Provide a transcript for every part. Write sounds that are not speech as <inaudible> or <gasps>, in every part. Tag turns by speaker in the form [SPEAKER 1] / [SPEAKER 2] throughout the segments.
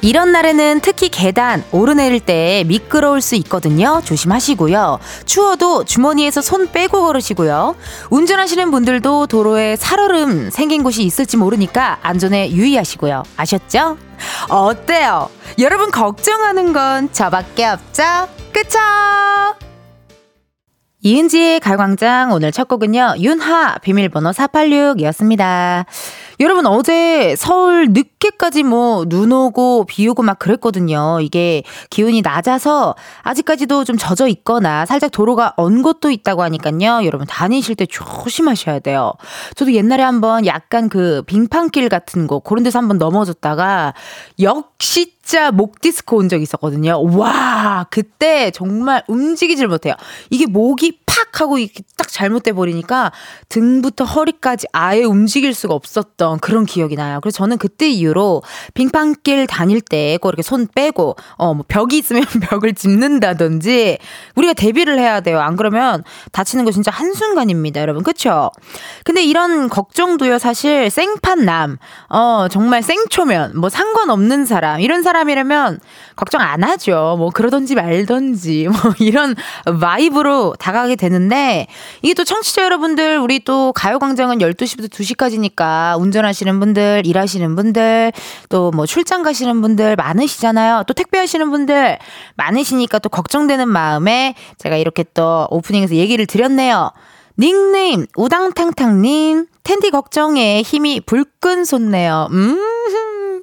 [SPEAKER 1] 이런 날에는 특히 계단 오르내릴 때 미끄러울 수 있거든요. 조심하시고요. 추워도 주머니에서 손 빼고 걸으시고요. 운전하시는 분들도 도로에 살얼음 생긴 곳이 있을지 모르니까 안전에 유의하시고요. 아셨죠? 어때요? 여러분 걱정하는 건 저밖에 없죠? 그쵸? 이은지의 가광장 오늘 첫 곡은요. 윤하 비밀번호 486이었습니다. 여러분 어제 서울 늦게까지 뭐 눈 오고 비 오고 막 그랬거든요. 이게 기온이 낮아서 아직까지도 좀 젖어 있거나 살짝 도로가 언 곳도 있다고 하니까요. 여러분 다니실 때 조심하셔야 돼요. 저도 옛날에 한번 약간 그 빙판길 같은 곳 그런 데서 한번 넘어졌다가 역시 진짜 목 디스크 온 적 있었거든요. 와, 그때 정말 움직이질 못해요. 이게 목이 팍 하고 이렇게 딱 잘못돼 버리니까 등부터 허리까지 아예 움직일 수가 없었던 그런 기억이 나요. 그래서 저는 그때 이후로 빙판길 다닐 때 꼭 이렇게 손 빼고 어, 뭐 벽이 있으면 <laughs> 벽을 짚는다든지 우리가 대비를 해야 돼요. 안 그러면 다치는 거 진짜 한순간입니다, 여러분. 그쵸? 근데 이런 걱정도요, 사실 생판남, 어, 정말 생초면, 뭐 상관없는 사람, 이런 사람이라면 걱정 안 하죠. 뭐 그러던지 말던지, <laughs> 뭐 이런 바이브로 다가가게 되는데, 이게 또 청취자 여러분들, 우리 또 가요광장은 12시부터 2시까지니까 운전하시는 분들, 일하시는 분들, 또 뭐 출장 가시는 분들 많으시잖아요. 또 택배하시는 분들 많으시니까 또 걱정되는 마음에 제가 이렇게 또 오프닝에서 얘기를 드렸네요. 닉네임 우당탕탕님 텐디 걱정에 힘이 불끈 솟네요. 음.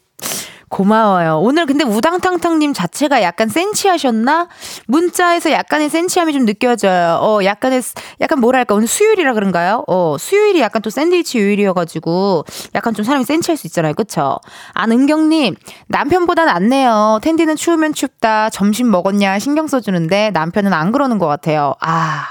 [SPEAKER 1] 고마워요. 오늘 근데 우당탕탕님 자체가 약간 센치하셨나? 문자에서 약간의 센치함이 좀 느껴져요. 어, 약간의, 약간 뭐랄까, 오늘 수요일이라 그런가요? 어, 수요일이 약간 또 샌드위치 요일이어가지고, 약간 좀 사람이 센치할 수 있잖아요. 그쵸? 안은경님, 남편보다 낫네요. 텐디는 추우면 춥다. 점심 먹었냐? 신경 써주는데, 남편은 안 그러는 것 같아요. 아.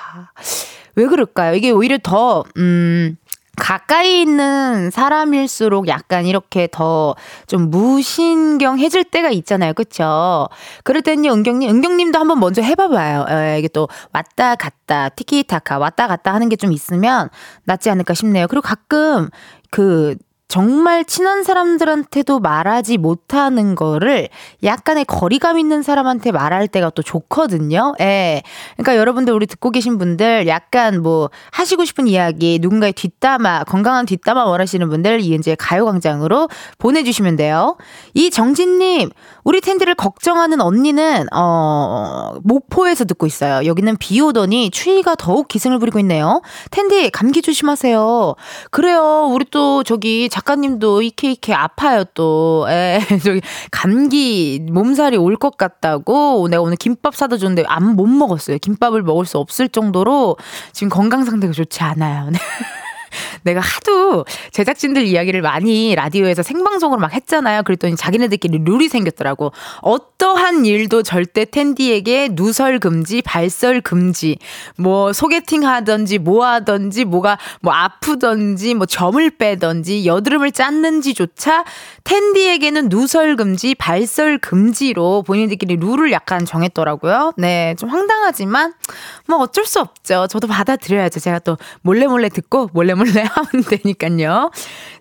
[SPEAKER 1] 왜 그럴까요? 이게 오히려 더, 음, 가까이 있는 사람일수록 약간 이렇게 더 좀 무신경해질 때가 있잖아요. 그쵸? 그럴 땐요, 은경님, 은경님도 한번 먼저 해봐봐요. 에, 이게 또 왔다 갔다, 티키타카, 왔다 갔다 하는 게 좀 있으면 낫지 않을까 싶네요. 그리고 가끔 그, 정말 친한 사람들한테도 말하지 못하는 거를 약간의 거리감 있는 사람한테 말할 때가 또 좋거든요. 예. 그러니까 여러분들 우리 듣고 계신 분들 약간 뭐 하시고 싶은 이야기, 누군가의 뒷담화, 건강한 뒷담화 원하시는 분들 이은지의 가요광장으로 보내주시면 돼요. 이 정진님, 우리 텐디를 걱정하는 언니는, 어, 목포에서 듣고 있어요. 여기는 비 오더니 추위가 더욱 기승을 부리고 있네요. 텐디, 감기 조심하세요. 그래요. 우리 또 저기 작가님도 이케이케 아파요 또. 에, <laughs> 저기 감기 몸살이 올 것 같다고 내가 오늘 김밥 사다 줬는데 안 못 먹었어요. 김밥을 먹을 수 없을 정도로 지금 건강 상태가 좋지 않아요. 네. 내가 하도 제작진들 이야기를 많이 라디오에서 생방송으로 막 했잖아요. 그랬더니 자기네들끼리 룰이 생겼더라고. 어떠한 일도 절대 텐디에게 누설 금지, 발설 금지, 뭐 소개팅 하던지 뭐 하던지 뭐가 뭐 아프던지 뭐 점을 빼던지 여드름을 짰는지조차 텐디에게는 누설 금지, 발설 금지로 본인들끼리 룰을 약간 정했더라고요. 네, 좀 황당하지만 뭐 어쩔 수 없죠. 저도 받아들여야죠. 제가 또 몰래 몰래 듣고 몰래 몰래 <laughs> 하면 되니까요.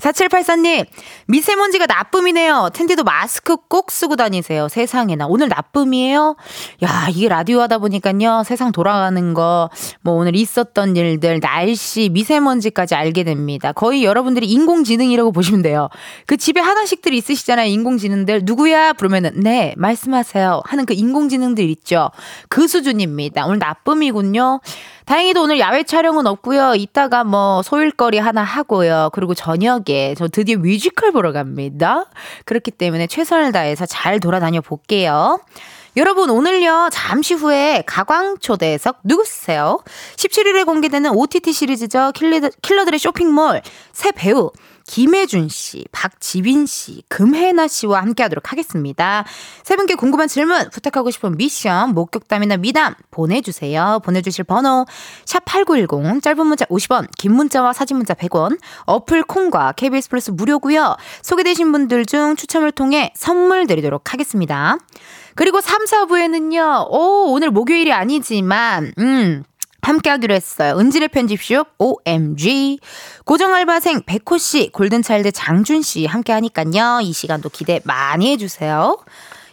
[SPEAKER 1] 4784님, 미세먼지가 나쁨이네요. 텐디도 마스크 꼭 쓰고 다니세요. 세상에나. 오늘 나쁨이에요? 야, 이게 라디오 하다 보니까요. 세상 돌아가는 거, 뭐 오늘 있었던 일들, 날씨, 미세먼지까지 알게 됩니다. 거의 여러분들이 인공지능이라고 보시면 돼요. 그 집에 하나씩들 있으시잖아요. 인공지능들. 누구야? 부르면은, 네, 말씀하세요. 하는 그 인공지능들 있죠. 그 수준입니다. 오늘 나쁨이군요. 다행히도 오늘 야외 촬영은 없고요. 이따가 뭐 소일거리 하나 하고요. 그리고 저녁에 저 드디어 뮤지컬 보러 갑니다. 그렇기 때문에 최선을 다해서 잘 돌아다녀 볼게요. 여러분 오늘요 잠시 후에 가광초대석 누구세요? 17일에 공개되는 OTT 시리즈죠 킬리드- 킬러들의 쇼핑몰 새 배우 김혜준 씨, 박지빈 씨, 금혜나 씨와 함께 하도록 하겠습니다. 세 분께 궁금한 질문, 부탁하고 싶은 미션, 목격담이나 미담 보내주세요. 보내주실 번호 샵8910 짧은 문자 50원, 긴 문자와 사진 문자 100원, 어플 콩과 KBS 플러스 무료고요. 소개되신 분들 중 추첨을 통해 선물 드리도록 하겠습니다. 그리고 3, 4부에는요. 오, 오늘 목요일이 아니지만 음 함께 하기로 했어요. 은질의 편집쇼, OMG. 고정 알바생 백호 씨, 골든차일드 장준 씨 함께 하니깐요. 이 시간도 기대 많이 해주세요.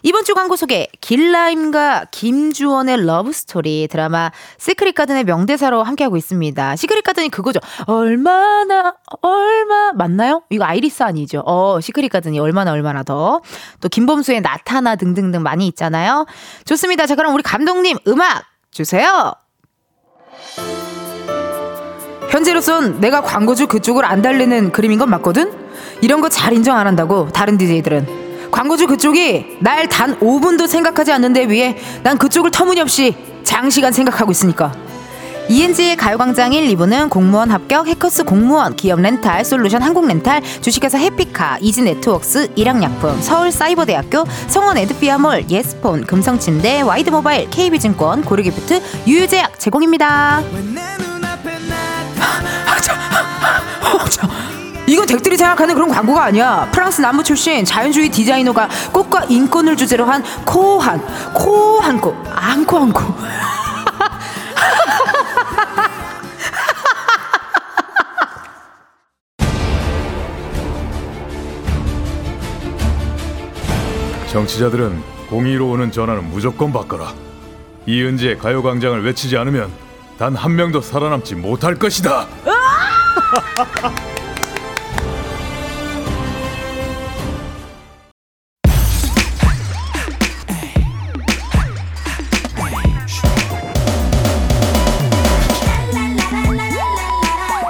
[SPEAKER 1] 이번 주 광고 소개, 길라임과 김주원의 러브스토리 드라마 시크릿 가든의 명대사로 함께하고 있습니다. 시크릿 가든이 그거죠. 얼마나, 얼마, 맞나요? 이거 아이리스 아니죠. 어, 시크릿 가든이 얼마나, 얼마나 더. 또 김범수의 나타나 등등등 많이 있잖아요. 좋습니다. 자, 그럼 우리 감독님 음악 주세요. 현재로선 내가 광고주 그쪽을 안 달래는 그림인 건 맞거든? 이런 거 잘 인정 안 한다고 다른 DJ들은 광고주 그쪽이 날 단 5분도 생각하지 않는 데 비해 난 그쪽을 터무니없이 장시간 생각하고 있으니까 ENG의 가요광장 1, 2부는 공무원 합격, 해커스 공무원, 기업 렌탈, 솔루션 한국 렌탈, 주식회사 해피카, 이지 네트웍스, 일양약품, 서울사이버대학교, 성원 에드피아몰, 예스폰, 금성침대, 와이드모바일, KB증권, 고르기프트, 유유제약 제공입니다. 아, 참. 아, 어, 참. 이건 댁들이 생각하는 그런 광고가 아니야. 프랑스 남부 출신 자연주의 디자이너가 꽃과 인권을 주제로 한 코한 코한 꽃 안코 안코.
[SPEAKER 2] 정치자들은 공의로 오는 전화는 무조건 받거라. 이은지의 가요광장을 외치지 않으면 단 한 명도 살아남지 못할 것이다.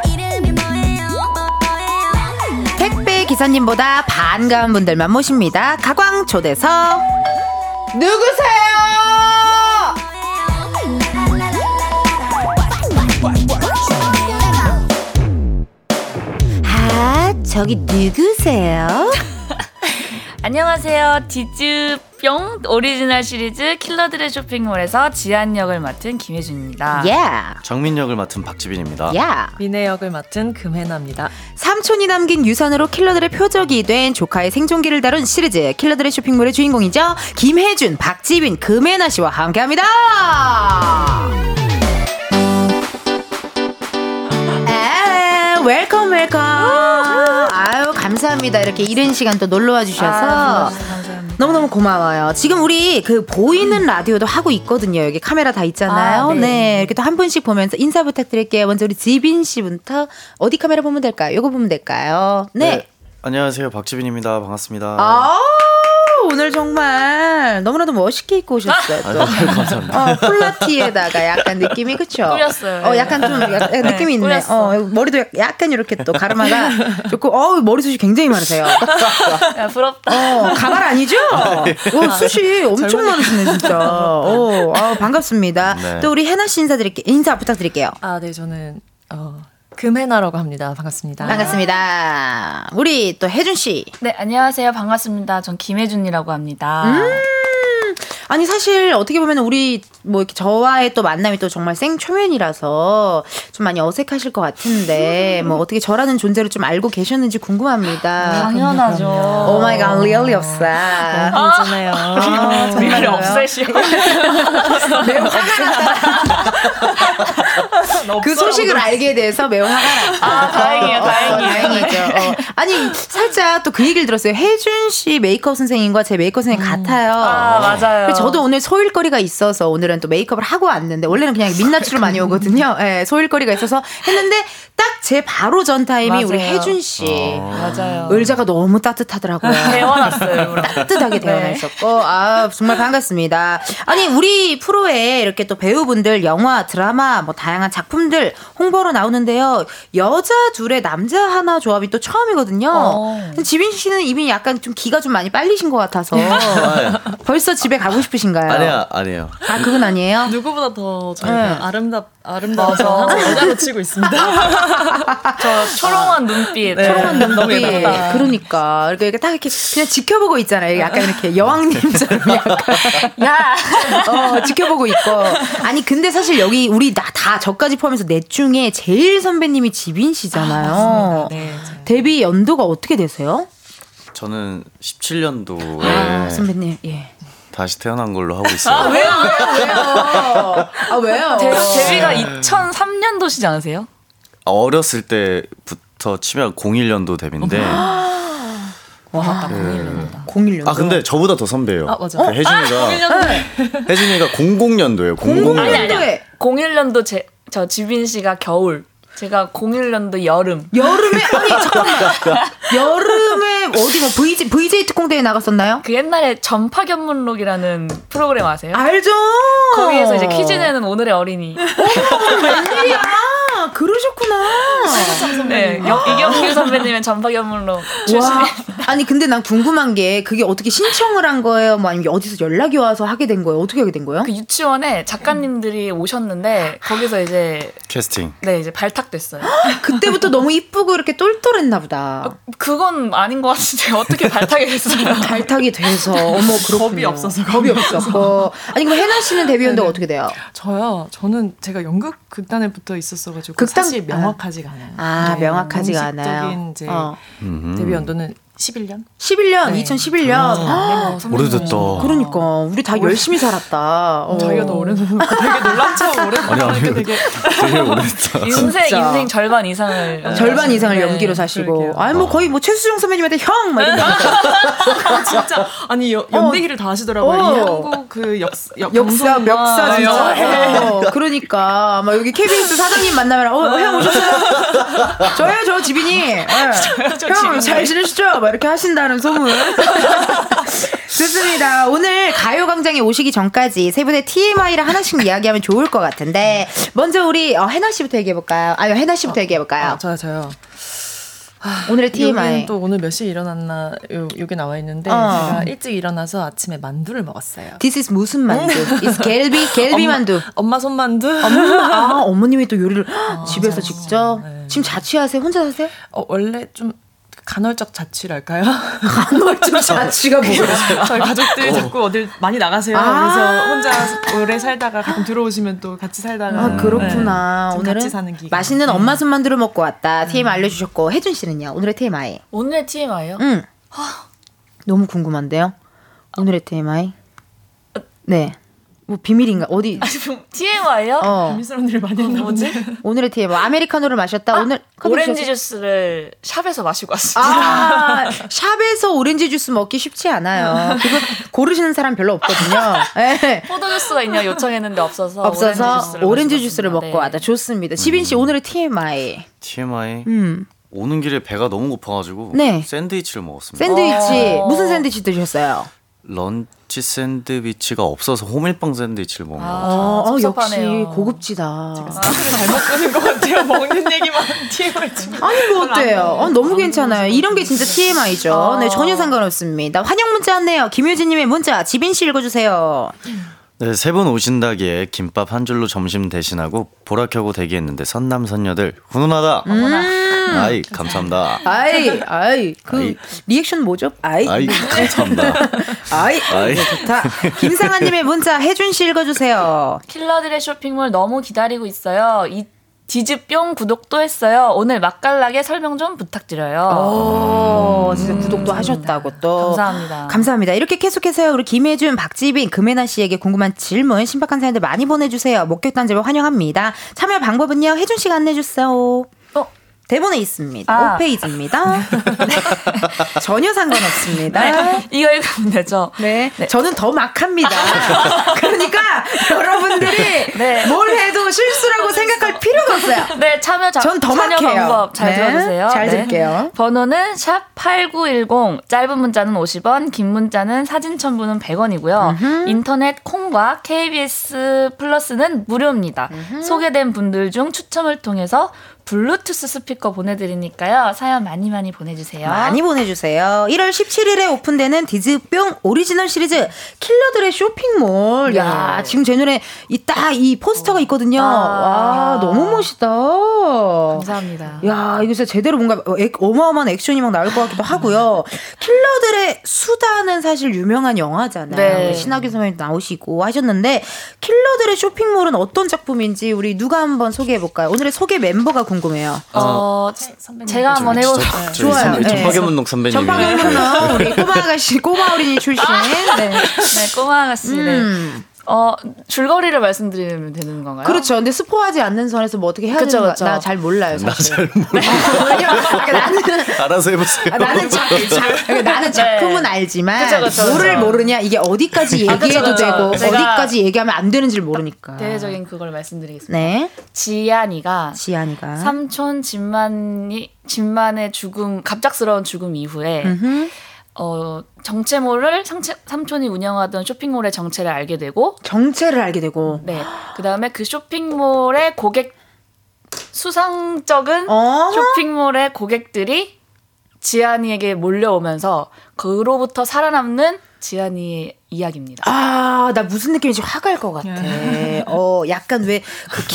[SPEAKER 3] 이름이 뭐예요? 뭐예요?
[SPEAKER 1] 택배 기사님보다 반가운 분들만 모십니다. 가광 초대서 누구세요? 아 저기 누구세요?
[SPEAKER 4] 안녕하세요. 디즈뿅 오리지널 시리즈 킬러들의 쇼핑몰에서 지한 역을 맡은 김혜준입니다.
[SPEAKER 1] 예.
[SPEAKER 5] 정민역을 맡은 박지빈입니다.
[SPEAKER 1] 야
[SPEAKER 6] 미네 역을 맡은 금혜나입니다.
[SPEAKER 1] 삼촌이 남긴 유산으로 킬러들의 표적이 된 조카의 생존기를 다룬 시리즈 킬러들의 쇼핑몰의 주인공이죠 김혜준, 박지빈, 금혜나 씨와 함께합니다. 에, 웰컴 웰컴. 아유 감사합니다. 이렇게 이른 시간 또 놀러와
[SPEAKER 4] 아,
[SPEAKER 1] 주셔서.
[SPEAKER 4] 감사합니다.
[SPEAKER 1] 너무너무 고마워요. 지금 우리 그 보이는 라디오도 하고 있거든요. 여기 카메라 다 있잖아요.
[SPEAKER 4] 아,
[SPEAKER 1] 네.
[SPEAKER 4] 네.
[SPEAKER 1] 이렇게 또 한 분씩 보면서 인사 부탁드릴게요. 먼저 우리 지빈 씨부터 어디 카메라 보면 될까요? 요거 보면 될까요? 네.
[SPEAKER 5] 안녕하세요. 박지빈입니다. 반갑습니다.
[SPEAKER 1] 아 오늘 정말 너무나도 멋있게 입고 오셨어요. 또.
[SPEAKER 5] 아유, 네, 감사합니다.
[SPEAKER 1] 어, 폴라티에다가 약간 느낌이 그쵸?
[SPEAKER 4] 꾸몄어요.
[SPEAKER 1] 어, 약간 좀 약간 느낌이 있네.
[SPEAKER 4] 꾸몄어.
[SPEAKER 1] 어, 머리도 약- 약간 이렇게 또 가르마가 좋고, 어 머리숱이 굉장히 많으세요.
[SPEAKER 4] 야, 아, 부럽다.
[SPEAKER 1] 어, 가발
[SPEAKER 4] <laughs>
[SPEAKER 1] 아니죠?
[SPEAKER 4] 네.
[SPEAKER 1] 어, 숱이 엄청 많으시네, 진짜. 어, 아, 반갑습니다.
[SPEAKER 5] 네.
[SPEAKER 1] 또 우리 혜나 씨 인사드릴게요. 인사 부탁드릴게요.
[SPEAKER 6] 아, 네, 저는 어, 금혜나라고 합니다.
[SPEAKER 4] 아.
[SPEAKER 6] 반갑습니다.
[SPEAKER 1] 반갑습니다. 우리 또 혜준 씨.
[SPEAKER 4] 네, 안녕하세요. 반갑습니다. 전 김혜준이라고 합니다.
[SPEAKER 1] 아니 사실 어떻게 보면 우리 뭐 이렇게 저와의 또 만남이 또 정말 생초면이라서 좀 많이 어색하실 것 같은데 뭐 어떻게 저라는 존재를 좀 알고 계셨는지 궁금합니다.
[SPEAKER 4] 아,
[SPEAKER 1] Oh
[SPEAKER 4] 당연하죠.
[SPEAKER 1] 오 마이 갓, 리얼리 없어.
[SPEAKER 6] 너무 좋네요.
[SPEAKER 1] 아.
[SPEAKER 7] 어,
[SPEAKER 4] 미래를
[SPEAKER 1] <laughs>
[SPEAKER 4] 없애시고.
[SPEAKER 1] 매우 화가 났다.
[SPEAKER 4] <laughs>
[SPEAKER 1] 그 소식을 알게 돼서 매우 화가 났다.
[SPEAKER 4] 아, 다행이에요,
[SPEAKER 1] 어,
[SPEAKER 4] 다행이에요.
[SPEAKER 1] 다행이죠. 어.
[SPEAKER 4] <laughs>
[SPEAKER 1] 아니, 살짝 또 그 얘기를 들었어요. 혜준 씨 메이크업 선생님과 제 메이크업 선생님 같아요.
[SPEAKER 4] 아, 맞아요.
[SPEAKER 1] 그래서 저도 오늘 소일거리가 있어서 오늘은 또 메이크업을 하고 왔는데 원래는 그냥 민낯으로 많이 오거든요. 예, 소일거리가 있어서 했는데 딱 제 바로 전 타임이
[SPEAKER 4] 맞아요.
[SPEAKER 1] 우리 혜준 씨.
[SPEAKER 7] 어.
[SPEAKER 4] 맞아요.
[SPEAKER 1] 의자가 너무 따뜻하더라고요.
[SPEAKER 4] 배워놨어요, 우리.
[SPEAKER 1] 따뜻하게 대화가
[SPEAKER 4] 아, 네.
[SPEAKER 1] 있었고 아 정말 반갑습니다. 아니 우리 프로에 이렇게 또 배우분들 영화 드라마 뭐 다양한 작품들 홍보로 나오는데요 여자 둘에 남자 하나 조합이 또 처음이거든요.
[SPEAKER 4] 어.
[SPEAKER 1] 근데 지빈 씨는 이미 약간 좀 기가 좀 많이 빨리신 것
[SPEAKER 4] <laughs>
[SPEAKER 1] 같아서 벌써 집에 가고 싶으신가요?
[SPEAKER 5] 예. 아니야 아니에요.
[SPEAKER 1] 아, 그건 아니에요?
[SPEAKER 7] 누구보다
[SPEAKER 1] 네.
[SPEAKER 7] 더 저희가 아름답 아름답죠. 여자로 치고 있습니다.
[SPEAKER 4] 저 초롱한 눈빛.
[SPEAKER 1] 초롱한 눈빛.
[SPEAKER 7] 너무 예쁘다.
[SPEAKER 1] 네. 그러니까 이렇게 이렇게 딱 이렇게 그냥 지켜보고 있잖아요. 이게 약간 이렇게 여왕님처럼 약간 야 어, 지켜보고 있고. 아니 근데 사실 여기 우리 나 다 저까지 포함해서 넷 중에 제일 선배님이 지빈 씨잖아요.
[SPEAKER 7] 네.
[SPEAKER 1] 데뷔 연도가 어떻게 되세요?
[SPEAKER 5] 저는 17년도에
[SPEAKER 1] 아, 선배님. 예.
[SPEAKER 5] 다시 태어난 걸로 하고 있어요.
[SPEAKER 1] 왜요? 왜요? 아 왜요?
[SPEAKER 4] 데, 데뷔가 2003년도시지 않으세요?
[SPEAKER 5] 아, 어렸을 때부터 치면 01년도 데뷔인데
[SPEAKER 1] 아. 와,
[SPEAKER 5] 예.
[SPEAKER 1] 01년.
[SPEAKER 5] 아 근데 저보다 더 선배예요.
[SPEAKER 7] 아, 맞아.
[SPEAKER 5] 그 혜진이가
[SPEAKER 4] 네.
[SPEAKER 5] 혜진이가 00년도예요. 00년도.
[SPEAKER 4] 01년도 제, 저 지빈 씨가 겨울. 제가 01년도 여름.
[SPEAKER 1] 여름에 아니 잠깐만 여름에 어디 뭐 VJ VJ 특공대에 나갔었나요?
[SPEAKER 4] 그 옛날에 전파견문록이라는 프로그램 아세요? 어.
[SPEAKER 1] 알죠.
[SPEAKER 4] 거기에서 이제 퀴즈 내는 오늘의 어린이.
[SPEAKER 1] 웬일이야? 그러셨구나.
[SPEAKER 4] 네, 여- 이경규 선배님의 전파견문록 출신.
[SPEAKER 1] 음. 아. 와, 아니 근데 난 궁금한 게 그게 어떻게 신청을 한 거예요? 뭐 아니면 어디서 연락이 와서 하게 된 거예요? 어떻게 하게 된 거예요?
[SPEAKER 4] 그 유치원에 작가님들이 오셨는데 거기서 이제
[SPEAKER 5] 캐스팅.
[SPEAKER 4] 네 이제 발탁됐어요.
[SPEAKER 1] 그때부터 너무 이쁘고 이렇게 똘똘했나 보다.
[SPEAKER 4] 그건 아닌 것 같은데 <laughs> 어떻게 발탁이 됐어요?
[SPEAKER 1] <laughs> 발탁이 돼서 어머 그렇군요.
[SPEAKER 7] 아, <laughs> 겁이 없어서,
[SPEAKER 1] 겁이 없었고. 아니 그럼 혜나 씨는 데뷔 연도가 어떻게 돼요?
[SPEAKER 7] <laughs> 저요. 저는 제가 연극 극단에 붙어 있었어가지고
[SPEAKER 1] 극단-
[SPEAKER 7] 사실 명확하지가 않아요.
[SPEAKER 1] 아
[SPEAKER 7] 네,
[SPEAKER 1] 명확하지가
[SPEAKER 7] 공식적인
[SPEAKER 1] 않아요.
[SPEAKER 7] 이제
[SPEAKER 1] 어.
[SPEAKER 5] 음.
[SPEAKER 7] 데뷔 연도는 11년.
[SPEAKER 1] 11년,
[SPEAKER 7] 네. 아,
[SPEAKER 1] 2011년.
[SPEAKER 7] 어,
[SPEAKER 5] 오래됐다.
[SPEAKER 1] 그러니까 우리 다 열심히 살았다. 어.
[SPEAKER 7] 저희가 더 오래 되게
[SPEAKER 1] <laughs>
[SPEAKER 7] 놀랍죠. 오래
[SPEAKER 5] 아니, 아니.
[SPEAKER 7] 되게 되게
[SPEAKER 5] 되게 오래됐다.
[SPEAKER 4] 인생
[SPEAKER 1] 진짜. 어,
[SPEAKER 4] 인생 절반 이상을
[SPEAKER 1] 절반 이상을
[SPEAKER 7] 네,
[SPEAKER 1] 연기로 사시고,
[SPEAKER 7] 그러게요.
[SPEAKER 1] 아니 뭐 거의 뭐 최수정 선배님한테 형, 막 이런 거.
[SPEAKER 7] 진짜 아니 여- 연대기를 다 하시더라고요. 이
[SPEAKER 1] 어.
[SPEAKER 7] 한국 그 역, 역,
[SPEAKER 1] 역사,
[SPEAKER 7] 방송과
[SPEAKER 1] 멱사
[SPEAKER 7] 아, 영화.
[SPEAKER 1] 진짜.
[SPEAKER 7] <laughs>
[SPEAKER 1] 어, 그러니까 막 여기 KBS 사장님 만나면 어, 형
[SPEAKER 7] <laughs>
[SPEAKER 1] 오셨어요? 저요, 저 지빈이. 예. 형 잘 지내시죠? 막 이렇게 하신다는 소문. <laughs> 좋습니다. 오늘 가요광장에 오시기 전까지 세 분의 TMI를 하나씩 이야기하면 좋을 것 같은데 먼저 우리 어, 해나 씨부터 얘기해 볼까요? 아유, 해나 씨부터 얘기해
[SPEAKER 7] 아,
[SPEAKER 1] 볼까요?
[SPEAKER 7] 저요 저요.
[SPEAKER 1] 오늘의 TMI.
[SPEAKER 7] 여기는 또 오늘 몇 시에 일어났나 요, 요게 나와 있는데
[SPEAKER 1] 어.
[SPEAKER 7] 제가 일찍 일어나서 아침에 만두를 먹었어요.
[SPEAKER 1] This is 무슨
[SPEAKER 7] <laughs>
[SPEAKER 1] 만두? It's 갤비 갤비
[SPEAKER 7] 엄마-
[SPEAKER 1] 만두.
[SPEAKER 7] 엄마 손만두.
[SPEAKER 1] 엄마, 아, <laughs> 어머님이 또 요리를 집에서 직접.
[SPEAKER 7] 네.
[SPEAKER 1] 지금 자취하세요? 혼자 사세요?
[SPEAKER 7] 어, 원래 좀 간헐적
[SPEAKER 1] <laughs>
[SPEAKER 7] 자취랄까요? <laughs>
[SPEAKER 1] 간헐적 자취가 뭐예요?
[SPEAKER 7] 저희 가족들 자꾸 어딜 많이 나가세요.
[SPEAKER 1] 아.
[SPEAKER 7] 그래서 혼자 오래 살다가 가끔 들어오시면 또 같이 살다가
[SPEAKER 1] 아, 그렇구나.
[SPEAKER 7] 네, 좀
[SPEAKER 1] 오늘은
[SPEAKER 7] 같이 사는 기간. 음.
[SPEAKER 1] 맛있는 어- 엄마 손 만두를 먹고 왔다. TMI 알려주셨고, 혜준 씨는요? 오늘의 TMI.
[SPEAKER 4] 오늘 TMI요? <laughs>
[SPEAKER 1] 응. 너무 궁금한데요? 오늘의 TMI. 네. 뭐 비밀인가? 어디?
[SPEAKER 4] 아, TMI요?
[SPEAKER 1] 어.
[SPEAKER 7] 미스러운 일을 많이 했나 보지?
[SPEAKER 1] 오늘의 TMI. 아메리카노를 마셨다. 오늘 커피
[SPEAKER 4] 오렌지
[SPEAKER 1] 드셨어요?
[SPEAKER 4] 주스를 샵에서 마시고 왔습니다.
[SPEAKER 1] 아, 샵에서 오렌지 주스 먹기 쉽지 않아요. 그거 고르시는 사람 별로 없거든요. 예.
[SPEAKER 4] 포도 주스가 있냐 요청했는데 없어서
[SPEAKER 1] 없어서 오렌지 주스를
[SPEAKER 4] 마시고
[SPEAKER 1] 먹고
[SPEAKER 4] 왔습니다. 네.
[SPEAKER 1] 왔다. 좋습니다. 지빈 씨 오늘의 TMI.
[SPEAKER 5] TMI.
[SPEAKER 1] 음.
[SPEAKER 5] 오는 길에 배가 너무 고파가지고
[SPEAKER 1] 네.
[SPEAKER 5] 샌드위치를 먹었습니다.
[SPEAKER 1] 샌드위치
[SPEAKER 4] 어.
[SPEAKER 1] 무슨 샌드위치 드셨어요?
[SPEAKER 5] 런치 샌드위치가 없어서 호밀빵 샌드위치를 먹은
[SPEAKER 1] 어,
[SPEAKER 5] 아.
[SPEAKER 1] 어, 역시
[SPEAKER 4] 섭섭하네요.
[SPEAKER 1] 고급지다.
[SPEAKER 7] 잘못 드는 것 같아요. 먹는 얘기만 <laughs> TMI 지금.
[SPEAKER 1] 아니 뭐 어때요? 어, 너무 괜찮아요. 이런 게 진짜 TMI죠.
[SPEAKER 7] 아.
[SPEAKER 1] 네 전혀 상관없습니다. 환영 문자 왔네요. 김효진님의 문자 지빈 씨 읽어주세요.
[SPEAKER 5] 네, 세 분 오신다기에 김밥 한 줄로 점심 대신하고 보라 켜고 대기했는데 선남 선녀들 훈훈하다.
[SPEAKER 1] 음.
[SPEAKER 5] 아이 감사합니다.
[SPEAKER 1] 아이 아이 그
[SPEAKER 5] 아이.
[SPEAKER 1] 리액션 뭐죠? 아이
[SPEAKER 5] 아이 감사합니다.
[SPEAKER 1] 아이, 네,
[SPEAKER 5] 아이.
[SPEAKER 1] 좋다. 김상아님의 문자 혜준 씨 읽어주세요.
[SPEAKER 4] 킬러들의 쇼핑몰 너무 기다리고 있어요. 이 디즈뿅 구독도 했어요. 오늘 맛깔나게 설명 좀 부탁드려요.
[SPEAKER 1] 어. 오, 진짜 구독도 하셨다고 또.
[SPEAKER 4] 음. 감사합니다.
[SPEAKER 1] 감사합니다. 이렇게 계속해서 우리 김혜준, 박지빈, 금혜나 씨에게 궁금한 질문, 신박한 사연들 많이 보내주세요. 목격단 제보 환영합니다. 참여 방법은요, 혜준 씨가 안내해주세요. 어? 대본에 있습니다.
[SPEAKER 4] 아. <laughs>
[SPEAKER 1] 5페이지입니다. 네. <laughs> 전혀 상관없습니다. 네.
[SPEAKER 4] <laughs> 이거 읽으면 되죠. 네.
[SPEAKER 1] 저는 더 막합니다. 그러니까 여러분들이
[SPEAKER 4] 네.
[SPEAKER 1] 뭘 해도 실수라고 생각할 필요가 없어요.
[SPEAKER 4] 네, 참여 자,
[SPEAKER 1] 전더
[SPEAKER 4] 참여
[SPEAKER 1] 막혀요.
[SPEAKER 4] 방법 잘
[SPEAKER 1] 네,
[SPEAKER 4] 들어주세요.
[SPEAKER 1] 잘 들을게요.
[SPEAKER 4] 번호는 샵 #8910 짧은 문자는 50원, 긴 문자는 사진 첨부는 100원이고요. 인터넷 콩과 KBS 플러스는 무료입니다. 소개된 분들 중 추첨을 통해서 블루투스 스피커 보내드리니까요. 사연 많이 많이 보내주세요.
[SPEAKER 1] 많이 보내주세요. 1월 17일에 오픈되는 디즈뿅 오리지널 시리즈 킬러들의 쇼핑몰.
[SPEAKER 4] 네.
[SPEAKER 1] 야 지금 제 눈에 이딱이 포스터가 있거든요.
[SPEAKER 4] 아.
[SPEAKER 1] 와 너무 멋있다.
[SPEAKER 4] 감사합니다.
[SPEAKER 1] 야 이거 진짜 제대로 뭔가 액- 어마어마한 액션이 막 나올 것 같기도 하고요. 킬러들의 수다는 사실 유명한 영화잖아요.
[SPEAKER 4] 네.
[SPEAKER 1] 신하균 선배님 나오시고 하셨는데 킬러들의 쇼핑몰은 어떤 작품인지 우리 누가 한번 소개해 볼까요? 오늘의 소개 멤버가 궁금해요.
[SPEAKER 4] 어, 제가 한번 해볼게요.
[SPEAKER 1] 좋아요.
[SPEAKER 5] 좋아요.
[SPEAKER 1] 네.
[SPEAKER 5] 전파계문록 선배님.
[SPEAKER 1] 전파경문은 우리 꼬마 아가씨 꼬마 어린이 출신. 네.
[SPEAKER 4] <laughs> 네, 꼬마 아가씨. 네.
[SPEAKER 1] 음.
[SPEAKER 4] 어, 줄거리를 말씀드리면 되는 건가요?
[SPEAKER 1] 그렇죠. 근데 스포하지 않는 선에서 뭐 어떻게 해야
[SPEAKER 4] 그쵸,
[SPEAKER 1] 되는가
[SPEAKER 4] 그쵸.
[SPEAKER 1] 나잘 몰라요. 사실. <laughs> 왜냐면 그러니까 <laughs> 나는
[SPEAKER 5] 알아서 해보세요.
[SPEAKER 1] 아, 나는 작, 작, 그러니까 나는 작품은 알지만
[SPEAKER 4] 네. 그쵸, 그쵸, 그쵸.
[SPEAKER 1] 뭐를 모르냐 이게 어디까지
[SPEAKER 4] 아, 그쵸,
[SPEAKER 1] 얘기해도
[SPEAKER 4] 그쵸.
[SPEAKER 1] 되고
[SPEAKER 4] 제가- 네.
[SPEAKER 1] 어디까지 얘기하면 안 되는지를 모르니까.
[SPEAKER 4] 아, 대외적인 그걸 말씀드리겠습니다.
[SPEAKER 1] 네,
[SPEAKER 4] 지안이가
[SPEAKER 1] 지안이가.
[SPEAKER 4] 삼촌 진만이 진만의 죽음 갑작스러운 죽음 이후에
[SPEAKER 1] 음흠.
[SPEAKER 4] 어 정체몰을 상체, 삼촌이 운영하던 쇼핑몰의 정체를 알게 되고
[SPEAKER 1] 정체를 알게 되고. <gasps>
[SPEAKER 4] 네 그다음에 그 쇼핑몰의 고객 수상적은
[SPEAKER 1] 어.
[SPEAKER 4] 쇼핑몰의 고객들이 지안이에게 몰려오면서 그로부터 살아남는 지안이의 이야기입니다. 예.
[SPEAKER 1] 아, 나 무슨 느낌인지 화가 날 것 같아. <laughs> 어, 약간 왜 그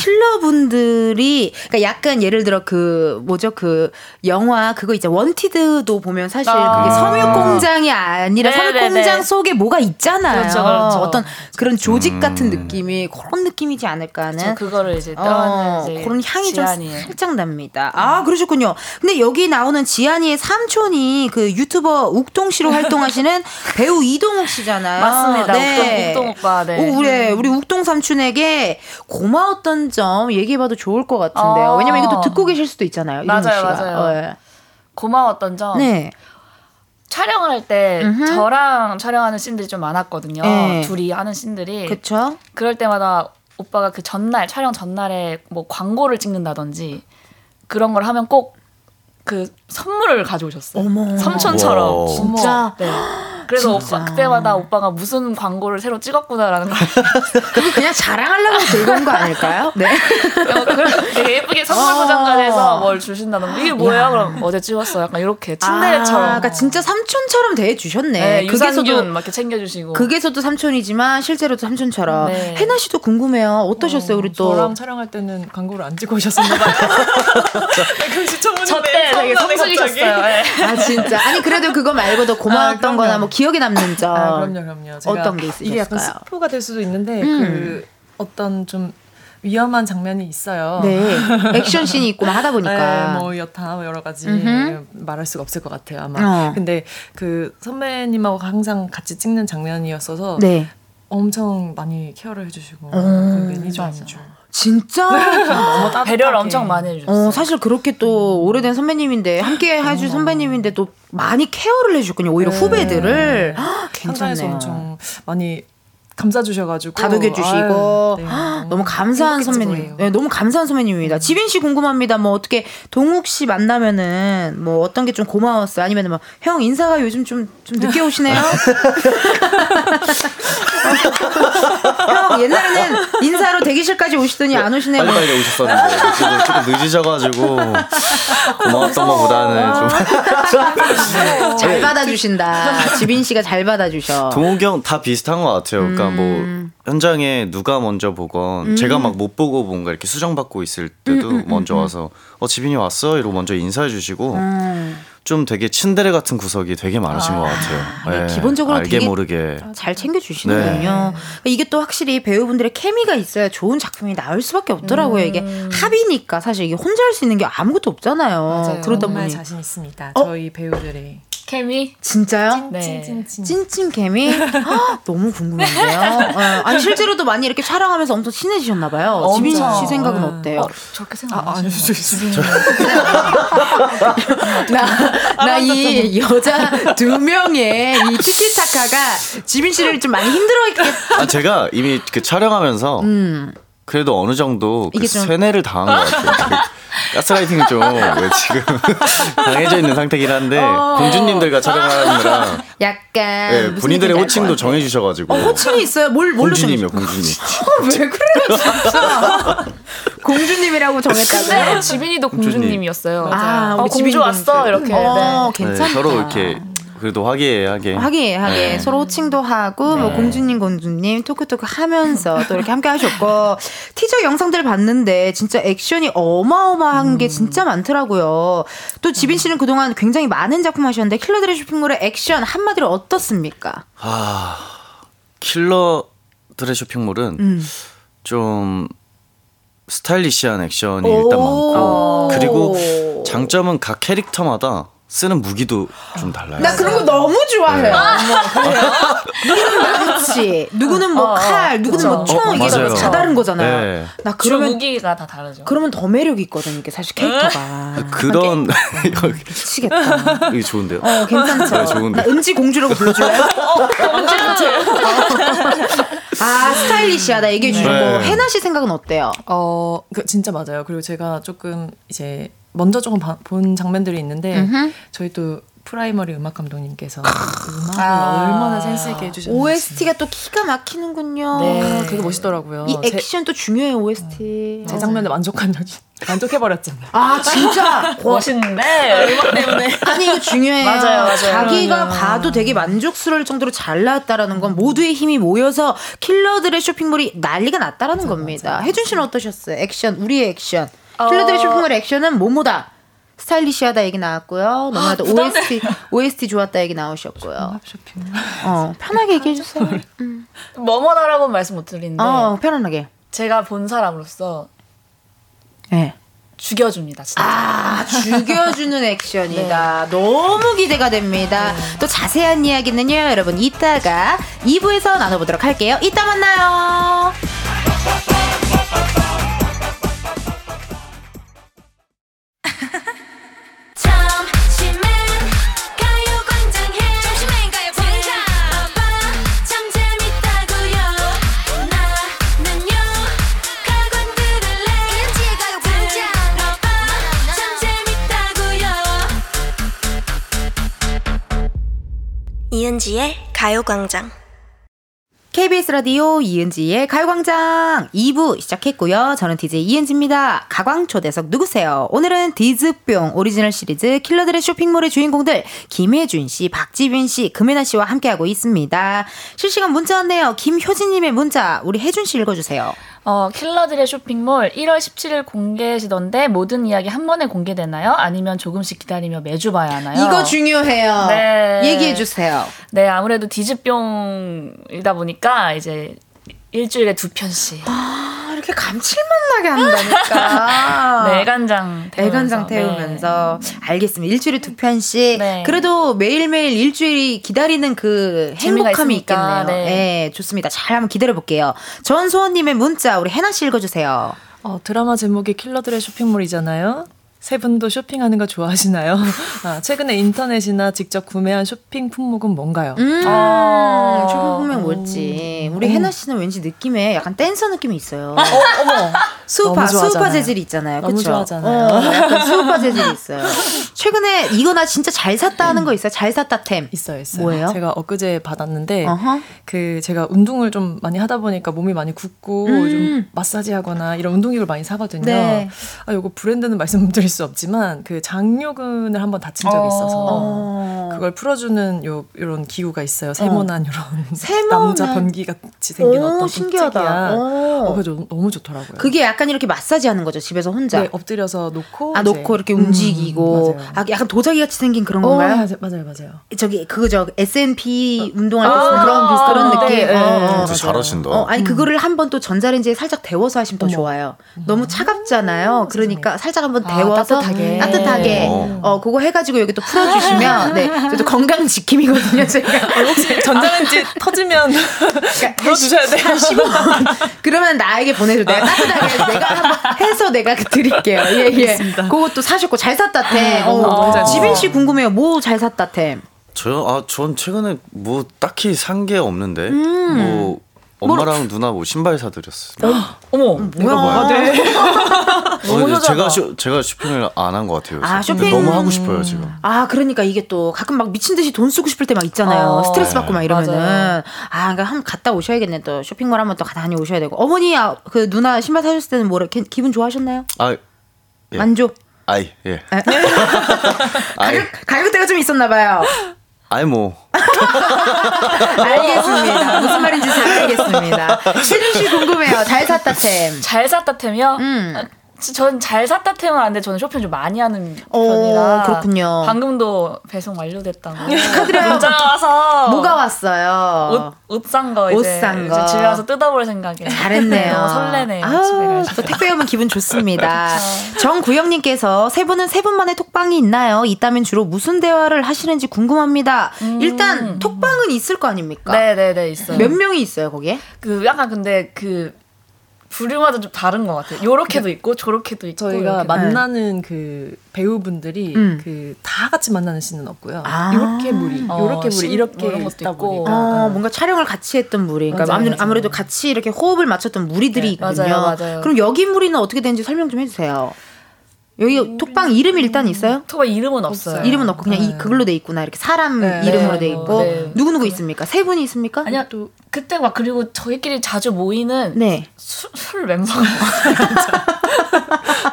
[SPEAKER 1] 킬러분들이, 그러니까 약간 예를 들어 그, 뭐죠, 그 영화 그거 있잖아. 원티드도 보면 사실
[SPEAKER 4] 아.
[SPEAKER 1] 그게 섬유공장이 아니라
[SPEAKER 4] 네, 네,
[SPEAKER 1] 섬유공장
[SPEAKER 4] 네.
[SPEAKER 1] 속에 뭐가 있잖아요.
[SPEAKER 4] 그렇죠, 그렇죠.
[SPEAKER 1] 어떤 그런 조직 같은 느낌이 그런 느낌이지 않을까 하는.
[SPEAKER 4] 저 그거를 이제 떠안는
[SPEAKER 1] 네. 어,
[SPEAKER 4] 이제 음.
[SPEAKER 1] 그런 향이
[SPEAKER 4] 지안이의
[SPEAKER 1] 좀 살짝 납니다. 아, 그러셨군요. 근데 여기 나오는 지안이의 삼촌이 그 유튜버 욱동 씨로
[SPEAKER 4] <laughs>
[SPEAKER 1] 활동하시는 배우 이동욱 씨잖아요.
[SPEAKER 4] 맞습니다. 욱동- 욱동 오빠, 네.
[SPEAKER 1] 오, 그래. 우리 욱동 삼촌에게 고마웠던 점 얘기해봐도 좋을 것 같은데요.
[SPEAKER 4] 어.
[SPEAKER 1] 왜냐면 이것도 듣고 계실 수도 있잖아요. 이동욱
[SPEAKER 4] 맞아요,
[SPEAKER 1] 씨가.
[SPEAKER 4] 맞아요. 어.
[SPEAKER 1] 어, 예.
[SPEAKER 4] 고마웠던 점
[SPEAKER 1] 네.
[SPEAKER 4] 촬영을 할 때
[SPEAKER 1] 음흠.
[SPEAKER 4] 저랑 촬영하는 씬들이 좀 많았거든요.
[SPEAKER 1] 네.
[SPEAKER 4] 둘이 하는 씬들이
[SPEAKER 1] 그쵸?
[SPEAKER 4] 그럴 때마다 오빠가 그 전날 촬영 전날에 뭐 광고를 찍는다든지 그런 걸 하면 꼭 그 선물을 가져오셨어요.
[SPEAKER 1] 어머.
[SPEAKER 4] 삼촌처럼
[SPEAKER 5] 와.
[SPEAKER 1] 진짜?
[SPEAKER 4] 네. 그래서
[SPEAKER 1] 진짜.
[SPEAKER 4] 오빠 그때마다 오빠가 무슨 광고를 새로 찍었구나라는 걸 <laughs>
[SPEAKER 1] 그게 그냥 자랑하려고 들고 거 아닐까요? 네.
[SPEAKER 4] 그걸 되게 예쁘게
[SPEAKER 1] 아.
[SPEAKER 4] 선물 포장까지 해서 뭘 주신다는 이게 뭐예요? 그럼 어제 찍었어. 약간 이렇게
[SPEAKER 1] 아,
[SPEAKER 4] 침대처럼
[SPEAKER 1] 그러니까 진짜 삼촌처럼 대해주셨네.
[SPEAKER 4] 네,
[SPEAKER 1] 그게서도
[SPEAKER 4] 유산균 막 이렇게 챙겨주시고
[SPEAKER 1] 극에서도 삼촌이지만 실제로도 삼촌처럼
[SPEAKER 4] 네.
[SPEAKER 1] 해나 씨도 궁금해요. 어떠셨어요, 우리 또?
[SPEAKER 7] 저랑 촬영할 때는 광고를 안 찍고
[SPEAKER 1] <laughs>
[SPEAKER 7] <laughs> 네, 그 오셨었나 봐요.
[SPEAKER 4] 저 때 되게 성숙이셨어요. 네.
[SPEAKER 1] 아 진짜. 아니 그래도 그거 말고도 고마웠던
[SPEAKER 7] 아, 그럼요.
[SPEAKER 1] 거나 뭐 기억에 남는 점.
[SPEAKER 7] 아, 그럼요, 그럼요. 제가
[SPEAKER 1] 어떤 게
[SPEAKER 7] 이게 약간
[SPEAKER 1] 있으셨을까요? 음.
[SPEAKER 7] 스포가 될 수도 있는데 그 어떤 좀 위험한 장면이 있어요.
[SPEAKER 1] 네. 액션 씬이 있고 막 하다 보니까.
[SPEAKER 7] 네, 뭐 여타 뭐 여러 가지
[SPEAKER 1] 음흠.
[SPEAKER 7] 말할 수가 없을 것 같아요 아마.
[SPEAKER 1] 어.
[SPEAKER 7] 근데 그 선배님하고 항상 같이 찍는 장면이었어서
[SPEAKER 1] 네. 음,
[SPEAKER 7] 엄청 많이 케어를 해주시고 그 매니저 아니죠.
[SPEAKER 1] 진짜.
[SPEAKER 7] 너무 따뜻하게.
[SPEAKER 4] 배려를 엄청 많이 해주셨어요.
[SPEAKER 1] 아, 어 사실 그렇게 또 오래된 선배님인데 함께 해줄 선배님인데 또 많이 케어를 해주셨군요. 오히려 후배들을. 헉,
[SPEAKER 7] 현장에서
[SPEAKER 1] 괜찮네요.
[SPEAKER 7] 네. 엄청 많이 감싸 주셔가지고 네,
[SPEAKER 1] 다독여 주시고 어, 아, 너무 감사한 선배님. 네, 너무 감사한 선배님입니다. 지빈 씨 궁금합니다. 뭐 어떻게 동욱 씨 만나면은 뭐 어떤 게 좀 고마웠어요? 아니면 뭐 형 인사가 요즘 좀 좀 늦게 오시네요. 형 옛날에는 인사로 대기실까지 오시더니 안 오시네요. 뭐
[SPEAKER 5] 빨리빨리 오셨었는데 지금 조금 늦으셔가지고 고마웠던 것보다는
[SPEAKER 1] 아.
[SPEAKER 5] 좀
[SPEAKER 1] 잘 받아주신다. 지빈 씨가 잘 받아주셔. 음.
[SPEAKER 5] 동욱이 형 다 비슷한 것 같아요. 그러니까 뭐 현장에 누가 먼저 보건 제가 막 못 보고 뭔가 이렇게 수정 받고 있을 때도
[SPEAKER 1] 음,
[SPEAKER 5] 먼저 와서 어 지빈이 왔어 이러고 먼저 인사해 주시고
[SPEAKER 1] 음.
[SPEAKER 5] 좀 되게 친데레 같은 구석이 되게 많으신 것 같아요.
[SPEAKER 1] 네,
[SPEAKER 5] 예,
[SPEAKER 1] 기본적으로
[SPEAKER 5] 알게
[SPEAKER 1] 되게-
[SPEAKER 5] 모르게
[SPEAKER 1] 잘 챙겨주시는군요.
[SPEAKER 5] 네.
[SPEAKER 1] 그러니까 이게 또 확실히 배우분들의 케미가 있어야 좋은 작품이 나올 수밖에 없더라고요. 이게 합이니까 사실 이게 혼자 할 수 있는 게 아무것도 없잖아요. 그러다
[SPEAKER 7] 정말
[SPEAKER 1] 보니
[SPEAKER 7] 자신 있습니다.
[SPEAKER 1] 어?
[SPEAKER 7] 저희 배우들이
[SPEAKER 4] 케미
[SPEAKER 1] 진짜요?
[SPEAKER 4] 네.
[SPEAKER 7] 찐찐찐.
[SPEAKER 1] 찐찐 케미 <laughs> 헉, 너무 궁금한데요. 어, 아니 실제로도 많이 이렇게 촬영하면서 엄청 친해지셨나 봐요.
[SPEAKER 4] 엄청.
[SPEAKER 1] 지민 씨 생각은 어때요?
[SPEAKER 4] 저렇게
[SPEAKER 7] 아,
[SPEAKER 4] 생각 안
[SPEAKER 7] 아니,
[SPEAKER 4] 하시는
[SPEAKER 7] 저 지금
[SPEAKER 1] 나 나 이 여자 두 명의 이 티키타카가 지민 씨를 좀 많이 힘들어했겠.
[SPEAKER 5] 아 제가 이미 그 촬영하면서 그래도 어느 정도 그
[SPEAKER 1] 음. 이게 좀-
[SPEAKER 5] 세뇌를 당한 것 같아요.
[SPEAKER 1] <laughs>
[SPEAKER 5] 그 가스라이팅 좀 지금 <laughs> 당해져 있는 상태긴 한데 공주님들과 촬영하느라
[SPEAKER 1] 약간
[SPEAKER 5] 예,
[SPEAKER 1] 어. 아, 무슨
[SPEAKER 5] 본인들의
[SPEAKER 1] 느낌인지 알것
[SPEAKER 5] 호칭도
[SPEAKER 1] 같아요.
[SPEAKER 5] 정해주셔가지고
[SPEAKER 1] 어, 호칭이 있어요. 뭘 뭘로 정
[SPEAKER 5] 공주님이요 공주님.
[SPEAKER 1] 왜 그래요 진짜 공주님이라고 정했다고요?
[SPEAKER 4] 근데
[SPEAKER 1] <laughs>
[SPEAKER 4] 아, 지빈이도
[SPEAKER 5] 공주님.
[SPEAKER 4] 공주님이었어요.
[SPEAKER 1] 아, 우리
[SPEAKER 4] 어, 네. 공주
[SPEAKER 1] 지빈이
[SPEAKER 4] 왔어 이렇게.
[SPEAKER 1] 어,
[SPEAKER 4] 네.
[SPEAKER 1] 괜찮다.
[SPEAKER 5] 네, 서로 이렇게 그래도 화기애애하게
[SPEAKER 1] 하기애애하게
[SPEAKER 5] 네.
[SPEAKER 1] 서로 호칭도 하고 뭐 공주님 공주님 토크토크 하면서 또 이렇게 함께 하셨고 <laughs> 티저 영상들 봤는데 진짜 액션이 어마어마한
[SPEAKER 5] 음.
[SPEAKER 1] 게 진짜 많더라고요. 또 지빈 씨는 그동안 굉장히 많은 작품 하셨는데 킬러들의 쇼핑몰의 액션 한마디로 어떻습니까?
[SPEAKER 5] 아 킬러들의 쇼핑몰은
[SPEAKER 1] 음.
[SPEAKER 5] 좀 스타일리시한 액션이 일단 많고
[SPEAKER 1] 오.
[SPEAKER 5] 그리고 장점은 각 캐릭터마다 쓰는 무기도 좀 달라요.
[SPEAKER 1] 나 그런 거 너무 좋아해.
[SPEAKER 5] 네.
[SPEAKER 1] 누구는 망치, 누구는 뭐
[SPEAKER 4] 어, 어.
[SPEAKER 1] 칼, 누구는
[SPEAKER 4] 그쵸.
[SPEAKER 1] 뭐 총 이게
[SPEAKER 5] 어, 맞아요.
[SPEAKER 1] 다 다른 거잖아요.
[SPEAKER 5] 네.
[SPEAKER 1] 나
[SPEAKER 4] 주로
[SPEAKER 1] 그러면
[SPEAKER 4] 무기가 다 다르죠.
[SPEAKER 1] 그러면 더 매력 있거든 이게 사실
[SPEAKER 5] 네.
[SPEAKER 1] 캐릭터가.
[SPEAKER 5] 그런 <laughs> 이거
[SPEAKER 1] 미치겠다.
[SPEAKER 5] 이거 좋은데요.
[SPEAKER 1] 어, 괜찮죠.
[SPEAKER 5] 네, 좋은데.
[SPEAKER 1] 나 은지 공주라고
[SPEAKER 7] <laughs>
[SPEAKER 1] 불러줄래요?
[SPEAKER 7] 어,
[SPEAKER 1] 아 스타일리시하다 얘기해 주시고
[SPEAKER 5] 네.
[SPEAKER 1] 해나 씨 생각은 어때요?
[SPEAKER 7] 어, 그 진짜 맞아요. 그리고 제가 조금 이제 먼저 조금 봐- 본 장면들이 있는데 저희 또 프라이머리 음악 감독님께서 음악을
[SPEAKER 4] 아.
[SPEAKER 7] 얼마나 센스 있게 해주셨는지
[SPEAKER 1] OST가 또 기가 막히는군요.
[SPEAKER 7] 네, 되게 멋있더라고요.
[SPEAKER 1] 이
[SPEAKER 7] 제,
[SPEAKER 1] 액션도 중요해요 OST.
[SPEAKER 7] 제 장면에 만족한 적이 <laughs> 만족해 버렸잖아요.
[SPEAKER 1] 아 진짜 <laughs>
[SPEAKER 4] 멋있는데 음악 때문에 <laughs>
[SPEAKER 1] 아니 이거 중요해요.
[SPEAKER 4] 맞아요, 맞아요.
[SPEAKER 1] 자기가 봐도 되게 만족스러울 정도로 잘 나왔다라는 건 모두의 힘이 모여서 킬러들의 쇼핑몰이 난리가 났다라는 겁니다. 혜준 씨는 어떠셨어요? 액션 우리의 액션 킬러들의 쇼핑몰 액션은 뭐뭐다. 스타일리시하다 얘기 나왔고요. 너무나도 OST OST 좋았다 얘기
[SPEAKER 4] <laughs>
[SPEAKER 1] 나오셨고요.
[SPEAKER 7] 쇼핑.
[SPEAKER 1] 어 편하게 얘기해 주세요.
[SPEAKER 4] 네. 뭐뭐다라고 말씀 못 드리는데
[SPEAKER 1] 어 편안하게.
[SPEAKER 4] 제가 본 사람으로서
[SPEAKER 1] 예.
[SPEAKER 4] 죽여줍니다 진짜.
[SPEAKER 1] 아, <laughs> 죽여주는 액션이다. 너무 기대가 됩니다. 또 자세한 이야기는요, 여러분, 이따가 2부에서 나눠보도록 할게요. 이따 만나요.
[SPEAKER 3] 점심엔 가요광장 해 점심엔 가요광장 아빠 참 재밌다고요 나는요 가광 들을래 MG 가요광장 아빠 참 재밌다고요
[SPEAKER 8] 이은지의 가요광장.
[SPEAKER 1] KBS 라디오 이은지의 가요광장 2부 시작했고요. 저는 DJ 이은지입니다. 가광초대석 누구세요? 오늘은 디즈뿅 오리지널 시리즈 킬러들의 쇼핑몰의 주인공들 김혜준 씨, 박지빈 씨, 금혜나 씨와 함께하고 있습니다. 실시간 문자 왔네요. 김효진님의 문자 우리 혜준 씨 읽어주세요.
[SPEAKER 4] 어, 킬러들의 쇼핑몰 1월 17일 공개시던데 모든 이야기 한 번에 공개되나요? 아니면 조금씩 기다리며 매주 봐야 하나요?
[SPEAKER 1] 이거 중요해요.
[SPEAKER 4] 네.
[SPEAKER 1] 얘기해 주세요.
[SPEAKER 4] 네, 아무래도 디즈병이다 보니까 이제 일주일에 두 편씩
[SPEAKER 1] 아, 이렇게 감칠맛 나게 <laughs> 한다니까.
[SPEAKER 4] 네, 애간장 태우면서.
[SPEAKER 1] 애간장 태우면서 알겠습니다. 일주일에 두 편씩
[SPEAKER 4] 네.
[SPEAKER 1] 그래도 매일매일 일주일이 기다리는 그
[SPEAKER 4] 재미가
[SPEAKER 1] 행복함이
[SPEAKER 4] 있으니까,
[SPEAKER 1] 있겠네요. 네.
[SPEAKER 4] 네.
[SPEAKER 1] 좋습니다. 잘 한번 기다려 볼게요. 전소원 님의 문자 우리 해나 씨 읽어 주세요.
[SPEAKER 7] 어, 드라마 제목이 킬러들의 쇼핑몰이잖아요. 세 분도 쇼핑하는 거 좋아하시나요? <laughs> 아, 최근에 인터넷이나 직접 구매한 쇼핑 품목은 뭔가요?
[SPEAKER 1] 음.
[SPEAKER 4] 아.
[SPEAKER 1] 조금 보면 뭘지. 우리 해나 씨는 왠지 느낌에 약간 댄서 느낌이 있어요. <laughs>
[SPEAKER 7] 어머,
[SPEAKER 1] 수우파
[SPEAKER 7] 너무 좋아하잖아요.
[SPEAKER 1] 수우파 재질이 있잖아요.
[SPEAKER 7] 너무
[SPEAKER 1] 그쵸?
[SPEAKER 7] 좋아하잖아요.
[SPEAKER 1] 어, 약간 수우파 재질이 있어요. 최근에 이거 나 진짜 잘 샀다 하는 거 있어요? 잘 샀다 템.
[SPEAKER 7] 있어요, 있어요.
[SPEAKER 1] 뭐예요?
[SPEAKER 7] 제가 엊그제 받았는데
[SPEAKER 1] 어허.
[SPEAKER 7] 그 제가 운동을 좀 많이 하다 보니까 몸이 많이 붓고
[SPEAKER 1] 음.
[SPEAKER 7] 좀 마사지하거나 이런 운동기구를 많이 사거든요.
[SPEAKER 1] 네.
[SPEAKER 7] 아, 요거 브랜드는 <laughs> 말씀드릴 수 없지만 그 장요근을 한번 다친 적이
[SPEAKER 4] 어.
[SPEAKER 7] 있어서
[SPEAKER 1] 어.
[SPEAKER 7] 그걸 풀어주는 요 이런 기구가 있어요. 세모난 이런
[SPEAKER 1] <laughs>
[SPEAKER 7] <laughs>
[SPEAKER 1] 세모난.
[SPEAKER 7] 남자 변기 같이 생긴
[SPEAKER 1] 오,
[SPEAKER 7] 어떤
[SPEAKER 1] 신기하다.
[SPEAKER 7] 신기하다.
[SPEAKER 1] 오.
[SPEAKER 7] 어, 그래서 너무 좋더라고요.
[SPEAKER 1] 그게 약간 이렇게 마사지 하는 거죠 집에서 혼자.
[SPEAKER 7] 네, 엎드려서 놓고
[SPEAKER 1] 아
[SPEAKER 7] 이제-
[SPEAKER 1] 놓고 이렇게
[SPEAKER 7] 음,
[SPEAKER 1] 움직이고
[SPEAKER 7] 맞아요.
[SPEAKER 1] 아, 약간 도자기 같이 생긴 그런
[SPEAKER 7] 어,
[SPEAKER 1] 건가요?
[SPEAKER 7] 맞아요, 맞아요, 맞아요.
[SPEAKER 1] 저기 그거 저 S&P 운동할 때
[SPEAKER 4] 아,
[SPEAKER 1] 쓰는 그런 비슷한 그런
[SPEAKER 4] 네,
[SPEAKER 1] 느낌.
[SPEAKER 4] 네.
[SPEAKER 1] 어, 어.
[SPEAKER 5] 진짜 잘하신다.
[SPEAKER 1] 어, 아니 그거를 한번 또 전자레인지에 살짝 데워서 하시면 더 좋아요. 너무 차갑잖아요. 그러니까 살짝 한번
[SPEAKER 4] 아,
[SPEAKER 1] 데워서 네.
[SPEAKER 4] 따뜻하게.
[SPEAKER 1] 따뜻하게.
[SPEAKER 5] 어.
[SPEAKER 1] 어 그거 해가지고 여기 또 풀어주시면 네 저도 건강 지킴이거든요 제가.
[SPEAKER 7] 혹시 전자레인지
[SPEAKER 1] 아.
[SPEAKER 7] 터지면
[SPEAKER 1] 그러니까
[SPEAKER 7] <laughs> 불어주셔야 돼요.
[SPEAKER 4] <laughs>
[SPEAKER 1] 그러면 나에게 보내줘. 내가 따뜻하게 내가 한번 해서 내가 드릴게요. 예, 예. 그것도 사셨고, 잘 샀다,
[SPEAKER 4] 네,
[SPEAKER 1] 템. 어,
[SPEAKER 7] 너무 잘
[SPEAKER 1] 지빈 씨 궁금해요. 뭐 잘 샀다, 템. 음.
[SPEAKER 5] 저요? 아, 전 최근에 뭐 딱히 산 게 없는데. 뭐 엄마랑 누나 뭐 신발 사드렸어요.
[SPEAKER 4] 어머,
[SPEAKER 1] 뭐야?
[SPEAKER 5] 뭐야?
[SPEAKER 4] 너무
[SPEAKER 5] 어, 근데
[SPEAKER 4] 효자다.
[SPEAKER 5] 제가 쇼, 제가 쇼핑을 안 한 것 같아요. 요새.
[SPEAKER 1] 뭐. 아,
[SPEAKER 5] 근데
[SPEAKER 1] 쇼핑.
[SPEAKER 5] 너무 하고 싶어요 지금.
[SPEAKER 1] 아, 그러니까 이게 또 가끔 막 미친 듯이 돈 쓰고 싶을 때 막 있잖아요.
[SPEAKER 4] 어,
[SPEAKER 1] 스트레스 받고 막 이러면은.
[SPEAKER 4] 맞아요.
[SPEAKER 1] 아, 그러니까 한번 갔다 오셔야겠네. 또 쇼핑몰 한번 또 다녀오셔야 되고. 어머니, 아, 그 누나 신발 사셨을 때는 뭐라, 기- 기분 좋아하셨나요?
[SPEAKER 5] 아, 예.
[SPEAKER 1] 만족.
[SPEAKER 5] 아이 예. 아이,
[SPEAKER 1] 가격, 가격대가 좀 있었나봐요.
[SPEAKER 5] 아이 뭐.
[SPEAKER 1] 알겠습니다. <laughs> 무슨 말인지 잘 알겠습니다. 세준 씨 궁금해요. 잘 샀다 템.
[SPEAKER 4] 잘 샀다 템이요? 아,
[SPEAKER 1] 음.
[SPEAKER 4] 전잘 샀다 템은 안 돼. 저는 쇼핑 좀 많이 하는
[SPEAKER 1] 오,
[SPEAKER 4] 편이라.
[SPEAKER 1] 그렇군요.
[SPEAKER 4] 방금도 배송
[SPEAKER 1] <laughs>
[SPEAKER 4] 완료됐다고.
[SPEAKER 1] 축하드려요.
[SPEAKER 4] 문자 와서.
[SPEAKER 1] 뭐가 왔어요?
[SPEAKER 4] 어. 옷산거
[SPEAKER 1] 옷
[SPEAKER 4] 이제,
[SPEAKER 1] 산 거.
[SPEAKER 4] 이제 집에 와서 뜯어볼 생각에
[SPEAKER 1] 잘했네요.
[SPEAKER 4] 너무 <laughs> 설레네요. 집에
[SPEAKER 1] 아우,
[SPEAKER 4] 갈 때.
[SPEAKER 1] 또 택배 오면 기분
[SPEAKER 4] <laughs>
[SPEAKER 1] 좋습니다. 정구영님께서 세 분은 세 분만의 톡방이 있나요? 있다면 주로 무슨 대화를 하시는지 궁금합니다. 일단 톡방은 있을 거 아닙니까?
[SPEAKER 4] 음. 네네네 있어요.
[SPEAKER 1] 몇 명이 있어요 거기에?
[SPEAKER 4] 그 약간 근데 그 부류마다 좀 다른 것 같아요. 요렇게도 있고 저렇게도 있고.
[SPEAKER 7] 저희가
[SPEAKER 4] 요렇게도
[SPEAKER 7] 만나는 그 배우분들이
[SPEAKER 1] 음.
[SPEAKER 7] 그 다 같이 만나는 씬은 없고요.
[SPEAKER 1] 아.
[SPEAKER 7] 이렇게 무리,
[SPEAKER 4] 어,
[SPEAKER 7] 이렇게 무리,
[SPEAKER 4] 씬
[SPEAKER 7] 뭐 이렇게
[SPEAKER 4] 이런 것도
[SPEAKER 7] 있다
[SPEAKER 4] 있고.
[SPEAKER 7] 보니까
[SPEAKER 4] 아.
[SPEAKER 1] 어, 뭔가 촬영을 같이 했던 무리. 그러니까
[SPEAKER 7] 맞아요,
[SPEAKER 1] 아무-
[SPEAKER 7] 맞아요.
[SPEAKER 1] 아무래도 같이 이렇게 호흡을 맞췄던 무리들이
[SPEAKER 4] 네,
[SPEAKER 1] 있거든요.
[SPEAKER 4] 맞아요, 맞아요.
[SPEAKER 1] 그럼 여기 무리는 어떻게 되는지 설명 좀 해주세요. 여기 톡방 이름이 일단 있어요?
[SPEAKER 4] 토가 이름은 없어요.
[SPEAKER 1] 이름은 없고 그냥 이 그걸로 돼 있구나 이렇게 사람
[SPEAKER 7] 네,
[SPEAKER 1] 이름으로
[SPEAKER 4] 네,
[SPEAKER 1] 돼
[SPEAKER 4] 뭐,
[SPEAKER 1] 있고
[SPEAKER 4] 네.
[SPEAKER 1] 누구 누구 있습니까? 세 분이 있습니까?
[SPEAKER 4] 아니야 또 그때 막 그리고 저희끼리 자주 모이는
[SPEAKER 1] 네.
[SPEAKER 4] 술, 술 멤버가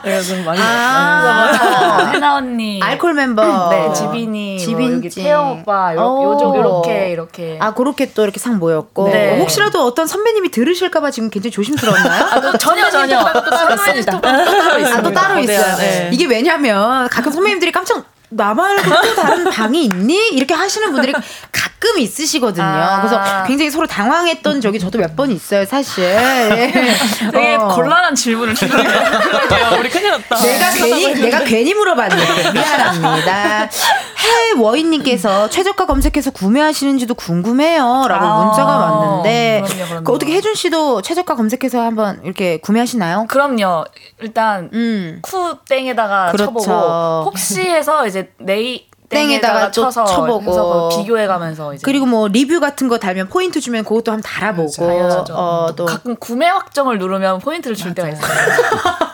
[SPEAKER 7] 내가 좀 네,
[SPEAKER 4] 아.
[SPEAKER 7] 많이
[SPEAKER 1] 아,
[SPEAKER 4] <laughs> 해나 언니,
[SPEAKER 1] 알콜 멤버.
[SPEAKER 4] 네 지빈이, 뭐
[SPEAKER 1] 아, 지빈
[SPEAKER 4] 여기
[SPEAKER 1] 씨.
[SPEAKER 4] 태영 오빠 요,
[SPEAKER 1] 오.
[SPEAKER 4] 요즘 요렇게 이렇게
[SPEAKER 1] 아 그렇게 또 이렇게 상 모였고
[SPEAKER 4] 네.
[SPEAKER 1] 혹시라도 어떤 선배님이 들으실까봐 지금 굉장히 조심스러웠나요?
[SPEAKER 4] <laughs> 아, 또 전혀 전혀
[SPEAKER 7] 맞습니다.
[SPEAKER 1] 아, 또 따로
[SPEAKER 7] 거대한,
[SPEAKER 1] 있어요.
[SPEAKER 7] 네.
[SPEAKER 1] 이게 왜냐면 가끔 선배님들이 깜짝 나 말고 또
[SPEAKER 4] <laughs>
[SPEAKER 1] 다른 방이 있니? 이렇게 하시는 분들이 가끔 있으시거든요.
[SPEAKER 4] 아.
[SPEAKER 1] 그래서 굉장히 서로 당황했던 적이 저도 몇 번 있어요, 사실. 예.
[SPEAKER 4] 되게
[SPEAKER 1] 어.
[SPEAKER 4] 곤란한
[SPEAKER 1] <laughs>
[SPEAKER 4] 질문을 주네요.
[SPEAKER 7] 우리 큰일 났다.
[SPEAKER 1] 내가 괜히
[SPEAKER 4] 네.
[SPEAKER 1] 내가 괜히 물어봤네. 미안합니다. 해워인님께서 최저가 검색해서 구매하시는지도 궁금해요라고
[SPEAKER 4] 아,
[SPEAKER 1] 문자가 왔는데
[SPEAKER 4] 그럼요, 그럼요.
[SPEAKER 1] 그 어떻게 해준 씨도 최저가 검색해서 한번 이렇게 구매하시나요?
[SPEAKER 4] 그럼요. 일단
[SPEAKER 1] 음.
[SPEAKER 4] 쿠 땡에다가
[SPEAKER 1] 그렇죠.
[SPEAKER 4] 쳐보고 혹시 해서 이제 네이
[SPEAKER 1] 땡에다가
[SPEAKER 4] 땡에다가
[SPEAKER 1] 또
[SPEAKER 4] 쳐서
[SPEAKER 1] 쳐보고.
[SPEAKER 4] 해서 뭐 비교해가면서 이제
[SPEAKER 1] 그리고 뭐 리뷰 같은 거 달면 포인트 주면 그것도 한번 달아보고
[SPEAKER 4] 당연하죠.
[SPEAKER 1] 어,
[SPEAKER 4] 또
[SPEAKER 1] 또
[SPEAKER 4] 가끔 구매 확정을 누르면 포인트를 줄 때가 있어요.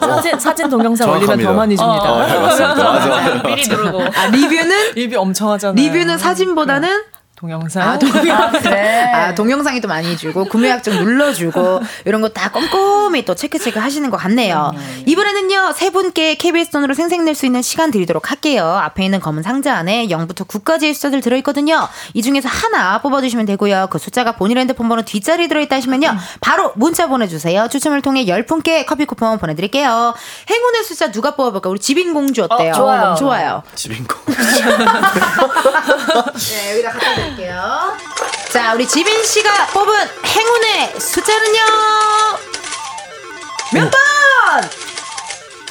[SPEAKER 7] 아, 사진, 사진 동영상 올리면 더
[SPEAKER 5] 정확합니다.
[SPEAKER 7] 많이 줍니다.
[SPEAKER 5] 아, 네, 맞습니다. 맞아요.
[SPEAKER 4] <laughs> 미리 누르고.
[SPEAKER 1] 아, 리뷰는
[SPEAKER 7] <laughs> 리뷰 엄청 하잖아요.
[SPEAKER 1] 리뷰는 사진보다는
[SPEAKER 7] 동영상. <laughs>
[SPEAKER 1] 아, 동영상.
[SPEAKER 4] 아, <laughs> 그래.
[SPEAKER 1] 아, 동영상이 또 많이 주고, 구매약 좀 눌러주고, 이런 거 다 꼼꼼히 또 체크체크 하시는 것 같네요.
[SPEAKER 4] 음.
[SPEAKER 1] 이번에는요, 세 분께 KBS 돈으로 생생낼 수 있는 시간 드리도록 할게요. 앞에 있는 검은 상자 안에 0부터 9까지의 숫자들 들어있거든요. 이 중에서 하나 뽑아주시면 되고요. 그 숫자가 본인 핸드폰 번호 뒷자리에 들어있다 하시면요, 바로 문자 보내주세요. 추첨을 통해 10분께 커피 쿠폰 보내드릴게요. 행운의 숫자 누가 뽑아볼까? 우리 지빈공주 어때요?
[SPEAKER 4] 어, 좋아요.
[SPEAKER 1] 너무 좋아요.
[SPEAKER 5] <laughs> 지빈공.
[SPEAKER 1] 네, 여기다 갖다 드릴게요. 자, 우리 지빈 씨가 뽑은 행운의 숫자는요. 몇 번?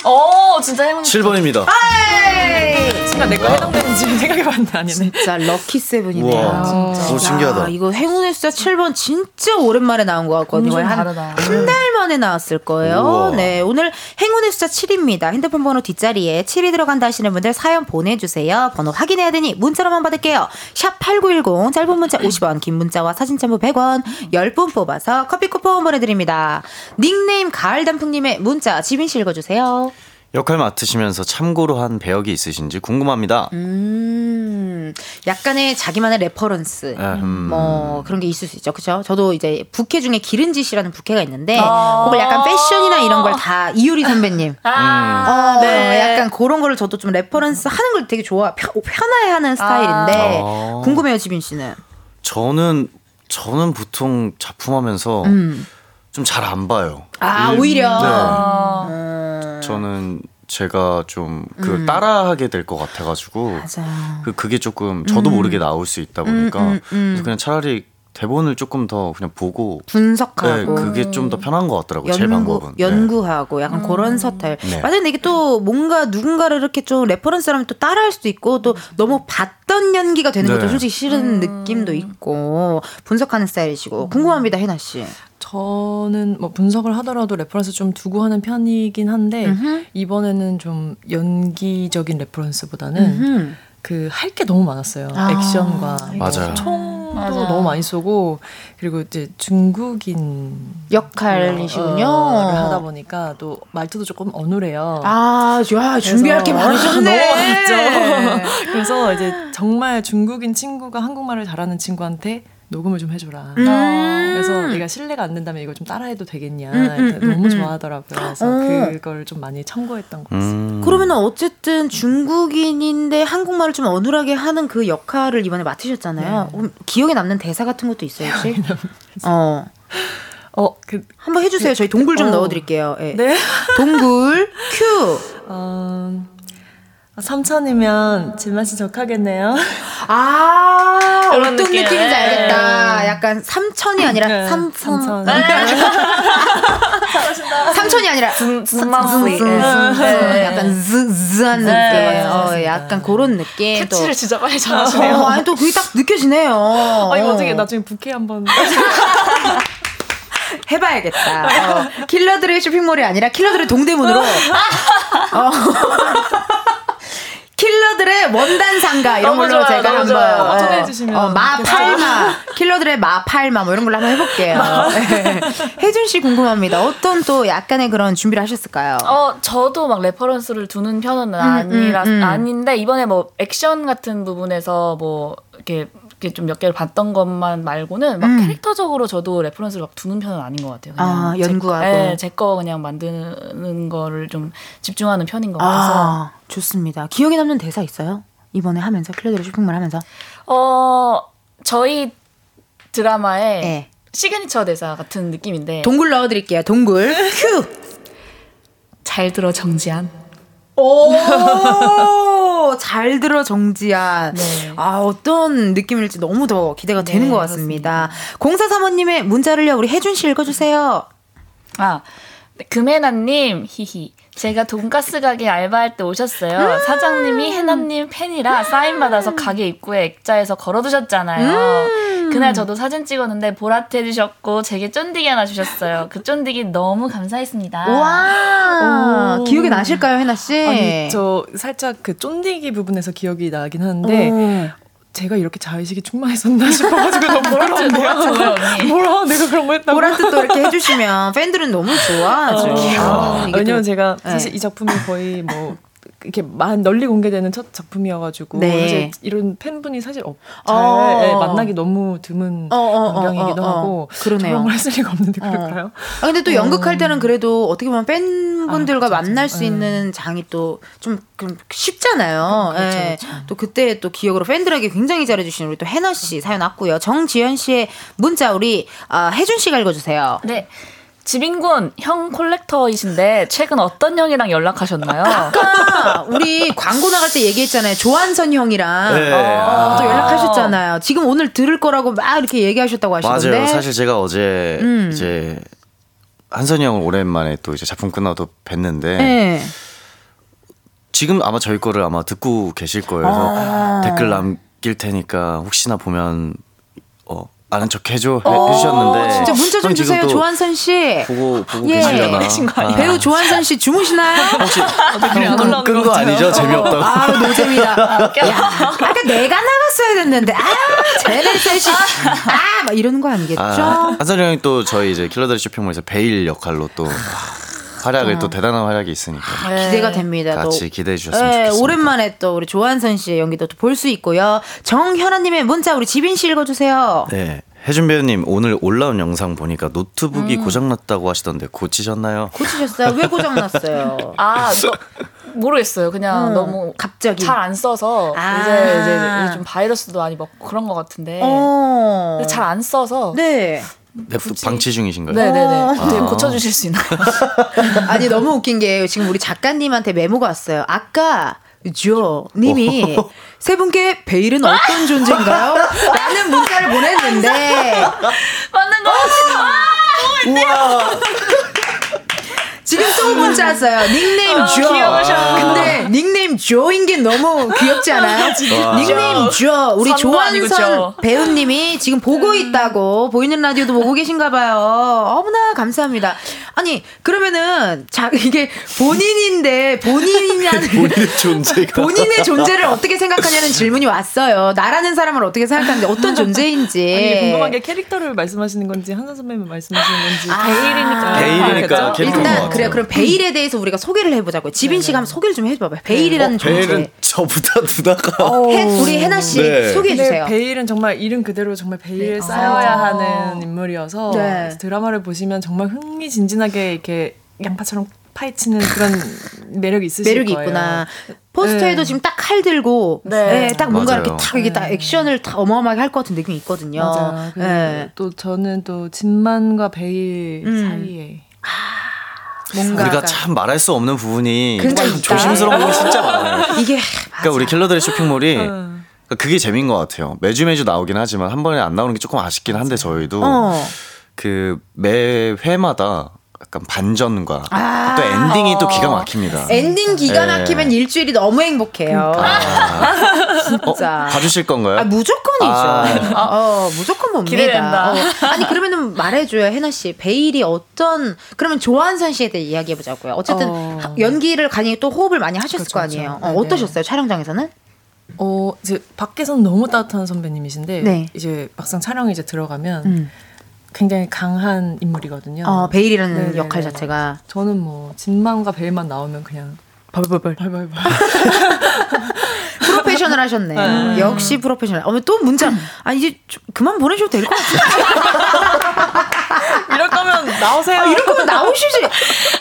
[SPEAKER 4] 오 어, 진짜 행운.
[SPEAKER 5] 7번입니다.
[SPEAKER 1] 에이.
[SPEAKER 7] 순간
[SPEAKER 5] 아.
[SPEAKER 7] 내거 해당되는지 생각이 봤는데 아니네.
[SPEAKER 1] 진짜 럭키 세븐이네요.
[SPEAKER 5] 우와,
[SPEAKER 1] 진짜.
[SPEAKER 5] 오, 신기하다.
[SPEAKER 1] 야, 이거 행운의 숫자 7번 진짜 오랜만에 나온 것 같거든요.
[SPEAKER 4] 완전
[SPEAKER 1] 한
[SPEAKER 4] 다르다.
[SPEAKER 1] 한 달 만에 나왔을 거예요.
[SPEAKER 5] 네. 우와.
[SPEAKER 1] 네, 오늘 행운의 숫자 7입니다. 핸드폰 번호 뒷자리에 7이 들어간다 하시는 분들 사연 보내주세요. 번호 확인해야 되니 문자로만 받을게요. 샵 8910, 짧은 문자 50원, 긴 문자와 사진 첨부 100원, 10분 뽑아서 커피 쿠폰 보내드립니다. 닉네임 가을단풍님의 문자 지빈 씨 읽어주세요.
[SPEAKER 5] 역할 맡으시면서 참고로 한 배역이 있으신지 궁금합니다.
[SPEAKER 1] 음, 약간의 자기만의 레퍼런스.
[SPEAKER 5] 아, 음.
[SPEAKER 1] 뭐 그런 게 있을 수 있죠, 그렇죠? 저도 이제 부캐 중에 기른짓이라는 부캐가 있는데
[SPEAKER 4] 아.
[SPEAKER 1] 그걸 약간 패션이나 이런 걸 다 이효리 선배님,
[SPEAKER 4] 아,
[SPEAKER 1] 어,
[SPEAKER 5] 음.
[SPEAKER 4] 네.
[SPEAKER 1] 약간 그런 거를 저도 좀 레퍼런스 하는 걸 되게 좋아 편, 편해하는 스타일인데
[SPEAKER 5] 아.
[SPEAKER 1] 궁금해요, 지빈 씨는.
[SPEAKER 5] 저는 저는 보통 작품하면서
[SPEAKER 1] 음.
[SPEAKER 5] 좀 잘 안 봐요.
[SPEAKER 1] 아
[SPEAKER 5] 일- 네.
[SPEAKER 1] 오히려.
[SPEAKER 4] 아,
[SPEAKER 1] 음,
[SPEAKER 5] 저는 제가 좀 그 따라하게 될 것 같아가지고
[SPEAKER 1] 맞아.
[SPEAKER 5] 그 그게 조금 저도 모르게 나올 수 있다 보니까
[SPEAKER 1] 음, 음, 음.
[SPEAKER 5] 그래서 그냥 차라리 대본을 조금 더 그냥 보고 네,
[SPEAKER 1] 분석하고.
[SPEAKER 5] 그게 좀 더 편한 것 같더라고요. 제 방법은. 네.
[SPEAKER 1] 연구하고 약간
[SPEAKER 7] 음.
[SPEAKER 1] 그런 스타일.
[SPEAKER 5] 네.
[SPEAKER 1] 맞아요. 근데 이게 또 뭔가 누군가를 이렇게 좀 레퍼런스라면 또 따라할 수도 있고 또 너무 봤던 연기가 되는 것도
[SPEAKER 5] 네.
[SPEAKER 1] 솔직히
[SPEAKER 7] 음.
[SPEAKER 1] 싫은 느낌도 있고 분석하는 스타일이시고 궁금합니다, 혜나
[SPEAKER 7] 네.
[SPEAKER 1] 씨.
[SPEAKER 7] 저는 뭐 분석을 하더라도 레퍼런스 좀 두고 하는 편이긴 한데 이번에는 좀 연기적인 레퍼런스보다는
[SPEAKER 1] 음.
[SPEAKER 7] 그 할 게 너무 많았어요.
[SPEAKER 1] 아.
[SPEAKER 7] 액션과 뭐
[SPEAKER 5] 맞아요.
[SPEAKER 7] 총 신경도
[SPEAKER 1] 맞아요.
[SPEAKER 7] 너무 많이 쓰고 그리고 이제 중국인
[SPEAKER 1] 역할이시군요.
[SPEAKER 7] 어, 를 하다 보니까 또 말투도 조금 어눌해요. <laughs>
[SPEAKER 1] 아, 야, 준비할 게
[SPEAKER 7] 그래서
[SPEAKER 1] 많으셨네.
[SPEAKER 7] 넘어갔죠. <laughs> 그래서 이제 정말 중국인 친구가 한국말을 잘하는 친구한테 녹음을 좀 해줘라. 그래서 내가 신뢰가 안 된다면 이걸 좀 따라해도 되겠냐.
[SPEAKER 1] 음, 음,
[SPEAKER 7] 이렇게 너무
[SPEAKER 1] 음,
[SPEAKER 7] 좋아하더라고요. 그래서
[SPEAKER 1] 어.
[SPEAKER 7] 그걸 좀 많이 참고했던 것 같아요.
[SPEAKER 5] 음.
[SPEAKER 1] 그러면 어쨌든 중국인인데 한국말을 좀 어눌하게 하는 그 역할을 이번에 맡으셨잖아요.
[SPEAKER 7] 네.
[SPEAKER 1] 그럼 기억에 남는 대사 같은 것도 있어요, 혹시? 어.
[SPEAKER 7] 어, 그,
[SPEAKER 1] 한번 해주세요. 저희 동굴 좀
[SPEAKER 7] 어.
[SPEAKER 1] 넣어드릴게요. 예.
[SPEAKER 7] 네.
[SPEAKER 1] 동굴 큐.
[SPEAKER 7] 어, 삼천이면 제맛이 적하겠네요.
[SPEAKER 1] 아 어떤
[SPEAKER 4] 그런 느낌.
[SPEAKER 1] 느낌인지
[SPEAKER 4] 네.
[SPEAKER 1] 알겠다. 약간 삼천이 아니라
[SPEAKER 7] 네,
[SPEAKER 1] 삼천.
[SPEAKER 7] 삼천.
[SPEAKER 1] <laughs> 삼천이 아니라
[SPEAKER 4] 분만수이.
[SPEAKER 1] 음, 음,
[SPEAKER 4] 네.
[SPEAKER 1] 약간 즈즈한 느낌.
[SPEAKER 4] 네,
[SPEAKER 1] 어, 약간 그런 느낌.
[SPEAKER 4] 캐치를 진짜 빨리
[SPEAKER 1] 네, 또.
[SPEAKER 4] 잘하시네요.
[SPEAKER 1] 어, 아니 또 그게 딱 느껴지네요.
[SPEAKER 7] 어, 이거 어떻게 나중에 부캐
[SPEAKER 1] <laughs>
[SPEAKER 7] 한번.
[SPEAKER 1] 해봐야겠다. 어, 킬러들의 쇼핑몰이 아니라 킬러들의 동대문으로. 어. 킬러들의 원단상가 이런
[SPEAKER 4] 너무
[SPEAKER 1] 걸로
[SPEAKER 4] 좋아요,
[SPEAKER 1] 제가
[SPEAKER 4] 너무
[SPEAKER 1] 한번
[SPEAKER 4] 좋아요.
[SPEAKER 1] 어,
[SPEAKER 7] 추천해주시면
[SPEAKER 1] 어, 마팔마 킬러들의 마팔마 뭐 이런 걸로 한번 해볼게요. 네. 혜준 씨 궁금합니다. 어떤 또 약간의 그런 준비를 하셨을까요?
[SPEAKER 4] 어, 저도 막 레퍼런스를 두는 편은 아니라
[SPEAKER 1] 음, 음.
[SPEAKER 4] 아닌데 이번에 뭐 액션 같은 부분에서 뭐 이렇게 이렇게 좀 몇 개를 봤던 것만 말고는 막
[SPEAKER 1] 음.
[SPEAKER 4] 캐릭터적으로 저도 레퍼런스를 막 두는 편은 아닌 것 같아요.
[SPEAKER 1] 아,
[SPEAKER 4] 그냥 제
[SPEAKER 1] 연구하고.
[SPEAKER 4] 거- 네, 제거 그냥 만드는 거를 좀 집중하는 편인 것 같아서.
[SPEAKER 1] 아 좋습니다. 기억에 남는 대사 있어요? 이번에 하면서 킬러들의 쇼핑몰 하면서.
[SPEAKER 4] 어, 저희 드라마의
[SPEAKER 1] 네.
[SPEAKER 4] 시그니처 대사 같은 느낌인데
[SPEAKER 1] 동굴 넣어드릴게요. 동굴 큐.
[SPEAKER 4] 잘 들어 정지한.
[SPEAKER 7] <laughs>
[SPEAKER 1] 오, 잘 들어 정지한.
[SPEAKER 4] 네.
[SPEAKER 1] 아 어떤 느낌일지 너무 더 기대가 되는
[SPEAKER 4] 네,
[SPEAKER 1] 것 같습니다. 공사 사모님의 문자를요 우리 혜준 씨 읽어주세요.
[SPEAKER 4] 아, 네, 금혜나님, 히히. 제가 돈가스 가게 알바할 때 오셨어요.
[SPEAKER 1] 음.
[SPEAKER 4] 사장님이 혜나님 팬이라 사인 받아서 가게 입구에 액자에서 걸어두셨잖아요.
[SPEAKER 1] 음.
[SPEAKER 4] 그날 저도 사진 찍었는데 보라트 해주셨고 제게 쫀디기 하나 주셨어요. 그 쫀디기 너무 감사했습니다.
[SPEAKER 1] 와
[SPEAKER 7] 아. 오.
[SPEAKER 1] 기억이 나실까요 혜나 씨?
[SPEAKER 7] 아니, 저 살짝 그 쫀디기 부분에서 기억이 나긴
[SPEAKER 1] 네.
[SPEAKER 7] 한데.
[SPEAKER 1] 오.
[SPEAKER 7] 제가 이렇게 자의식이 충만했었나 싶어가지고
[SPEAKER 1] <laughs>
[SPEAKER 7] 너무 부끄럽네요.
[SPEAKER 4] 언니.
[SPEAKER 7] 뭐라 내가 그런 거
[SPEAKER 1] 그렇죠,
[SPEAKER 7] 했다고. 어.
[SPEAKER 1] 보라트 또 이렇게 해주시면 팬들은 너무 좋아하죠. 아, 이게
[SPEAKER 7] 왜냐면
[SPEAKER 1] 또-
[SPEAKER 7] 제가
[SPEAKER 1] 네.
[SPEAKER 7] 사실 이 작품이 거의 뭐 이렇게 만 널리 공개되는 첫 작품이어가지고
[SPEAKER 1] 네.
[SPEAKER 7] 사실 이런 팬분이 사실 없, 잘
[SPEAKER 1] 어.
[SPEAKER 7] 예, 만나기 너무 드문
[SPEAKER 1] 어, 어, 어,
[SPEAKER 7] 광경이기도
[SPEAKER 1] 어, 어.
[SPEAKER 7] 하고
[SPEAKER 1] 그러네요.
[SPEAKER 7] 저런 걸할 리가 없는데
[SPEAKER 1] 어.
[SPEAKER 7] 그럴까요?
[SPEAKER 1] 아, 근데 또 연극할 때는 그래도 어떻게 보면 팬분들과
[SPEAKER 7] 음. 아, 그렇죠,
[SPEAKER 1] 만날 수
[SPEAKER 7] 네.
[SPEAKER 1] 있는 장이 또 좀 쉽잖아요.
[SPEAKER 7] 그렇죠,
[SPEAKER 1] 예.
[SPEAKER 7] 그렇죠.
[SPEAKER 1] 또 그때 또 기억으로 팬들에게 굉장히 잘해주신 우리 또 해나 씨 사연 왔고요. 정지현 씨의 문자 우리 아, 혜준 씨가 읽어주세요.
[SPEAKER 4] 네. 지빈군, 형 콜렉터이신데 최근 어떤
[SPEAKER 1] <laughs>
[SPEAKER 4] 형이랑 연락하셨나요?
[SPEAKER 1] 아까 우리 광고 나갈 때 얘기했잖아요. 조한선 형이랑
[SPEAKER 5] 네.
[SPEAKER 1] 어,
[SPEAKER 5] 아,
[SPEAKER 1] 또 연락하셨잖아요. 지금 오늘 들을 거라고 막 이렇게 얘기하셨다고 하시던데. 음.
[SPEAKER 5] 맞아요. 사실 제가 어제 이제 한선이 형을 오랜만에 또 이제 작품 끝나고 뵀는데
[SPEAKER 1] 네.
[SPEAKER 5] 지금 아마 저희 거를 아마 듣고 계실 거예요.
[SPEAKER 1] 아.
[SPEAKER 5] 그래서 댓글 남길 테니까 혹시나 보면 어 아는 척 해줘 해, 해주셨는데
[SPEAKER 1] 어, 진짜 문자 좀
[SPEAKER 5] 형 지금
[SPEAKER 1] 주세요.
[SPEAKER 5] 또
[SPEAKER 1] 조한선 씨.
[SPEAKER 5] 보고 보고
[SPEAKER 1] 예.
[SPEAKER 5] 계시려나 아.
[SPEAKER 1] 배우 조한선 씨 주무시나요?
[SPEAKER 5] 혹시 끈거 아니죠? 재미없다고.
[SPEAKER 1] 아,
[SPEAKER 5] <laughs>
[SPEAKER 1] 노잼이다. 야, 아까 내가 나갔어야 됐는데, 아, 쟤네 셋이, 아, 막 이러는 거 아니겠죠?
[SPEAKER 5] 아, 한선이 형이 또 저희 이제 킬러들 쇼핑몰에서 베일 역할로 또 활약을
[SPEAKER 1] 아.
[SPEAKER 5] 또 대단한 활약이 있으니까
[SPEAKER 1] 기대가 됩니다. 아, 네, 또. 예, 네,
[SPEAKER 5] 같이 기대해 주셨으면 좋겠습니다.
[SPEAKER 1] 오랜만에 또 우리 조한선 씨의 연기도 또 볼 수 있고요. 정현아님의 문자 우리 지빈 씨 읽어주세요.
[SPEAKER 5] 네. 혜준 배우님 오늘 올라온 영상 보니까 노트북이
[SPEAKER 1] 음.
[SPEAKER 5] 고장났다고 하시던데 고치셨나요?
[SPEAKER 1] 고치셨어요? 왜 고장 났어요?
[SPEAKER 5] <laughs>
[SPEAKER 4] 아, 너- 모르겠어요. 그냥
[SPEAKER 1] 음,
[SPEAKER 4] 너무
[SPEAKER 1] 갑자기.
[SPEAKER 4] 잘 안 써서
[SPEAKER 1] 아.
[SPEAKER 4] 이제 이제 좀 바이러스도 많이 먹고 그런 것 같은데
[SPEAKER 1] 어.
[SPEAKER 4] 잘 안 써서
[SPEAKER 1] 네.
[SPEAKER 5] 냅두 방치 중이신가요?
[SPEAKER 4] 네네네
[SPEAKER 1] 어.
[SPEAKER 4] 어떻게 고쳐주실 수
[SPEAKER 7] <laughs>
[SPEAKER 4] 있나요?
[SPEAKER 1] 아니 너무 웃긴 게 지금 우리 작가님한테 메모가 왔어요. 아까 조 님이 세 분께 베일은 어떤 존재인가요? 라는 문자를
[SPEAKER 5] <laughs>
[SPEAKER 1] 보냈는데
[SPEAKER 4] 맞는 거 같아요.
[SPEAKER 5] 우와.
[SPEAKER 1] 지금 또 문자 왔어요. 닉네임 조. 근데 닉네임 조인 게 너무 귀엽지 않아요? 닉네임 조. 우리
[SPEAKER 4] 선도 아니고
[SPEAKER 1] 조한선
[SPEAKER 4] 조.
[SPEAKER 1] 배우님이 지금 보고 있다고 보이는 라디오도 보고 계신가 봐요. 어머나 감사합니다. 아니 그러면은 자 이게 본인인데 본인이냐는
[SPEAKER 5] 본인의 존재가
[SPEAKER 1] 본인의 존재를 어떻게 생각하냐는 질문이 왔어요. 나라는 사람을 어떻게 생각하는데 어떤 존재인지.
[SPEAKER 7] 아니, 궁금한 게 캐릭터를 말씀하시는 건지 한선 선배님 말씀하시는 건지 베일이니까
[SPEAKER 5] 베일이니까 캐릭터인
[SPEAKER 7] 그렇죠?
[SPEAKER 1] 아.
[SPEAKER 5] 것
[SPEAKER 1] 일단
[SPEAKER 5] 같아요. 네,
[SPEAKER 1] 그래요. 그럼 베일에 대해서 우리가 소개를 해보자고요. 지빈 씨가 한번 소개를 좀 해줘봐요. 베일이라는 존재.
[SPEAKER 5] <laughs> 뭐,
[SPEAKER 1] 어,
[SPEAKER 5] 베일은 저보다 누나가
[SPEAKER 1] 해- 우리 해나 씨
[SPEAKER 5] 네.
[SPEAKER 1] 소개해
[SPEAKER 7] 근데
[SPEAKER 1] 주세요.
[SPEAKER 7] 베일은 정말 이름 그대로 정말 베일을 쌓아야 하는 인물이어서
[SPEAKER 1] 네.
[SPEAKER 7] 그래서 드라마를 보시면 정말 흥미진진하게 이렇게 양파처럼 파헤치는 그런 매력이 있으실
[SPEAKER 1] 매력이
[SPEAKER 7] 거예요.
[SPEAKER 1] 있구나. 포스터에도
[SPEAKER 7] 네.
[SPEAKER 1] 지금 딱 칼 들고, 네.
[SPEAKER 4] 네.
[SPEAKER 1] 딱 뭔가
[SPEAKER 5] 맞아요.
[SPEAKER 1] 이렇게 탁 이게 딱 액션을 다 어마어마하게 할 것 같은 느낌이 있거든요.
[SPEAKER 7] 맞아요. 그리고
[SPEAKER 1] 네.
[SPEAKER 7] 또 저는 또 진만과 베일
[SPEAKER 1] 음. 아.
[SPEAKER 7] 사이에
[SPEAKER 1] 뭔가
[SPEAKER 5] 우리가
[SPEAKER 1] 약간
[SPEAKER 5] 참 말할 수 없는 부분이
[SPEAKER 1] 근데
[SPEAKER 5] 참
[SPEAKER 1] 있다.
[SPEAKER 5] 조심스러운 게 진짜
[SPEAKER 1] <laughs>
[SPEAKER 5] 많아요.
[SPEAKER 1] 이게
[SPEAKER 5] 그러니까 우리 킬러들의 쇼핑몰이 그러니까 그게 재미인 것 같아요. 매주 매주 나오긴 하지만 한 번에 안 나오는 게 조금 아쉽긴 한데 저희도
[SPEAKER 1] 어.
[SPEAKER 5] 그 매 회마다 약간 반전과
[SPEAKER 1] 아.
[SPEAKER 5] 또 엔딩이 또 기가
[SPEAKER 1] 어.
[SPEAKER 5] 막힙니다.
[SPEAKER 1] 엔딩 기가 막히면
[SPEAKER 5] 네. 아,
[SPEAKER 1] 일주일이 너무 행복해요. <laughs> 진짜.
[SPEAKER 5] 어, 봐주실 건가요?
[SPEAKER 1] 그러니까. 아 무조건이죠.
[SPEAKER 5] 아.
[SPEAKER 1] 어 무조건 봅니다.
[SPEAKER 4] 기대된다.
[SPEAKER 1] 어. 아니 그러면은 말해줘요 해나 씨 베일이 어떤 그러면 조한선 씨에 대해 이야기해 보자고요. 어쨌든
[SPEAKER 7] 어.
[SPEAKER 1] 하- 연기를 가니 또 호흡을 많이 하셨을
[SPEAKER 7] 그렇죠,
[SPEAKER 1] 거 아니에요.
[SPEAKER 7] 그렇죠.
[SPEAKER 1] 어, 어떠셨어요 촬영장에서는?
[SPEAKER 7] 어, 이제 밖에선 너무 따뜻한 선배님이신데
[SPEAKER 1] 네.
[SPEAKER 7] 이제 막상 촬영에 이제 들어가면
[SPEAKER 1] 음.
[SPEAKER 7] 굉장히 강한 인물이거든요.
[SPEAKER 1] 어 베일이라는
[SPEAKER 7] 네네네.
[SPEAKER 1] 역할 자체가
[SPEAKER 7] 저는 뭐 진만과 베일만 나오면 그냥
[SPEAKER 1] 벌벌벌 <laughs>
[SPEAKER 7] 발발발.
[SPEAKER 1] 프로페셔널 하셨네. 역시 프로페셔널. 어머 또 문자. 아 이제 좀 그만 보내셔도 될 것 같아요.
[SPEAKER 7] 이럴 거면 나오세요.
[SPEAKER 1] 아, 이럴 거면 나오시지.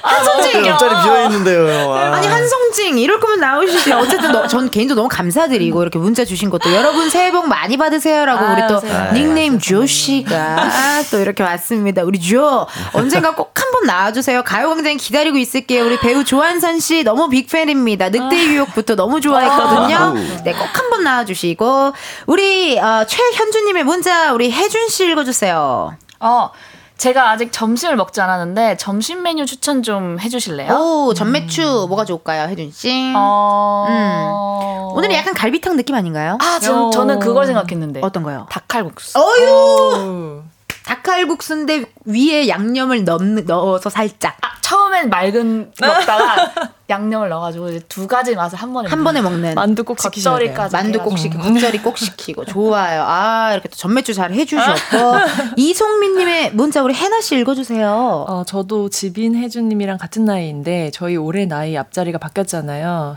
[SPEAKER 1] 한성진
[SPEAKER 5] 네, 옆자리 비어 있는데요.
[SPEAKER 1] 아니 한성징 이럴 거면 나오시죠. 어쨌든 너- 전 개인적으로 너무 감사드리고 이렇게 문자 주신 것도 여러분 새해 복 많이 받으세요라고 우리 또
[SPEAKER 4] 아유,
[SPEAKER 1] 닉네임 조 씨가 또 이렇게 왔습니다. 우리 조 언젠가 꼭 한번 나와주세요. 가요광장 기다리고 있을게요. 우리 배우 조한선 씨 너무 빅팬입니다. 늑대 유혹부터 너무 아. 좋아했거든요. 네, 꼭 한번 나와주시고 우리 어, 최현주님의 문자 우리 혜준 씨 읽어주세요.
[SPEAKER 4] 어, 제가 아직 점심을 먹지 않았는데 점심 메뉴 추천 좀 해주실래요?
[SPEAKER 1] 오 전매추 뭐가 좋을까요, 혜준 씨?
[SPEAKER 4] 어.
[SPEAKER 1] 음. 오늘은 약간 갈비탕 느낌 아닌가요? 네.
[SPEAKER 4] 아, 저, 저는 그걸 생각했는데.
[SPEAKER 1] 어. 어떤 거요?
[SPEAKER 4] 닭칼국수.
[SPEAKER 1] 어유 닭칼국수인데 위에 양념을 넣, 넣어서 살짝
[SPEAKER 4] 아, 처음엔 맑은
[SPEAKER 1] 어.
[SPEAKER 4] 먹다가 <laughs> 양념을 넣어가지고 이제 두 가지 맛을 한 번에
[SPEAKER 1] 한 번에 먹는
[SPEAKER 7] 만두 꼭 지키셔야 돼요.
[SPEAKER 4] 겉절이까지
[SPEAKER 1] 만두 꼭 시키고 겉절이 꼭 시키고 좋아요. 아 이렇게 또 전매주 잘 해주셨고 이송민님의 문자 우리 해나 씨 읽어주세요.
[SPEAKER 7] 어, 저도 지빈 혜준님이랑 같은 나이인데 저희 올해 나이 앞자리가 바뀌었잖아요.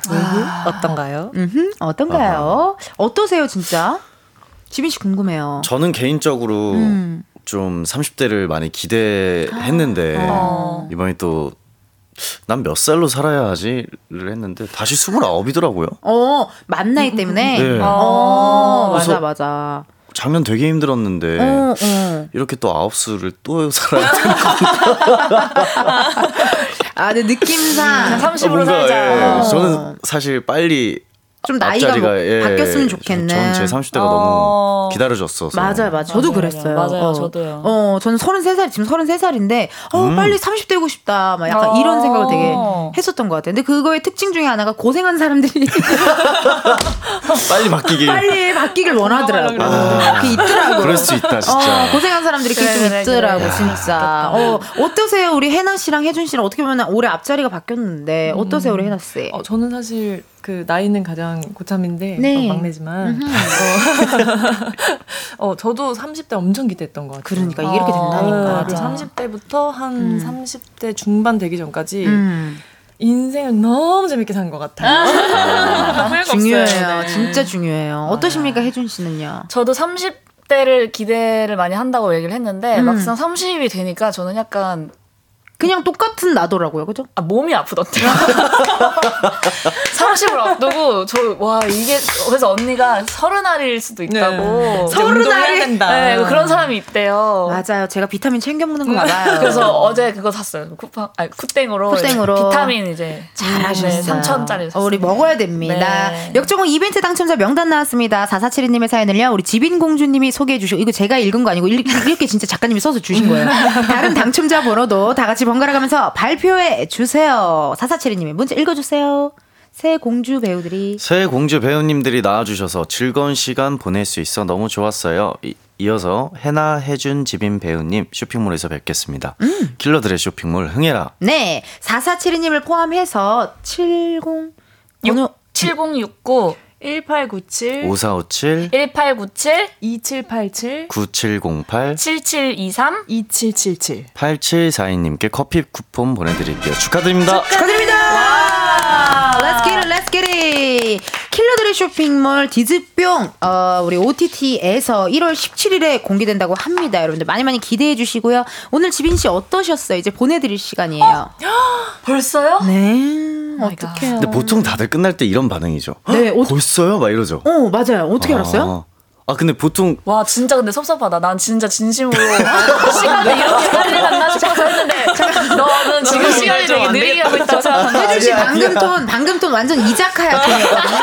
[SPEAKER 7] 어떤가요?
[SPEAKER 1] 음흠, 어떤가요? 어떠세요 진짜? 지민 씨 궁금해요.
[SPEAKER 5] 저는 개인적으로
[SPEAKER 1] 음.
[SPEAKER 5] 좀 30대를 많이 기대했는데
[SPEAKER 4] 어.
[SPEAKER 5] 이번에 또 난 몇 살로 살아야 하지를 했는데 다시 29이더라고요.
[SPEAKER 1] 어 만나이 때문에.
[SPEAKER 5] 네.
[SPEAKER 1] 어 맞아
[SPEAKER 5] 그래서-
[SPEAKER 1] 맞아.
[SPEAKER 5] 작년 되게 힘들었는데
[SPEAKER 1] 어, 어.
[SPEAKER 5] 이렇게 또 아홉 수를 또 살아야 되
[SPEAKER 1] 아 근데 느낌상
[SPEAKER 4] 30으로 살자.
[SPEAKER 5] 예, 저는 사실 빨리
[SPEAKER 1] 어. 좀 나이가
[SPEAKER 5] 앞자리가
[SPEAKER 1] 뭐
[SPEAKER 5] 예,
[SPEAKER 1] 바뀌었으면 좋겠네.
[SPEAKER 5] 전제 30대가
[SPEAKER 4] 어.
[SPEAKER 5] 너무 기다려졌어서
[SPEAKER 1] 맞아요, 맞아요. 저도
[SPEAKER 4] 맞아요,
[SPEAKER 1] 그랬어요.
[SPEAKER 4] 맞아요.
[SPEAKER 1] 어.
[SPEAKER 4] 저도요.
[SPEAKER 1] 어, 저는 33살, 지금 33살인데, 어,
[SPEAKER 5] 음.
[SPEAKER 1] 빨리 30 되고 싶다. 막 약간
[SPEAKER 4] 어.
[SPEAKER 1] 이런 생각을 되게 했었던 것 같아요. 근데 그거의 특징 중에 하나가 고생한 사람들이
[SPEAKER 5] 빨리 바뀌길.
[SPEAKER 1] 빨리 바뀌길 원하더라고요. 그게 있더라고요.
[SPEAKER 5] 아. 그럴 수 있다 진짜.
[SPEAKER 1] 어, 고생한 사람들이 그게 좀
[SPEAKER 4] 그래, 그래,
[SPEAKER 1] 있더라고,
[SPEAKER 4] 그래.
[SPEAKER 1] 진짜. 어, 어떠세요? 우리 혜나 씨랑 혜준 씨랑 어떻게 보면 올해 앞자리가 바뀌었는데, 어떠세요, 우리 혜나 씨?
[SPEAKER 7] 어, 저는 사실 그 나이는 가장 고참인데
[SPEAKER 1] 네.
[SPEAKER 7] 어, 막내지만 어, 어, 저도 30대 엄청 기대했던 것 같아요.
[SPEAKER 1] 그러니까 이렇게
[SPEAKER 4] 어,
[SPEAKER 1] 된다니까.
[SPEAKER 4] 맞아.
[SPEAKER 7] 30대부터 한
[SPEAKER 1] 음.
[SPEAKER 7] 30대 중반 되기 전까지
[SPEAKER 1] 음. 아.
[SPEAKER 7] 인생을 너무 재밌게 산 것 같아요. 별거 없어요.
[SPEAKER 1] 중요해요.
[SPEAKER 7] 네.
[SPEAKER 1] 진짜 중요해요. 어떠십니까, 혜준 씨는요?
[SPEAKER 4] 저도 30대를 기대를 많이 한다고 얘기를 했는데
[SPEAKER 1] 음.
[SPEAKER 4] 막상 30이 되니까 저는 약간
[SPEAKER 1] 그냥 똑같은 나더라고요, 그죠?
[SPEAKER 4] 아, 몸이 아프던데요. <laughs> 30을 앞두고 저 와 이게 그래서 언니가 서른 알일 수도 있다고.
[SPEAKER 7] 이제 네. 운동해야
[SPEAKER 1] 서른알이-
[SPEAKER 7] 된다.
[SPEAKER 4] 네, 그런 사람이 있대요.
[SPEAKER 1] 맞아요. 제가 비타민 챙겨 먹는 거 봐봐요.
[SPEAKER 4] 음. <laughs> 그래서 어제 그거 샀어요. 쿠팡, 아니 쿠땡으로,
[SPEAKER 1] 쿠땡으로.
[SPEAKER 4] 이제 비타민 이제 네,
[SPEAKER 1] 잘하셨어요.
[SPEAKER 4] 3천짜리
[SPEAKER 1] 어, 우리 먹어야 됩니다.
[SPEAKER 4] 네.
[SPEAKER 1] 역종호 이벤트 당첨자 명단 나왔습니다. 4472님의 사연을요. 우리 지빈공주님이
[SPEAKER 4] <laughs>
[SPEAKER 1] 소개해 주시고 이거 제가 읽은 거 아니고 이렇게 이렇게 진짜 작가님이 써서 주신 거예요. 다른 당첨자 번호도 다 같이 같이 번갈아 가면서 발표해 주세요. 4472님의 문자 읽어주세요. 새 공주 배우들이.
[SPEAKER 5] 새 공주 배우님들이 나와주셔서 즐거운 시간 보낼 수 있어 너무 좋았어요. 이, 이어서 해나 해준 지빈 배우님 쇼핑몰에서 뵙겠습니다.
[SPEAKER 1] 음.
[SPEAKER 5] 킬러들의 쇼핑몰 흥해라.
[SPEAKER 1] 네. 4472님을 포함해서 70 번호
[SPEAKER 4] 7069
[SPEAKER 7] 1897
[SPEAKER 5] 5457
[SPEAKER 4] 1897
[SPEAKER 7] 2787
[SPEAKER 5] 9708
[SPEAKER 4] 7723
[SPEAKER 7] 2777
[SPEAKER 5] 8742님께 커피 쿠폰 보내드릴게요. 축하드립니다.
[SPEAKER 1] 축하드립니다. Let's get it, let's get it. 킬러들의 쇼핑몰 디즈뿅 어, 우리 OTT에서 1월 17일에 공개된다고 합니다. 여러분들 많이 많이 기대해 주시고요. 오늘 지빈 씨 어떠셨어요? 이제 보내드릴 시간이에요.
[SPEAKER 4] 벌써요?
[SPEAKER 1] 네.
[SPEAKER 4] 마이 갓.
[SPEAKER 1] 어? 어떡해요.
[SPEAKER 5] 근데 보통 다들 끝날 때 이런 반응이죠.
[SPEAKER 1] 네,
[SPEAKER 5] 헉,
[SPEAKER 1] 어떡-
[SPEAKER 5] 벌써요? 막 이러죠.
[SPEAKER 1] 어 맞아요. 어떻게 알았어요?
[SPEAKER 5] 아 근데 보통
[SPEAKER 4] 와 진짜 근데 섭섭하다. 난
[SPEAKER 1] <laughs>
[SPEAKER 4] 진짜 진심으로 시간이 이렇게
[SPEAKER 1] 네.
[SPEAKER 4] 빨리 갔나 싶어서 했는데 너는 지금 시간이 되게 느리게 가고 있다고 생각한다.
[SPEAKER 1] 혜준 씨 방금 톤 방금 톤 완전 이자카야 톤이거든요.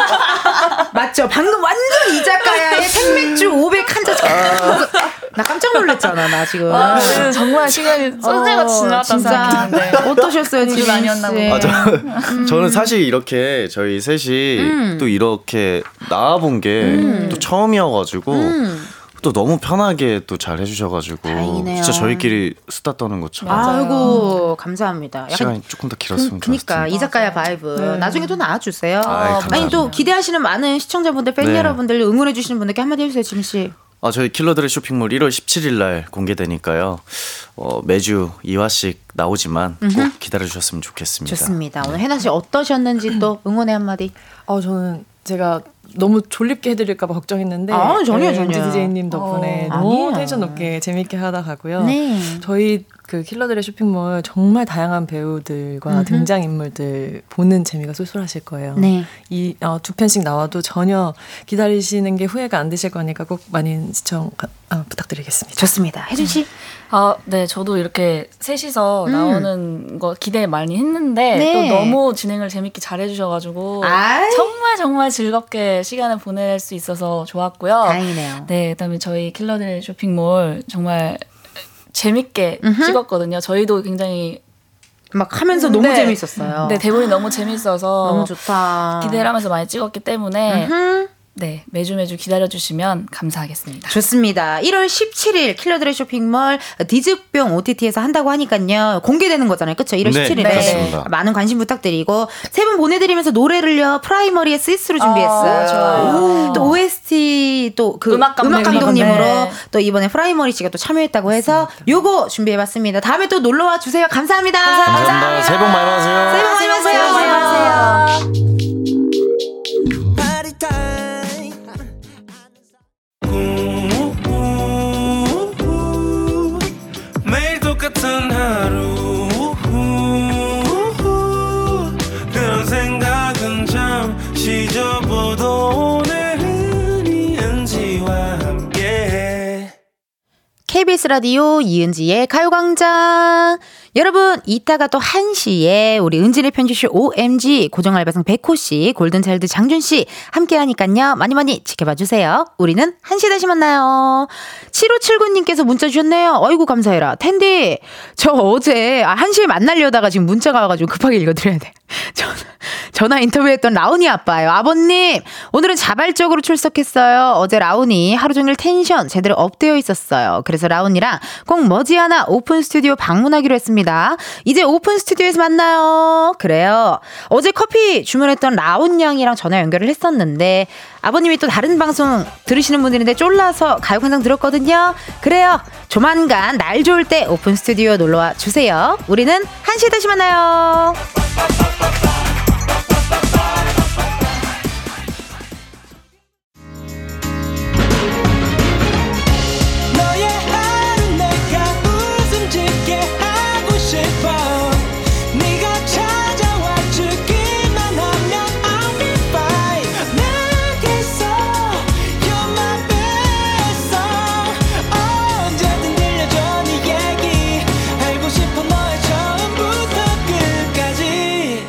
[SPEAKER 1] 맞죠? 방금 완전 이자카야에 생맥주 500 한 잔. <laughs> 나 깜짝 놀랐잖아 네. 나 지금.
[SPEAKER 4] 와, 오늘 네.
[SPEAKER 1] <laughs>
[SPEAKER 4] 정말 시간이
[SPEAKER 1] 어,
[SPEAKER 4] 쏜데가 지나갔다
[SPEAKER 1] 진짜
[SPEAKER 4] 생각했는데
[SPEAKER 1] <laughs> 어떠셨어요
[SPEAKER 4] 공주
[SPEAKER 1] 지금
[SPEAKER 4] 아니었나 보다.
[SPEAKER 5] 아, 저,
[SPEAKER 1] 음.
[SPEAKER 5] 저는 사실 이렇게 저희 셋이 또 이렇게 나와본 게
[SPEAKER 1] 음.
[SPEAKER 5] 또 처음이어가지고 또 너무 편하게 또 잘 해주셔가지고
[SPEAKER 1] 다행이네요.
[SPEAKER 5] 진짜 저희끼리 수다 떠는 것처럼
[SPEAKER 1] 아이고 감사합니다. 약간
[SPEAKER 5] 시간이 조금 더
[SPEAKER 1] 그,
[SPEAKER 5] 길었으면
[SPEAKER 1] 그니까
[SPEAKER 5] 좋겠습니다.
[SPEAKER 1] 이 작가야 바이브
[SPEAKER 4] 네.
[SPEAKER 1] 나중에 또 나와주세요.
[SPEAKER 5] 아이, 감사합니다.
[SPEAKER 1] 아니 또 기대하시는 많은 시청자분들, 팬
[SPEAKER 5] 네.
[SPEAKER 1] 여러분들 응원해 주시는 분들께 한마디 해주세요, 지민 씨.
[SPEAKER 5] 아 저희 킬러들의 쇼핑몰 1월 17일 날 공개되니까요. 어, 매주 2화씩 나오지만 꼭 기다려주셨으면 좋겠습니다. 네.
[SPEAKER 1] 좋습니다. 오늘 해나 씨 어떠셨는지 또 응원의 한마디.
[SPEAKER 7] 어 저는 제가 너무 졸립게 해드릴까봐 걱정했는데
[SPEAKER 1] 아, 전혀요, 전혀요.
[SPEAKER 7] DJ님 덕분에
[SPEAKER 1] 어,
[SPEAKER 7] 너무
[SPEAKER 1] 아니에요.
[SPEAKER 7] 텐션 높게 재밌게 하다 가고요.
[SPEAKER 1] 네.
[SPEAKER 7] 저희 그 킬러들의 쇼핑몰 정말 다양한 배우들과 등장 인물들 보는 재미가 쏠쏠하실 거예요.
[SPEAKER 1] 네.
[SPEAKER 7] 이 어, 두 편씩 나와도 전혀 기다리시는 게 후회가 안 되실 거니까 꼭 많은 시청 가- 아, 부탁드리겠습니다.
[SPEAKER 1] 좋습니다. 혜준 씨.
[SPEAKER 4] 아, 네, 저도 이렇게 셋이서 나오는 거 기대 많이 했는데
[SPEAKER 1] 음. 네.
[SPEAKER 4] 또 너무 진행을 재밌게 잘 해주셔가지고
[SPEAKER 1] 아이.
[SPEAKER 4] 정말 정말 즐겁게 시간을 보낼 수 있어서 좋았고요.
[SPEAKER 1] 다행이네요.
[SPEAKER 4] 네, 그다음에 저희 킬러들 쇼핑몰 정말 재밌게 찍었거든요. 저희도 굉장히
[SPEAKER 1] 막 하면서 너무
[SPEAKER 4] 네.
[SPEAKER 1] 재밌었어요.
[SPEAKER 4] 네 대본이 너무 재밌어서
[SPEAKER 1] 너무 좋다.
[SPEAKER 4] 기대를 하면서 많이 찍었기 때문에
[SPEAKER 1] 음.
[SPEAKER 4] 네 매주 매주 기다려주시면 감사하겠습니다.
[SPEAKER 1] 좋습니다. 1월 17일 킬러들의 쇼핑몰 디즈뿅 OTT에서 한다고 하니까요. 공개되는 거잖아요. 그쵸? 1월
[SPEAKER 5] 네,
[SPEAKER 1] 17일에.
[SPEAKER 5] 그렇습니다.
[SPEAKER 1] 많은 관심 부탁드리고 세 분 보내드리면서 노래를요. 프라이머리의 스위스로
[SPEAKER 4] 아,
[SPEAKER 1] 준비했어요.
[SPEAKER 4] 좋아요.
[SPEAKER 1] 또 OST 또그 음악,
[SPEAKER 4] 음악 감독,
[SPEAKER 1] 감독님으로
[SPEAKER 4] 네.
[SPEAKER 1] 또 이번에 프라이머리 씨가 또 참여했다고 해서 요거 준비해봤습니다. 다음에 또 놀러와 주세요. 감사합니다.
[SPEAKER 5] 감사합니다. 새해 복 많이 받으세요.
[SPEAKER 1] 새해 복 많이 받으세요. 안녕하세요.
[SPEAKER 9] 매일 똑같은 하루 그런 생각은 잠시 접어도 오늘은 이은지와 함께
[SPEAKER 1] KBS 라디오 이은지의 가요광장. 여러분, 이따가 또 1시에 우리 은진의 편집실 OMG, 고정알바생 백호씨, 골든차일드 장준씨 함께 하니깐요. 많이 많이 지켜봐주세요. 우리는 1시에 다시 만나요. 7579님께서 문자 주셨네요. 어이구, 감사해라. 텐디, 저 어제, 아, 1시에 만나려다가 지금 문자가 와가지고 급하게 읽어드려야 돼. <laughs> 전화, 전화 인터뷰했던 라온이 아빠예요. 아버님, 오늘은 자발적으로 출석했어요. 어제 라온이 하루 종일 텐션 제대로 업되어 있었어요. 그래서 라온이랑 꼭 머지않아 오픈 스튜디오 방문하기로 했습니다. 이제 오픈 스튜디오에서 만나요. 그래요. 어제 커피 주문했던 라온 양이랑 전화 연결을 했었는데 아버님이 또 다른 방송 들으시는 분들인데 쫄라서 가요광장 들었거든요. 그래요. 조만간 날 좋을 때 오픈 스튜디오 놀러와 주세요. 우리는 1시에 다시 만나요.
[SPEAKER 9] 너의 하루 내가 웃음 짓게 하고 싶어 네가 찾아와 주기만 하면 I'll be fine 내게서 You're my best song 언제든 들려줘 네 얘기 알고 싶어 너의 처음부터 끝까지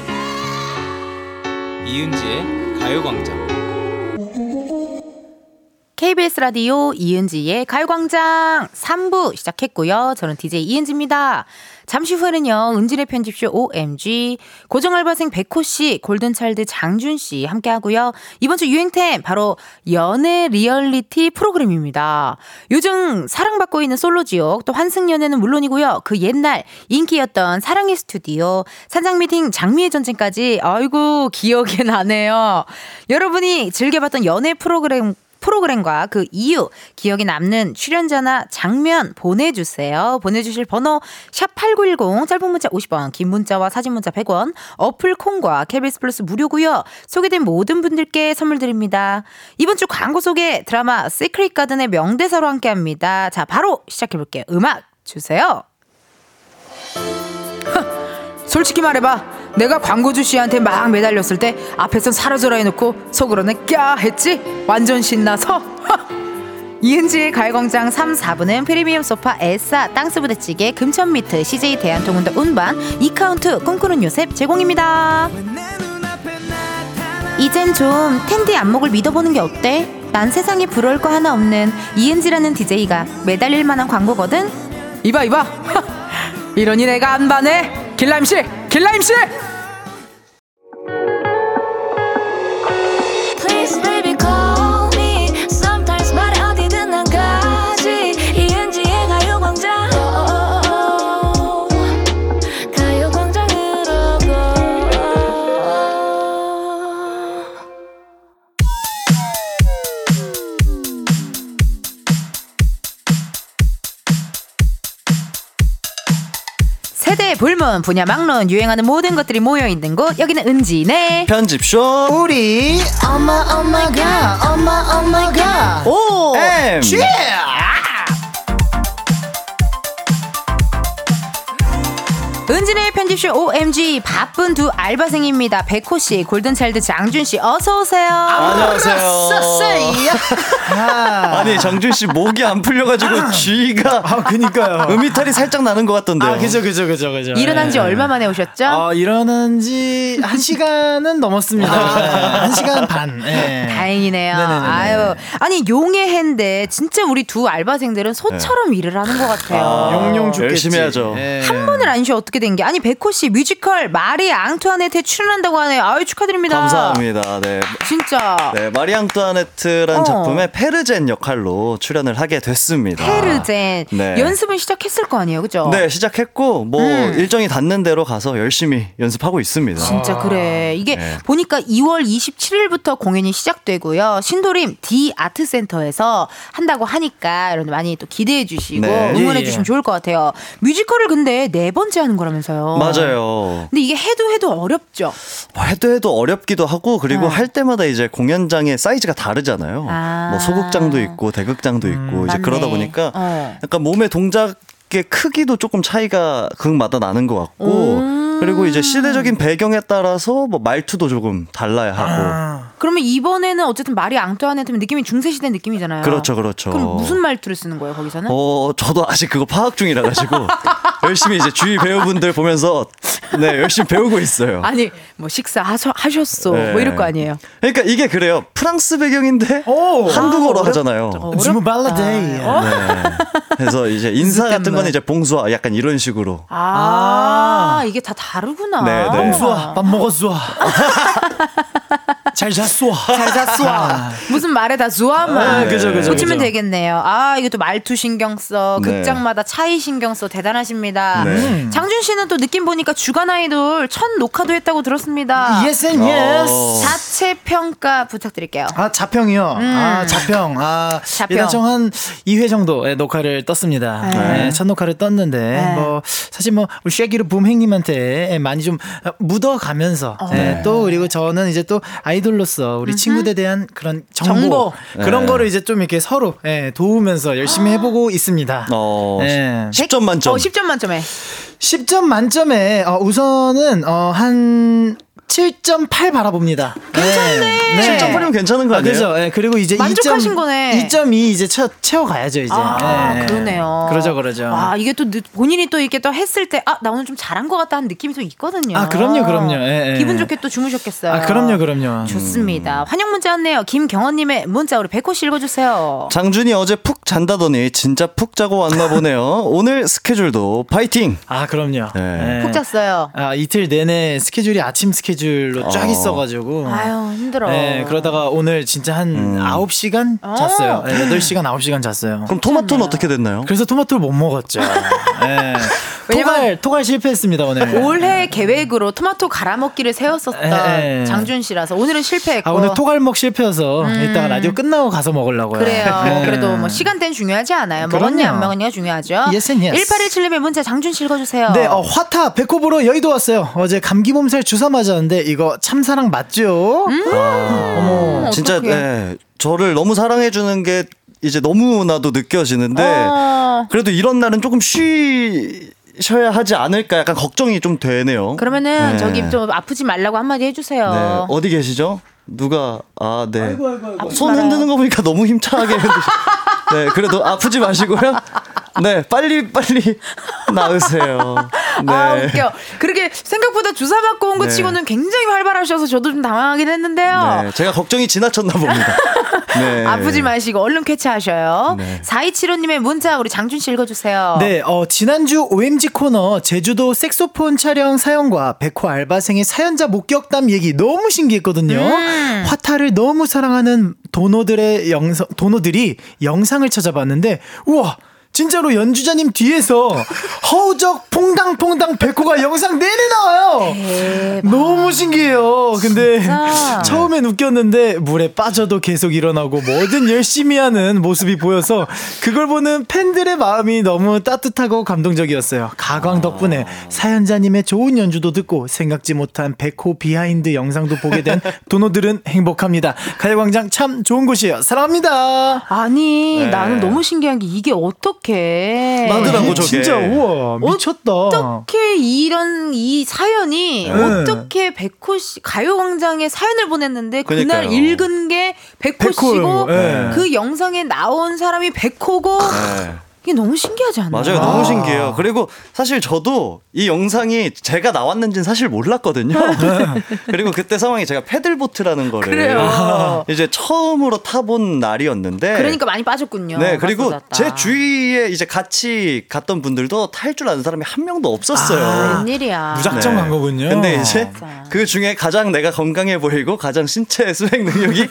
[SPEAKER 1] KBS 라디오 이은지의 가요광장 3부 시작했고요. 저는 DJ 이은지입니다. 잠시 후에는요, 은진의 편집쇼 OMG, 고정알바생 백호씨, 골든차일드 장준씨 함께 하고요. 이번 주 유행템, 바로 연애 리얼리티 프로그램입니다. 요즘 사랑받고 있는 솔로지옥, 또 환승연애는 물론이고요. 그 옛날 인기였던 사랑의 스튜디오, 산장 미팅 장미의 전쟁까지, 아이고, 기억이 나네요. 여러분이 즐겨봤던 연애 프로그램 프로그램과 그 이유, 기억에 남는 출연자나 장면 보내주세요. 보내주실 번호 샵8910 짧은 문자 50원, 긴 문자와 사진 문자 100원, 어플 콩과 KBS 플러스 무료고요. 소개된 모든 분들께 선물 드립니다. 이번 주 광고 소개 드라마 시크릿 가든의 명대사로 함께합니다. 자, 바로 시작해볼게요. 음악 주세요. 솔직히 말해봐. 내가 광고주 씨한테 막 매달렸을 때 앞에선 사라져라 해놓고 속으로는 까 했지? 완전 신나서? <laughs> 이은지의 가요광장 3, 4부는 프리미엄 소파, 에싸, 땅스부대찌개, 금천미트, CJ 대한통운도 운반, 이카운트, 꿈꾸는 요셉 제공입니다. 이젠 좀 텐디 안목을 믿어보는 게 어때? 난 세상에 부러울 거 하나 없는 이은지라는 DJ가 매달릴 만한 광고거든? 이봐 <laughs> 이봐! 이러니 내가 안 반해! 길라임씨! 길라임씨!
[SPEAKER 3] Please baby call me Sometimes 말해 어디든 난 가지 이은지의 가요광장 가요광장으로 고
[SPEAKER 1] 세대 불문 분야 막론 유행하는 모든 것들이 모여 있는 곳 여기는 은지네
[SPEAKER 5] 편집쇼 우리
[SPEAKER 1] 오
[SPEAKER 5] M
[SPEAKER 1] 은지네 편집쇼 OMG 바쁜 두 알바생입니다 백호 씨 골든차일드 장준 씨 어서
[SPEAKER 5] 아,
[SPEAKER 1] 오세요
[SPEAKER 5] 안녕하세요. 아니 장준 씨 목이 안
[SPEAKER 1] 아.
[SPEAKER 5] 풀려가지고 쥐가
[SPEAKER 10] 아, 그니까요.
[SPEAKER 5] 음이탈이 살짝 나는 것 같던데요.
[SPEAKER 10] 아, 그죠, 그죠, 그죠, 그죠.
[SPEAKER 1] 일어난 지
[SPEAKER 5] 네.
[SPEAKER 10] 예.
[SPEAKER 1] 얼마 만에 오셨죠?
[SPEAKER 10] 아, 일어난 지 한 시간은 넘었습니다. 예, 한 시간 반. 예.
[SPEAKER 1] 다행이네요.
[SPEAKER 10] 네네네네.
[SPEAKER 1] 아유, 아니 용의 해인데 진짜 우리 두 알바생들은 소처럼 일을 하는 것 같아요.
[SPEAKER 10] 용용 죽겠지.
[SPEAKER 5] 열심히 해야죠.
[SPEAKER 10] 예.
[SPEAKER 1] 한 번을 안 쉬어 어떻게 된 게 아니 백호 씨 뮤지컬 마리 앙투아네트에 출연한다고 하네요. 아유 축하드립니다.
[SPEAKER 5] 감사합니다. 네.
[SPEAKER 1] 진짜
[SPEAKER 5] 네, 마리앙뚜아네트란
[SPEAKER 1] 어.
[SPEAKER 5] 작품의 페르젠 역할로 출연을 하게 됐습니다.
[SPEAKER 1] 페르젠
[SPEAKER 5] 네.
[SPEAKER 1] 연습은 시작했을 거 아니에요, 그죠?
[SPEAKER 5] 네, 시작했고 뭐 일정이 닿는 대로 가서 열심히 연습하고 있습니다.
[SPEAKER 1] 음. 진짜 그래. 이게
[SPEAKER 5] 아, 네.
[SPEAKER 1] 보니까 2월 27일부터 공연이 시작되고요. 신도림 D 아트 센터에서 한다고 하니까 여러분 많이 또 기대해 주시고
[SPEAKER 5] 네.
[SPEAKER 1] 응원해
[SPEAKER 10] 예, 예.
[SPEAKER 1] 주시면 좋을 것 같아요. 뮤지컬을 근데 네 번째 하는 거라면서요.
[SPEAKER 5] 맞아요.
[SPEAKER 1] 근데 이게 해도 해도 어렵죠.
[SPEAKER 5] 뭐 해도 해도 어렵기도 하고 그리고 할 때마다 이제 공연장의 사이즈가 다르잖아요.
[SPEAKER 1] 네. 아.
[SPEAKER 5] 뭐 소극장도 있고 대극장도 있고 이제
[SPEAKER 1] 맞네.
[SPEAKER 5] 그러다 보니까
[SPEAKER 1] 어.
[SPEAKER 5] 약간 몸의 동작의 크기도 조금 차이가 극마다 나는 것 같고
[SPEAKER 1] 음.
[SPEAKER 5] 그리고 이제 시대적인 배경에 따라서 뭐 말투도 조금 달라야 하고
[SPEAKER 1] 그러면 이번에는 어쨌든 말이 앙투아네트면 느낌이 중세 시대 느낌이잖아요.
[SPEAKER 5] 그렇죠, 그렇죠.
[SPEAKER 1] 그럼 무슨 말투를 쓰는 거예요 거기서는?
[SPEAKER 5] 어, 저도 아직 그거 파악 중이라 가지고 열심히 이제 주위 배우분들 보면서 네, 열심히 배우고 있어요.
[SPEAKER 1] 아니 뭐 식사 하셨어 뭐
[SPEAKER 5] 네.
[SPEAKER 1] 이럴 거 아니에요?
[SPEAKER 5] 그러니까 이게 그래요. 프랑스 배경인데 한국어로 하잖아요.
[SPEAKER 10] 지금 발라데이.
[SPEAKER 5] 네. 그래서 이제 인사 같은
[SPEAKER 1] 때문에.
[SPEAKER 5] 건 이제 봉수아 약간 이런 식으로.
[SPEAKER 1] 아, 이게 다 다르구나.
[SPEAKER 5] 네, 네.
[SPEAKER 10] 수아, 밥 먹었수아. <laughs> 잘 잤수아. 잘 잤수아.
[SPEAKER 1] 무슨 말에 다 수아만
[SPEAKER 10] 아, 그죠, 그죠,
[SPEAKER 1] 고치면
[SPEAKER 10] 그죠.
[SPEAKER 1] 되겠네요. 아 이게 또 말투 신경 써,
[SPEAKER 5] 네.
[SPEAKER 1] 극장마다 차이 신경 써 대단하십니다.
[SPEAKER 5] 네.
[SPEAKER 1] 장준 씨는 또 느낌 보니까 주간 아이돌 첫 녹화도 했다고 들었습니다.
[SPEAKER 10] Yes and yes.
[SPEAKER 5] 어.
[SPEAKER 1] 자체 평가 부탁드릴게요.
[SPEAKER 10] 아, 자평이요. 아, 자평. 아,
[SPEAKER 1] 자평.
[SPEAKER 10] 일단 저한 2회 정도 의 녹화를 떴습니다. 네, 첫 녹화를 떴는데 뭐 사실 뭐 우리 쉐기르 붐행님한테 많이 좀 묻어가면서 네, 또 그리고 저는 이제 또 아이돌로서 우리 친구들에 대한 그런 정보, 네.
[SPEAKER 1] 정보.
[SPEAKER 10] 그런
[SPEAKER 5] 네.
[SPEAKER 10] 거를 이제 좀 이렇게 서로 예, 도우면서 열심히 해보고 있습니다.
[SPEAKER 5] 어,
[SPEAKER 10] 네.
[SPEAKER 5] 10점 만점.
[SPEAKER 1] 어, 10점 만점에.
[SPEAKER 10] 10점 만점에 어, 우선은 어, 한 7.8 바라봅니다. 괜찮네.
[SPEAKER 5] 7.8이면 괜찮은 거
[SPEAKER 10] 아,
[SPEAKER 5] 아니에요?
[SPEAKER 10] 그죠. 예, 그리고 이제
[SPEAKER 1] 만족하신
[SPEAKER 10] 2.2
[SPEAKER 1] 거네.
[SPEAKER 10] 2.2 이제 채, 채워가야죠, 이제.
[SPEAKER 1] 아,
[SPEAKER 10] 예.
[SPEAKER 1] 그러네요.
[SPEAKER 10] 그러죠, 그러죠.
[SPEAKER 1] 와, 이게 또 느- 본인이 또 이렇게 또 했을 때, 아, 나 오늘 좀 잘한 것 같다 하는 느낌이 좀 있거든요.
[SPEAKER 10] 아, 그럼요, 그럼요. 예, 예.
[SPEAKER 1] 기분 좋게 또 주무셨겠어요.
[SPEAKER 10] 아, 그럼요, 그럼요.
[SPEAKER 1] 좋습니다. 환영 문자 왔네요. 김경원님의 문자 우리 백호 씨 읽어주세요.
[SPEAKER 5] 장준이 어제 푹 잔다더니 진짜 푹 자고 왔나 보네요. 오늘 스케줄도 파이팅.
[SPEAKER 10] 아, 그럼요.
[SPEAKER 5] 네.
[SPEAKER 10] 예.
[SPEAKER 1] 푹 잤어요.
[SPEAKER 10] 아, 이틀 내내 스케줄이 아침 스케줄로 쫙
[SPEAKER 5] 어.
[SPEAKER 10] 있어가지고.
[SPEAKER 1] 아유, 힘들어.
[SPEAKER 10] 예, 그러다가 오늘 진짜 한 아홉 시간 잤어요. 예, 8시간, 9시간 잤어요.
[SPEAKER 5] 음. 그럼 토마토는 어떻게 됐나요?
[SPEAKER 10] 그래서 토마토를 못 먹었죠. 예.
[SPEAKER 1] <laughs> 왜냐면-
[SPEAKER 10] 토갈, 토갈 실패했습니다, 오늘.
[SPEAKER 5] 네.
[SPEAKER 1] 올해 계획으로 토마토 갈아먹기를 세웠었던
[SPEAKER 5] 네.
[SPEAKER 10] 예, 예.
[SPEAKER 1] 장준 씨라서 오늘은 실패했고.
[SPEAKER 10] 아, 오늘 토갈목 실패여서 이따가 라디오 끝나고 가서 먹으려고요.
[SPEAKER 1] 어. 음. 그래요.
[SPEAKER 5] 네.
[SPEAKER 10] 예.
[SPEAKER 1] 그래도 뭐 시간대는 중요하지 않아요.
[SPEAKER 10] 그럼요.
[SPEAKER 1] 먹었냐 안 먹었냐가 중요하죠.
[SPEAKER 10] Yes and yes.
[SPEAKER 1] 1817님의 문자 장준 씨 읽어주세요.
[SPEAKER 10] 네, 어, 화타 배꼽으로 여의도 왔어요. 어제 감기 몸살 주사 맞았는데 이거 참사랑 맞죠?
[SPEAKER 1] 어머,
[SPEAKER 5] 진짜
[SPEAKER 1] 어떡해.
[SPEAKER 5] 네, 저를 너무 사랑해 주는 게 이제 너무나도 느껴지는데
[SPEAKER 1] 어.
[SPEAKER 5] 그래도 이런 날은 조금 쉬셔야 하지 않을까 약간 걱정이 좀 되네요.
[SPEAKER 1] 그러면은
[SPEAKER 5] 네.
[SPEAKER 1] 저기 좀 아프지 말라고 한마디 해주세요.
[SPEAKER 5] 네, 어디 계시죠? 누가 아, 네.
[SPEAKER 1] 아프지
[SPEAKER 5] 손
[SPEAKER 1] 말아요.
[SPEAKER 5] 흔드는 거 보니까 너무 힘차게 흔드시. 네, 그래도 아프지 마시고요. 네, 빨리 빨리 나으세요. 네.
[SPEAKER 1] 아 웃겨. 그렇게 생각보다 주사 맞고 온 거
[SPEAKER 5] 네.
[SPEAKER 1] 치고는 굉장히 활발하셔서 저도 좀 당황하긴 했는데요.
[SPEAKER 5] 네, 제가 걱정이 지나쳤나 봅니다.
[SPEAKER 1] <laughs>
[SPEAKER 5] 네.
[SPEAKER 1] 아프지 마시고 얼른 쾌차하셔요. 4275님의 문자 우리 장준 씨 읽어주세요.
[SPEAKER 10] 네, 어, 지난주 OMG 코너 제주도 색소폰 촬영 사연과 백호 알바생의 사연자 목격담 얘기 너무 신기했거든요. 화타를 너무 사랑하는 도노들의 영상, 도노들이 영상을 찾아봤는데, 우와! 진짜로 연주자님 뒤에서 허우적 퐁당퐁당 백호가 영상 내내 나와요! 너무 신기해요. 근데 처음엔 웃겼는데 물에 빠져도 계속 일어나고 뭐든 열심히 하는 모습이 보여서 그걸 보는 팬들의 마음이 너무 따뜻하고 감동적이었어요. 가광 덕분에 사연자님의 좋은 연주도 듣고 생각지 못한 백호 비하인드 영상도 보게 된 도노들은 행복합니다. 가요광장 참 좋은 곳이에요. 사랑합니다.
[SPEAKER 1] 아니
[SPEAKER 5] 네.
[SPEAKER 1] 나는 너무 신기한 게 이게 어떻게
[SPEAKER 5] 나더라고, 저게.
[SPEAKER 10] 네, 진짜 우와 미쳤다.
[SPEAKER 1] 어떻게 이런 이
[SPEAKER 5] 네.
[SPEAKER 1] 사연이 어떻게 백호 씨 가요광장에 사연을 보냈는데 그날
[SPEAKER 5] 그러니까요.
[SPEAKER 1] 읽은 게 백호
[SPEAKER 10] 백호예요.
[SPEAKER 1] 씨고
[SPEAKER 10] 예.
[SPEAKER 1] 그 영상에 나온 사람이 백호고
[SPEAKER 5] 네.
[SPEAKER 1] 이게 너무 신기하지 않나요?
[SPEAKER 5] 맞아요. 너무 신기해요. 그리고 사실 저도 이 영상이 제가 나왔는지는 사실 몰랐거든요. <laughs> 그리고 그때 상황이 제가 패들보트라는 거를
[SPEAKER 1] 네. 그래요.
[SPEAKER 5] 이제 처음으로 타본 날이었는데
[SPEAKER 1] 그러니까 많이 빠졌군요.
[SPEAKER 5] 네, 그리고
[SPEAKER 1] 맞다, 맞다.
[SPEAKER 5] 제 주위에 이제 같이 갔던 분들도 탈 줄 아는 사람이 한 명도 없었어요.
[SPEAKER 1] 웬일이야.
[SPEAKER 10] 무작정 간 거군요.
[SPEAKER 5] 근데 이제
[SPEAKER 1] 아, 맞아.
[SPEAKER 5] 그 중에 가장 내가 건강해 보이고 가장 신체 <laughs> 수행 능력이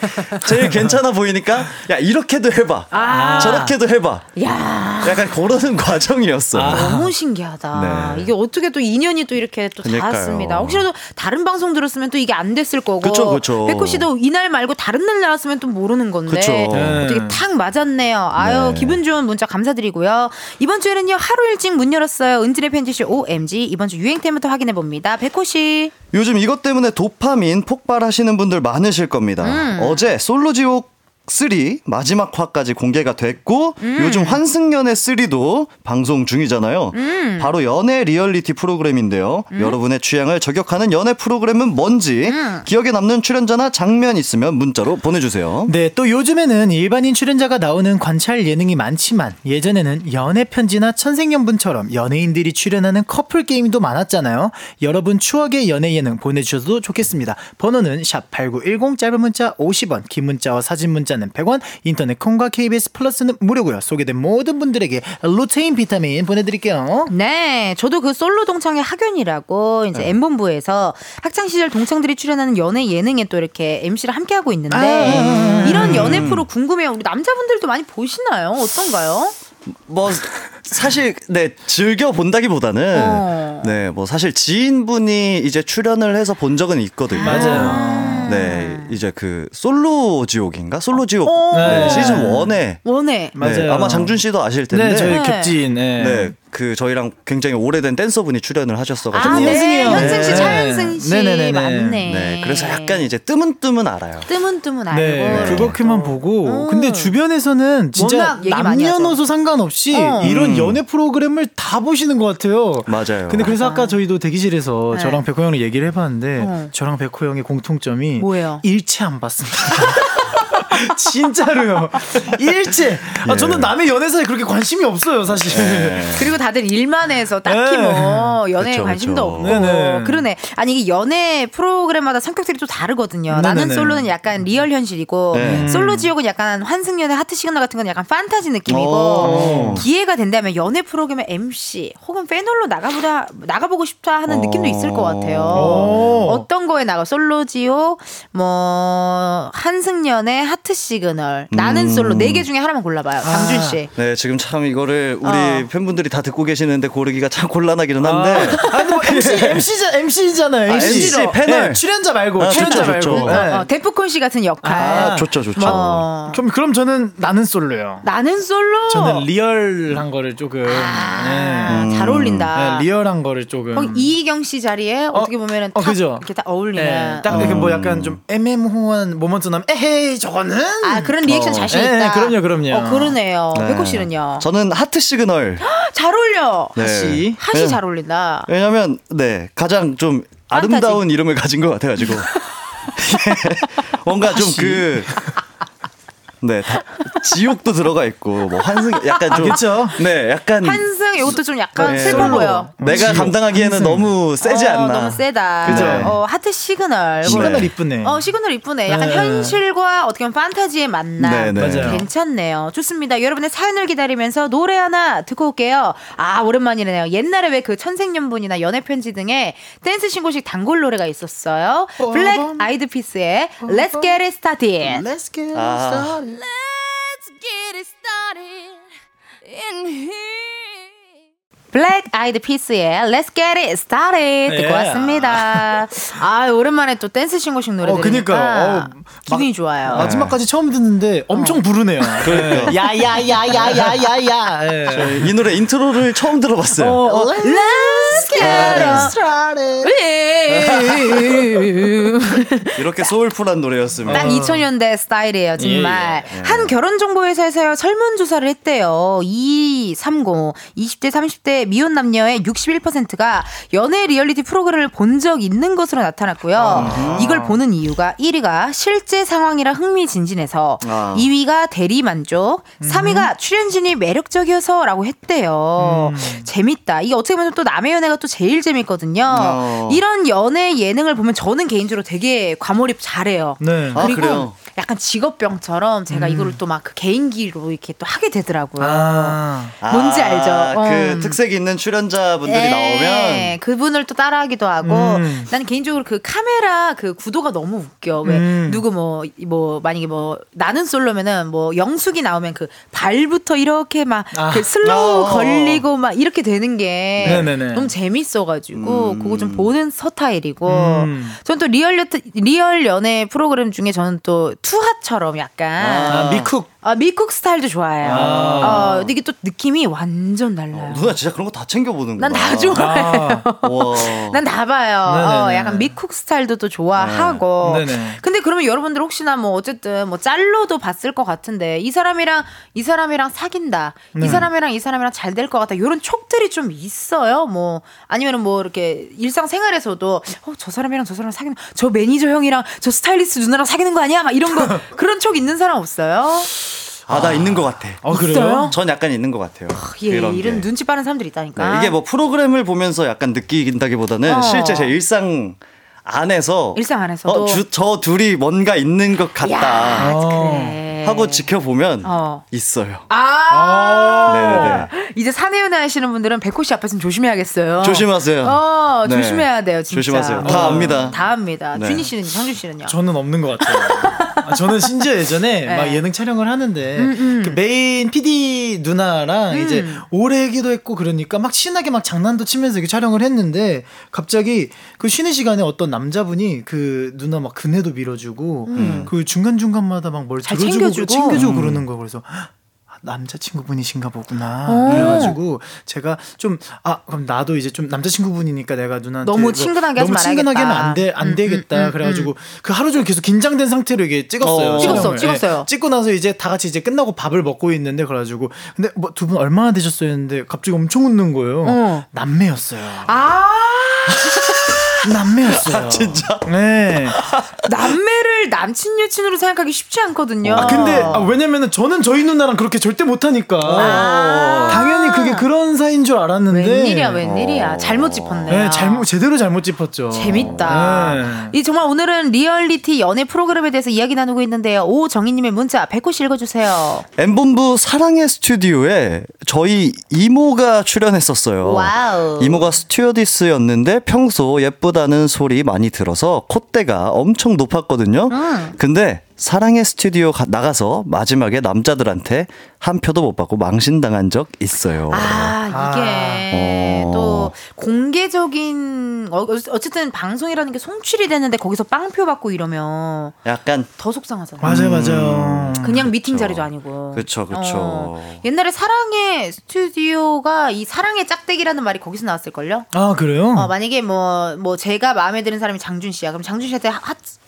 [SPEAKER 5] 제일 괜찮아 보이니까 야 이렇게도 해봐,
[SPEAKER 1] 아.
[SPEAKER 5] 저렇게도 해봐.
[SPEAKER 1] 야
[SPEAKER 5] 약간 그러는 <laughs> 과정이었어요.
[SPEAKER 1] 너무 신기하다.
[SPEAKER 5] 아, 네.
[SPEAKER 1] 이게 어떻게 또 인연이 또 이렇게 또
[SPEAKER 5] 그러니까요.
[SPEAKER 1] 닿았습니다. 혹시라도 다른 방송 들었으면 또 이게 안 됐을 거고.
[SPEAKER 5] 그쵸, 그쵸.
[SPEAKER 1] 백호 씨도 이날 말고 다른 날 나왔으면 또 모르는 건데.
[SPEAKER 5] 그쵸. 네.
[SPEAKER 1] 어떻게 탁 맞았네요. 아유, 기분 좋은 문자 감사드리고요. 이번 주에는요, 하루 일찍 문 열었어요. 은진의 편지쇼 OMG. 이번 주 유행템부터 확인해 봅니다. 백호 씨.
[SPEAKER 5] 요즘 이것 때문에 도파민 폭발하시는 분들 많으실 겁니다. 어제 솔로지옥 3 마지막 화까지 공개가 됐고 요즘 환승연애 3도 방송 중이잖아요. 바로 연애 리얼리티 프로그램인데요. 여러분의 취향을 저격하는 연애 프로그램은 뭔지 기억에 남는 출연자나 장면 있으면 문자로 보내주세요.
[SPEAKER 10] 네, 또 요즘에는 일반인 출연자가 나오는 관찰 예능이 많지만 예전에는 연애 편지나 천생연분처럼 연예인들이 출연하는 커플 게임도 많았잖아요. 여러분 추억의 연애 예능 보내주셔도 좋겠습니다. 번호는 샵 #8910 짧은 문자 50원, 긴 문자와 사진 문자는 100원, 인터넷 콩과 KBS 플러스는 무료고요. 소개된 모든 분들에게 루테인 비타민 보내드릴게요.
[SPEAKER 1] 네, 저도 그 솔로 동창회 학연이라고
[SPEAKER 10] 네.
[SPEAKER 1] 이제 M 본부에서 학창 시절 동창들이 출연하는 연애 예능에 또 이렇게 MC를 함께 하고 있는데
[SPEAKER 10] 아.
[SPEAKER 1] 이런 연애 프로 궁금해요. 우리 남자분들도 많이 보시나요? 어떤가요?
[SPEAKER 5] 뭐 사실 네 즐겨 본다기보다는
[SPEAKER 1] 어.
[SPEAKER 5] 네 뭐 사실 지인분이 이제 출연을 해서 본 적은 있거든요.
[SPEAKER 10] 맞아요.
[SPEAKER 5] 네 이제 그 솔로 지옥인가 솔로 지옥
[SPEAKER 1] 어.
[SPEAKER 5] 네,
[SPEAKER 10] 네.
[SPEAKER 5] 시즌 1에 네,
[SPEAKER 1] 원해.
[SPEAKER 10] 맞아요.
[SPEAKER 5] 아마 장준 씨도 아실 텐데
[SPEAKER 10] 네, 저희
[SPEAKER 1] 네.
[SPEAKER 10] 객지인. 네.
[SPEAKER 5] 네, 그 저희랑 굉장히 오래된 댄서분이 출연을 하셨어가지고
[SPEAKER 1] 아, 네.
[SPEAKER 10] 현승이요.
[SPEAKER 1] 현승 씨,
[SPEAKER 10] 네.
[SPEAKER 1] 차현승 씨.
[SPEAKER 10] 네네네네.
[SPEAKER 1] 맞네.
[SPEAKER 5] 네, 그래서 약간 이제 뜸은뜸은 알아요.
[SPEAKER 1] 뜨문뜨문 알고.
[SPEAKER 10] 네,
[SPEAKER 1] 이렇게
[SPEAKER 10] 그거만
[SPEAKER 1] 또.
[SPEAKER 10] 보고.
[SPEAKER 1] 음.
[SPEAKER 10] 근데 주변에서는 진짜
[SPEAKER 1] 워낙 얘기 많이 하죠.
[SPEAKER 10] 남녀노소 상관없이
[SPEAKER 1] 어.
[SPEAKER 10] 이런
[SPEAKER 5] 음.
[SPEAKER 10] 연애 프로그램을 다 보시는 것 같아요.
[SPEAKER 5] 맞아요.
[SPEAKER 10] 근데 그래서 아까 저희도 대기실에서
[SPEAKER 1] 네.
[SPEAKER 10] 저랑 백호 형이 얘기를 해봤는데
[SPEAKER 1] 어.
[SPEAKER 10] 저랑 백호 형의 공통점이
[SPEAKER 1] 뭐예요?
[SPEAKER 10] 일체 안 봤습니다. <laughs> 진짜로요. 일체.
[SPEAKER 5] 예.
[SPEAKER 10] 아, 저는 남의 연애사에 그렇게 관심이 없어요, 사실.
[SPEAKER 1] 그리고 다들 일만 해서 딱히
[SPEAKER 10] 네.
[SPEAKER 1] 뭐 연애에
[SPEAKER 5] 그쵸,
[SPEAKER 1] 관심도
[SPEAKER 5] 그쵸.
[SPEAKER 1] 없고
[SPEAKER 10] 네네.
[SPEAKER 1] 그러네. 아니 이게 연애 프로그램마다 성격들이 또 다르거든요. 나는
[SPEAKER 10] 네네네.
[SPEAKER 1] 솔로는 약간 리얼 현실이고
[SPEAKER 5] 네.
[SPEAKER 1] 솔로 지옥은 약간 환승연애 하트 시그널 같은 건 약간 판타지 느낌이고
[SPEAKER 5] 오.
[SPEAKER 1] 기회가 된다면 연애 프로그램의 MC 혹은 패널로 나가보다 나가보고 싶다 하는 느낌도 있을 것 같아요.
[SPEAKER 10] 오.
[SPEAKER 1] 어떤 거에 나가 솔로 지옥 뭐 한승연애 하트 시그널 나는
[SPEAKER 5] 음.
[SPEAKER 1] 솔로 네 개 중에 하나만 골라봐요. 장준 씨.
[SPEAKER 5] 네, 지금 참 이거를 우리
[SPEAKER 1] 어.
[SPEAKER 5] 팬분들이 다 듣고 계시는데 고르기가 참 곤란하기는 한데.
[SPEAKER 10] 아, 근데 뭐 MC,
[SPEAKER 5] <laughs>
[SPEAKER 10] MC자, MC잖아요. 네,
[SPEAKER 5] 아, MC, 패널.
[SPEAKER 10] 출연자 말고,
[SPEAKER 5] 아,
[SPEAKER 10] 출연자
[SPEAKER 5] 좋죠,
[SPEAKER 10] 말고.
[SPEAKER 5] 좋죠.
[SPEAKER 10] 네.
[SPEAKER 1] 어, 데프콘 씨 같은 역할.
[SPEAKER 10] 아,
[SPEAKER 5] 좋죠, 좋죠.
[SPEAKER 1] 어.
[SPEAKER 10] 그럼, 그럼 저는 나는 솔로요.
[SPEAKER 1] 나는 솔로.
[SPEAKER 10] 저는 리얼한 거를 조금. 네.
[SPEAKER 1] 어. 아,
[SPEAKER 5] 음.
[SPEAKER 1] 잘 어울린다.
[SPEAKER 10] 네, 리얼한 거를 조금.
[SPEAKER 1] 거기 이희경 씨 자리에 어, 떻게 보면은
[SPEAKER 10] 어,
[SPEAKER 1] 탁
[SPEAKER 10] 그죠?
[SPEAKER 1] 이렇게 다 어울리는.
[SPEAKER 10] 네, 딱 이렇게 뭐 약간 좀 애매모호한 모먼트 나면 에헤이 저거는
[SPEAKER 1] 아 그런 리액션
[SPEAKER 5] 어.
[SPEAKER 1] 자신
[SPEAKER 10] 네,
[SPEAKER 1] 있다.
[SPEAKER 10] 그럼요, 그럼요.
[SPEAKER 1] 어 그러네요.
[SPEAKER 5] 네.
[SPEAKER 1] 백호 씨는요.
[SPEAKER 5] 저는 하트 시그널.
[SPEAKER 1] 잘 어울려.
[SPEAKER 5] 네.
[SPEAKER 10] 하시.
[SPEAKER 1] <gasps> 하시
[SPEAKER 5] 네.
[SPEAKER 1] 잘 어울린다.
[SPEAKER 5] 왜냐면 네 가장 좀
[SPEAKER 1] 판타지.
[SPEAKER 5] 아름다운 이름을 가진
[SPEAKER 1] <laughs>
[SPEAKER 5] 것 같아가지고 <laughs> 뭔가 좀 그 네, 다- 지옥도 들어가 있고 뭐 환승 약간 좀
[SPEAKER 10] 아, 그쵸?
[SPEAKER 5] 네,
[SPEAKER 10] 음.
[SPEAKER 5] 약간
[SPEAKER 1] 한승 이것도 좀 약간
[SPEAKER 5] 네,
[SPEAKER 1] 슬퍼
[SPEAKER 5] 솔로.
[SPEAKER 1] 보여.
[SPEAKER 5] 내가
[SPEAKER 10] 지옥,
[SPEAKER 5] 감당하기에는
[SPEAKER 10] 환승.
[SPEAKER 5] 너무 세지
[SPEAKER 1] 어,
[SPEAKER 5] 않나.
[SPEAKER 1] 너무 세다.
[SPEAKER 5] 그죠?
[SPEAKER 1] 어, 하트 시그널.
[SPEAKER 10] 시그널
[SPEAKER 5] 네.
[SPEAKER 10] 이쁘네.
[SPEAKER 1] 어 시그널 이쁘네. 약간
[SPEAKER 10] 네.
[SPEAKER 1] 현실과 어떻게 보면 판타지의 만남.
[SPEAKER 5] 네, 네.
[SPEAKER 10] 맞아요.
[SPEAKER 1] 괜찮네요. 좋습니다. 여러분의 사연을 기다리면서 노래 하나 듣고 올게요. 아 오랜만이네요. 옛날에 왜 그 천생연분이나 연애편지 등의 댄스 신고식 단골 노래가 있었어요. 블랙 아이드 피스의 Let's Get It Started.
[SPEAKER 10] Let's get
[SPEAKER 5] 아.
[SPEAKER 10] started.
[SPEAKER 3] Let's get it started in here.
[SPEAKER 1] 블랙 아이드 피스의 Let's Get It Started 듣고
[SPEAKER 10] 예.
[SPEAKER 1] 왔습니다. 아 오랜만에 또 댄스 신고식 노래
[SPEAKER 10] 어,
[SPEAKER 1] 들으니까
[SPEAKER 10] 그니까요. 어,
[SPEAKER 1] 기분이 좋아요.
[SPEAKER 10] 마지막까지 처음 듣는데 엄청 부르네요.
[SPEAKER 5] 그러니까.
[SPEAKER 10] 야야야야야야야. 예.
[SPEAKER 5] 이 노래 인트로를 처음 들어봤어요.
[SPEAKER 1] Let's Get It Started.
[SPEAKER 5] 이렇게 소울풀한 노래였습니다. 어.
[SPEAKER 1] 딱 2000년대 스타일이에요, 정말.
[SPEAKER 5] 예, 예.
[SPEAKER 1] 한 결혼정보회사에서 설문조사를 했대요. 2230, 20대, 30대 미혼 남녀의 61%가 연애 리얼리티 프로그램을 본 적 있는 것으로 나타났고요. 이걸 보는 이유가 1위가 실제 상황이라 흥미진진해서,
[SPEAKER 5] 아. 음.
[SPEAKER 1] 2위가 대리 만족, 3위가 출연진이 매력적이어서 라고 했대요.
[SPEAKER 5] 음.
[SPEAKER 1] 재밌다. 이게 어떻게 보면 또 남의 연애가 또 제일 재밌거든요.
[SPEAKER 5] 어.
[SPEAKER 1] 이런 연애 예능을 보면 저는 개인적으로 되게 과몰입 잘해요.
[SPEAKER 10] 네.
[SPEAKER 5] 아,
[SPEAKER 1] 그리고
[SPEAKER 5] 그래요?
[SPEAKER 1] 약간 직업병처럼 제가 이거를 또 막 그 개인기로 이렇게 또 하게 되더라고요.
[SPEAKER 10] 아.
[SPEAKER 1] 뭔지 알죠?
[SPEAKER 5] 그
[SPEAKER 1] 음.
[SPEAKER 5] 특색 있는 출연자분들이
[SPEAKER 1] 예,
[SPEAKER 5] 나오면
[SPEAKER 1] 그분을 또 따라하기도 하고
[SPEAKER 10] 음.
[SPEAKER 1] 나는 개인적으로 그 카메라 그 구도가 너무 웃겨 왜
[SPEAKER 10] 음.
[SPEAKER 1] 누구 뭐 뭐 만약에 뭐 나는 솔로면은 뭐 영숙이 나오면 그 발부터 이렇게 막 그
[SPEAKER 10] 아.
[SPEAKER 1] 슬로우
[SPEAKER 5] 어.
[SPEAKER 1] 걸리고 막 이렇게 되는 게
[SPEAKER 10] 네네네.
[SPEAKER 1] 너무 재밌어가지고 그거 좀 보는 서타일이고
[SPEAKER 10] 음.
[SPEAKER 1] 저는 또 리얼 여- 리얼 연애 프로그램 중에 저는 또 투하처럼 약간
[SPEAKER 10] 아, 미쿡.
[SPEAKER 1] 아, 미국 스타일도 좋아해요.
[SPEAKER 10] 아.
[SPEAKER 1] 어, 근데 이게 또 느낌이 완전 달라요.
[SPEAKER 5] 누나 진짜 그런 거 다 챙겨보는구나.
[SPEAKER 1] 난 다 좋아해.
[SPEAKER 10] 아.
[SPEAKER 5] 와.
[SPEAKER 1] <laughs> 난 다 봐요. 어,
[SPEAKER 10] 네네네.
[SPEAKER 1] 약간 미쿡 스타일도 또 좋아하고.
[SPEAKER 10] 네네.
[SPEAKER 1] 근데 그러면 여러분들 혹시나 뭐 어쨌든 뭐 짤로도 봤을 것 같은데 이 사람이랑 이 사람이랑 사귄다.
[SPEAKER 10] 네.
[SPEAKER 1] 이 사람이랑 이 사람이랑 잘 될 것 같다. 이런 촉들이 좀 있어요. 뭐 아니면은 뭐 이렇게 일상생활에서도 어, 저 사람이랑 저 사람 사귀는 저 매니저 형이랑 저 스타일리스트 누나랑 사귀는 거 아니야? 막 이런
[SPEAKER 10] <laughs>
[SPEAKER 1] 거 그런 촉 있는 사람 없어요?
[SPEAKER 5] 아, 나 있는 것 같아.
[SPEAKER 10] 어, 그래요?
[SPEAKER 5] 전 약간 있는 것 같아요.
[SPEAKER 1] 예,
[SPEAKER 5] 그런 게.
[SPEAKER 1] 이런 눈치 빠른 사람들이
[SPEAKER 5] 네,
[SPEAKER 1] 있다니까.
[SPEAKER 5] 이게 뭐 프로그램을 보면서 약간 느낀다기보다는
[SPEAKER 1] 어.
[SPEAKER 5] 실제 제 일상 안에서
[SPEAKER 1] 일상 안에서도.
[SPEAKER 5] 어, 주- 저 둘이 뭔가 있는 것
[SPEAKER 1] 야,
[SPEAKER 5] 같다
[SPEAKER 10] 어.
[SPEAKER 1] 그래.
[SPEAKER 5] 하고 지켜보면
[SPEAKER 1] 어.
[SPEAKER 5] 있어요.
[SPEAKER 1] 아.
[SPEAKER 5] 네네네.
[SPEAKER 1] 이제 사내연애 하시는 분들은 백호 씨 앞에서 좀 조심해야겠어요.
[SPEAKER 5] 조심하세요.
[SPEAKER 1] 어,
[SPEAKER 5] 네.
[SPEAKER 1] 조심해야 돼요, 진짜.
[SPEAKER 5] 조심하세요. 다
[SPEAKER 1] 어,
[SPEAKER 5] 압니다.
[SPEAKER 1] 다 압니다.
[SPEAKER 5] 네.
[SPEAKER 1] 준희 씨는, 성준 씨는요?
[SPEAKER 10] 저는 없는
[SPEAKER 1] <laughs>
[SPEAKER 10] 것 같아요. 아, 저는 심지어 예전에
[SPEAKER 1] 네. 음,
[SPEAKER 10] 막 예능 촬영을 하는데 그 메인 PD 누나랑 이제 오래기도 했고 그러니까 막 신나게 막 장난도 치면서 이렇게 촬영을 했는데 갑자기 그 쉬는 시간에 어떤 남자분이 그 누나 막 그네도 밀어주고 그 중간 중간마다 막 뭘
[SPEAKER 1] 음. 잘
[SPEAKER 10] 들어주고
[SPEAKER 1] 챙겨주고.
[SPEAKER 10] 챙겨주고 그러는 거 그래서 아, 남자친구분이신가 보구나.
[SPEAKER 1] 어.
[SPEAKER 10] 그래가지고 제가 좀 아 그럼 나도 이제 좀 남자친구분이니까 내가 누나한테
[SPEAKER 1] 너무
[SPEAKER 10] 이거
[SPEAKER 1] 친근하게 하지
[SPEAKER 10] 너무 친근하게 하면
[SPEAKER 1] 말아야겠다.
[SPEAKER 10] 안돼 안
[SPEAKER 1] 음,
[SPEAKER 10] 되겠다.
[SPEAKER 1] 음, 음,
[SPEAKER 10] 그래가지고 그 하루 종일 계속 긴장된 상태로 이게 찍었어요.
[SPEAKER 11] 어.
[SPEAKER 10] 촬영을.
[SPEAKER 1] 찍었어,
[SPEAKER 10] 예.
[SPEAKER 1] 찍었어요.
[SPEAKER 10] 찍고 나서 이제 다 같이 이제 끝나고 밥을 먹고 있는데 그래가지고 근데 뭐 두 분 얼마나 되셨어요 했는데 갑자기 엄청 웃는 거예요.
[SPEAKER 1] 어.
[SPEAKER 10] 남매였어요.
[SPEAKER 1] 아
[SPEAKER 10] 남매였어요. 진짜? 네.
[SPEAKER 1] 남매를 남친 여친으로 생각하기 쉽지 않거든요. 어.
[SPEAKER 10] 아 근데 아, 왜냐면은 저는 저희 누나랑 그렇게 절대 못하니까
[SPEAKER 1] 아.
[SPEAKER 10] 당연히 그게 그런 사이인 줄 알았는데
[SPEAKER 1] 웬일이야
[SPEAKER 5] 어.
[SPEAKER 1] 웬일이야 잘못 짚었네.
[SPEAKER 10] 네, 잘못 제대로 잘못 짚었죠.
[SPEAKER 1] 재밌다.
[SPEAKER 10] 네.
[SPEAKER 1] 이 정말 오늘은 리얼리티 연애 프로그램에 대해서 이야기 나누고 있는데요. 오정희님의 문자 백호 씨 읽어주세요.
[SPEAKER 5] 엠본부 사랑의 스튜디오에 저희 이모가 출연했었어요.
[SPEAKER 1] 와우.
[SPEAKER 5] 이모가 스튜어디스였는데 평소 예쁘다는 소리 많이 들어서 콧대가 엄청 높았거든요. 근데 사랑의 스튜디오 가- 나가서 마지막에 남자들한테 한 표도 못 받고 망신당한 적 있어요.
[SPEAKER 1] 아 이게
[SPEAKER 5] 아.
[SPEAKER 1] 또 공개적인 어- 어쨌든 방송이라는 게 송출이 됐는데 거기서 빵표 받고 이러면
[SPEAKER 5] 약간
[SPEAKER 1] 더 속상하잖아요.
[SPEAKER 10] 맞아요, 맞아요.
[SPEAKER 1] 그냥 미팅 자리도 아니고.
[SPEAKER 5] 음, 그쵸, 그쵸.
[SPEAKER 1] 어. 옛날에 사랑의 스튜디오가 이 사랑의 짝대기라는 말이 거기서 나왔을걸요?
[SPEAKER 10] 아 그래요?
[SPEAKER 1] 어, 만약에 뭐, 뭐, 제가 마음에 드는 사람이 장준 씨야. 그럼 장준 씨한테 하,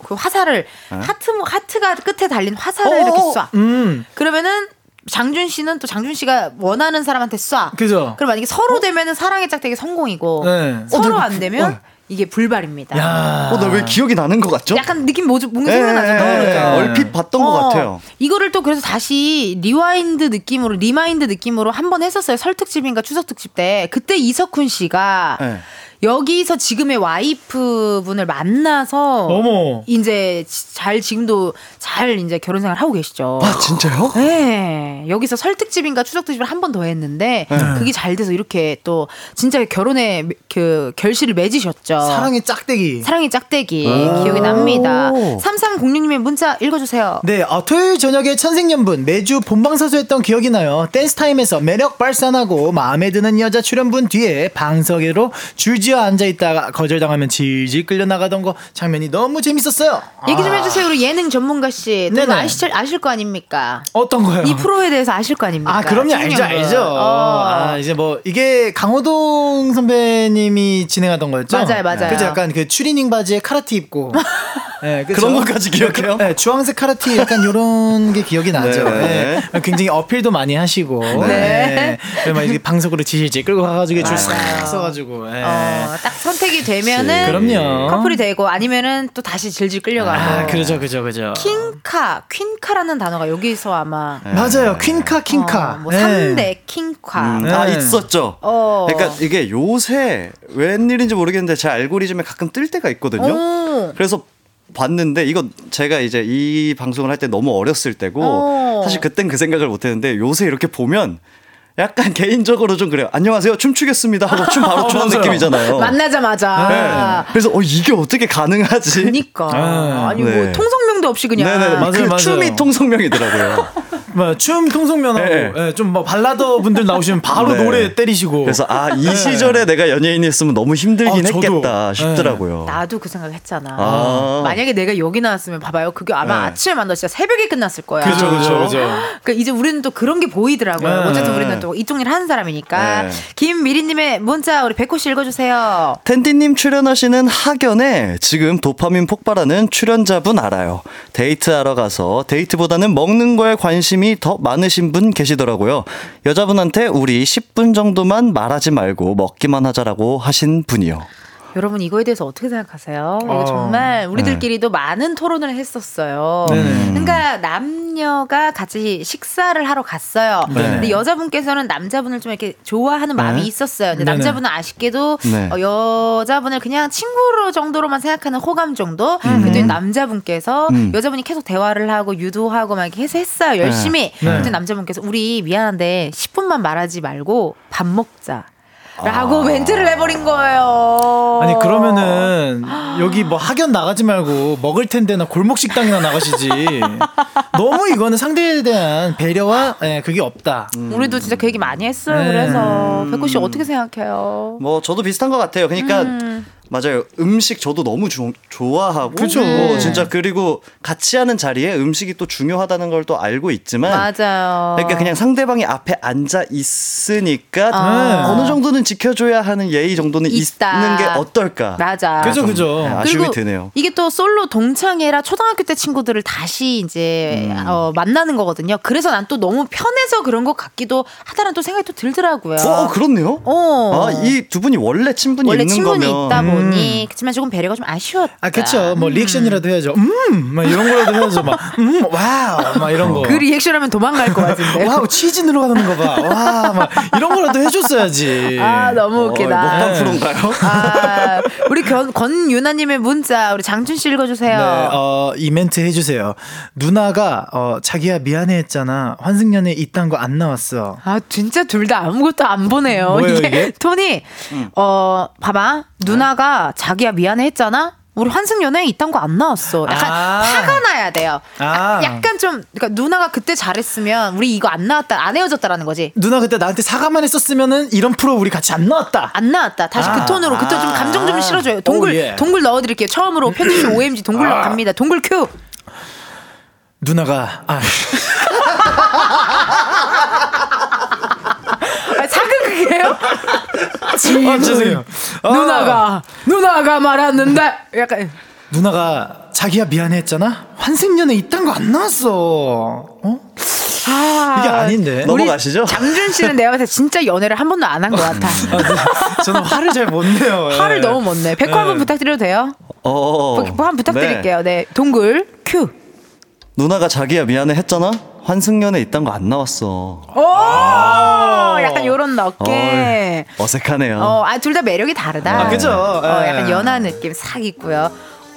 [SPEAKER 1] 그 화살을,
[SPEAKER 5] 네.
[SPEAKER 1] 하트, 모- 하트가 끝에 달린 화살을 이렇게 쏴.
[SPEAKER 10] 음.
[SPEAKER 1] 그러면은 장준 씨는 또 장준 씨가 원하는 사람한테 쏴.
[SPEAKER 10] 그죠?
[SPEAKER 1] 그럼 만약에
[SPEAKER 5] 어?
[SPEAKER 1] 서로 되면은 사랑의 짝대기 성공이고,
[SPEAKER 10] 네.
[SPEAKER 1] 서로
[SPEAKER 10] 어,
[SPEAKER 1] 안 되면
[SPEAKER 10] 어.
[SPEAKER 1] 이게 불발입니다.
[SPEAKER 10] 야.
[SPEAKER 5] 어, 나 왜 기억이 나는 것 같죠?
[SPEAKER 1] 약간 느낌 뭐지? 뭔가
[SPEAKER 5] 예,
[SPEAKER 1] 생각나죠?
[SPEAKER 5] 예, 예.
[SPEAKER 1] 그러니까.
[SPEAKER 5] 얼핏 봤던 것
[SPEAKER 1] 어,
[SPEAKER 5] 같아요.
[SPEAKER 1] 이거를 또 그래서 다시 리와인드 느낌으로 리마인드 느낌으로 한 번 했었어요. 설특집인가 추석특집 때 그때 이석훈 씨가
[SPEAKER 5] 네.
[SPEAKER 1] 여기서 지금의 와이프 분을 만나서
[SPEAKER 10] 어머.
[SPEAKER 1] 이제 지- 잘 지금도 잘 이제 결혼 생활 하고 계시죠.
[SPEAKER 5] 아 진짜요?
[SPEAKER 1] 네. 여기서 설특집인가 추석특집을 한 번 더 했는데
[SPEAKER 10] 네.
[SPEAKER 1] 그게 잘 돼서 이렇게 또 진짜 결혼의 그 결실을 맺으셨죠.
[SPEAKER 5] 아.
[SPEAKER 10] 사랑의 짝대기.
[SPEAKER 1] 사랑의 짝대기 기억이 납니다. 3306님의 문자 읽어주세요.
[SPEAKER 10] 네, 어, 토요일 저녁에 천생연분 매주 본방사수했던 기억이 나요. 댄스 타임에서 매력 발산하고 마음에 드는 여자 출연분 뒤에 방석으로 줄지어 앉아 있다가 거절당하면 질질 끌려 나가던 거 장면이 너무 재밌었어요.
[SPEAKER 1] 얘기 좀
[SPEAKER 10] 아,
[SPEAKER 1] 해주세요. 우리 예능 전문가 씨. 또
[SPEAKER 10] 네네.
[SPEAKER 1] 이거 아실, 아실 거 아닙니까?
[SPEAKER 10] 어떤 거요?
[SPEAKER 1] 이 프로에 대해서 아실 거 아닙니까?
[SPEAKER 10] 아, 그럼요. 알죠,
[SPEAKER 1] 청년분.
[SPEAKER 10] 알죠.
[SPEAKER 1] 그러니까 어.
[SPEAKER 10] 아, 이제 뭐, 이게 강호동 선배님이 진행하던 거였죠?
[SPEAKER 1] 맞아요, 맞아요.
[SPEAKER 10] 그죠? 약간 그 추리닝 바지에
[SPEAKER 1] <laughs>
[SPEAKER 10] 카라티 입고. 네, 그죠?
[SPEAKER 5] 그런 것까지 기억해요?
[SPEAKER 10] 네, 주황색 카라티 약간 요런 게 기억이 나죠.
[SPEAKER 5] 네.
[SPEAKER 10] 네. 굉장히 어필도 많이 하시고. 네. 그래서 막 이렇게 방석으로 지실지 끌고 가가지고 줄싹 써가지고. 네.
[SPEAKER 1] 어, 딱 선택이 되면은
[SPEAKER 10] 그럼요.
[SPEAKER 1] 커플이 되고 아니면은 또 다시 질질 끌려가고.
[SPEAKER 10] 아, 그죠, 그죠, 그죠.
[SPEAKER 1] 퀸카, 퀸카라는 단어가 여기서
[SPEAKER 10] 네.
[SPEAKER 1] 아마
[SPEAKER 10] 맞아요. 퀸카, 퀸카.
[SPEAKER 1] 어, 뭐
[SPEAKER 10] 네.
[SPEAKER 1] 3대 퀸카.
[SPEAKER 10] 네.
[SPEAKER 5] 아 있었죠.
[SPEAKER 1] 어.
[SPEAKER 5] 그러니까 이게 요새 웬일인지 모르겠는데 제 알고리즘에 가끔 뜰 때가 있거든요.
[SPEAKER 10] 어.
[SPEAKER 1] 오.
[SPEAKER 5] 그래서 봤는데 이거 제가 이제 이 방송을 할 때 너무 어렸을 때고
[SPEAKER 1] 어.
[SPEAKER 5] 사실 그땐 그 생각을 못 했는데 요새 이렇게 보면 약간 개인적으로 좀 그래요. 안녕하세요. 춤추겠습니다 하고 춤
[SPEAKER 10] <laughs>
[SPEAKER 5] 바로 추는
[SPEAKER 10] 어, 맞아요.
[SPEAKER 5] 느낌이잖아요.
[SPEAKER 1] 만나자마자.
[SPEAKER 5] 네. 그래서 어 이게 어떻게 가능하지?
[SPEAKER 1] 그니까.
[SPEAKER 10] 아,
[SPEAKER 1] 아니, 뭐,
[SPEAKER 5] 네.
[SPEAKER 1] 통성명도 없이 그냥.
[SPEAKER 5] 네네
[SPEAKER 10] 맞아요,
[SPEAKER 5] 그
[SPEAKER 10] 맞아요.
[SPEAKER 5] 춤이 통성명이더라고요.
[SPEAKER 10] 뭐, 춤 통성면하고,
[SPEAKER 5] 네.
[SPEAKER 10] 좀뭐 발라더 분들 나오시면 바로
[SPEAKER 5] 네.
[SPEAKER 10] 노래 때리시고. 네.
[SPEAKER 5] 그래서 아 이 시절에 내가 연예인이었으면 너무 힘들긴
[SPEAKER 10] 아, 저도.
[SPEAKER 5] 했겠다
[SPEAKER 10] 네.
[SPEAKER 5] 싶더라고요.
[SPEAKER 1] 나도 그 생각을 했잖아.
[SPEAKER 5] 아.
[SPEAKER 1] 만약에 내가 여기 나왔으면 봐봐요. 그게 아마
[SPEAKER 5] 네.
[SPEAKER 1] 아침에 만나 진짜 새벽에 끝났을 거야.
[SPEAKER 10] 그죠, 그죠, 그죠.
[SPEAKER 1] 그러니까 이제 우리는 또 그런 게 보이더라고요.
[SPEAKER 10] 네.
[SPEAKER 1] 어쨌든 우리는 또 이쪽 일 하는 사람이니까.
[SPEAKER 5] 네.
[SPEAKER 1] 김미리님의 문자 우리 백호 씨 읽어주세요.
[SPEAKER 5] 텐디님 출연하시는 학연에 지금 도파민 폭발하는 출연자분 알아요. 데이트하러 가서 데이트보다는 먹는 거에 관심이 더 많으신 분 계시더라고요. 여자분한테 우리 10분 정도만 말하지 말고 먹기만 하자라고 하신 분이요.
[SPEAKER 1] 여러분 이거에 대해서 어떻게 생각하세요? 이거 정말
[SPEAKER 5] 네.
[SPEAKER 1] 우리들끼리도 많은 토론을
[SPEAKER 10] 네.
[SPEAKER 1] 했었어요.
[SPEAKER 5] 음.
[SPEAKER 1] 그러니까 남녀가 같이 식사를 하러 갔어요. 근데 여자분께서는 남자분을 좀 이렇게 좋아하는 마음이 있었어요. 근데
[SPEAKER 10] 네네.
[SPEAKER 1] 남자분은 아쉽게도
[SPEAKER 5] 네.
[SPEAKER 1] 어, 여자분을 그냥 친구로 정도로만 생각하는 호감 정도. 그랬더니 남자분께서
[SPEAKER 5] 음.
[SPEAKER 1] 여자분이 계속 대화를 하고 유도하고 막 이렇게 해서 했어요. 열심히. 근데 남자분께서 우리 미안한데 10분만 말하지 말고 밥 먹자. 라고 멘트를 해버린 거예요. <gasps>
[SPEAKER 10] 아니 그러면은 여기 뭐 학연 나가지 말고 먹을 텐데나 골목
[SPEAKER 1] <laughs>
[SPEAKER 10] 식당이나 나가시지. 너무 이거는 상대에 대한 배려와 예, 그게 없다.
[SPEAKER 1] 음. 우리도 진짜 그 얘기 많이 했어요.
[SPEAKER 10] 네.
[SPEAKER 1] 그래서 백호 씨 어떻게 생각해요?
[SPEAKER 5] 뭐 저도 비슷한 것 같아요. 그러니까
[SPEAKER 12] 맞아요. 음식 저도 너무 조- 좋아하고
[SPEAKER 1] 음. 그죠.
[SPEAKER 12] 뭐 진짜 그리고 같이 하는 자리에 음식이 또 중요하다는 걸 또 알고 있지만
[SPEAKER 1] 맞아요.
[SPEAKER 12] 그러니까 그냥 상대방이 앞에 앉아 있으니까
[SPEAKER 1] 아.
[SPEAKER 12] 어느 정도는 지켜줘야 하는 예의 정도는 있
[SPEAKER 1] 있다.
[SPEAKER 12] 는게 어떨까?
[SPEAKER 1] 맞아.
[SPEAKER 12] 아, 좀, 네, 아쉬움이
[SPEAKER 1] 그리고
[SPEAKER 12] 드네요.
[SPEAKER 1] 이게 또 솔로 동창회라 초등학교 때 친구들을 다시 이제
[SPEAKER 12] 음.
[SPEAKER 1] 어, 만나는 거거든요. 그래서 난 또 너무 편해서 그런 것 같기도 하다는 또 생각이 또 들더라고요.
[SPEAKER 12] 어, 그렇네요.
[SPEAKER 1] 아. 어.
[SPEAKER 12] 아, 이 두 분이 원래 친분이
[SPEAKER 1] 원래
[SPEAKER 12] 있는
[SPEAKER 1] 친분이
[SPEAKER 12] 거면 음.
[SPEAKER 1] 있다 보니 그렇지만 조금 배려가 좀 아쉬웠다.
[SPEAKER 10] 아, 그쵸. 뭐, 리액션이라도 해야죠. 음! 막 이런 거라도 해야죠. 막, 음, 와우! 막 이런 거.
[SPEAKER 1] 그 리액션 하면 도망갈 것 같은데.
[SPEAKER 10] 뭐. <laughs> 와우, 치즈 늘어가는 거 봐. 와, 막 이런 거라도 해줬어야지.
[SPEAKER 1] 아, 너무 웃기다.
[SPEAKER 10] 음. 프로인가요?
[SPEAKER 1] 아, 우리 견, 권유나님의 문자 우리 장준 씨 읽어주세요.
[SPEAKER 10] 네, 어, 이멘트 해주세요. 누나가, 어, 자기야 미안해 했잖아. 환승연애 이딴 거 안 나왔어.
[SPEAKER 1] 아 진짜 둘 다 아무것도 안 보네요.
[SPEAKER 10] 뭐예요, 이게?
[SPEAKER 1] <laughs> 토니 어 봐봐
[SPEAKER 10] 네.
[SPEAKER 1] 누나가 자기야 미안해 했잖아. 우리 환승연애 이딴 거 안 나왔어. 약간
[SPEAKER 10] 아.
[SPEAKER 1] 화가 나야 돼요.
[SPEAKER 10] 아.
[SPEAKER 1] 약간 좀 그러니까 누나가 그때 잘했으면 우리 이거 안 나왔다 안 헤어졌다라는 거지.
[SPEAKER 10] 누나 그때 나한테 사과만 했었으면은 이런 프로 우리 같이 안 나왔다.
[SPEAKER 1] 안 나왔다. 다시
[SPEAKER 10] 아.
[SPEAKER 1] 그 톤으로 그톤 좀 감정 좀
[SPEAKER 10] 아.
[SPEAKER 1] 실어줘요. 동굴
[SPEAKER 10] 오, 예.
[SPEAKER 1] 동굴 넣어드릴게요. 처음으로
[SPEAKER 10] <laughs>
[SPEAKER 1] 편집 OMG 동굴
[SPEAKER 10] 아.
[SPEAKER 1] 갑니다. 동굴 큐.
[SPEAKER 10] 누나가 아,
[SPEAKER 1] 아, 사극이에요?
[SPEAKER 10] 아, 죄송해요. 아.
[SPEAKER 1] 누나가 누나가 말았는데 약간
[SPEAKER 10] 누나가 자기야 미안해 했잖아. 환승연애 이딴 거 안 나왔어. 어?
[SPEAKER 1] 아,
[SPEAKER 10] 이게 아닌데.
[SPEAKER 1] 우리
[SPEAKER 10] 예? 넘어가시죠?
[SPEAKER 1] 장준 씨는 내가 봤을 때 진짜 연애를 한 번도 안 한 것 같아.
[SPEAKER 10] <laughs> 저는 화를 잘 못 내요.
[SPEAKER 1] <laughs>
[SPEAKER 10] 예.
[SPEAKER 1] 화를 너무 못 내. 백호 한번
[SPEAKER 10] 예.
[SPEAKER 1] 부탁드려도 돼요?
[SPEAKER 12] 어.
[SPEAKER 1] 뭐 한번
[SPEAKER 12] 네.
[SPEAKER 1] 부탁드릴게요. 네. 동굴 큐.
[SPEAKER 12] 누나가 자기야 미안해 했잖아. 환승연애 있단 거 안 나왔어.
[SPEAKER 1] 오! 약간 요런
[SPEAKER 5] 예.
[SPEAKER 1] 어깨.
[SPEAKER 12] 어색하네요.
[SPEAKER 1] 어, 아, 둘 다 매력이 다르다.
[SPEAKER 12] 아, 그죠?
[SPEAKER 1] 어,
[SPEAKER 12] 예.
[SPEAKER 1] 약간 연한 느낌 싹 있고요.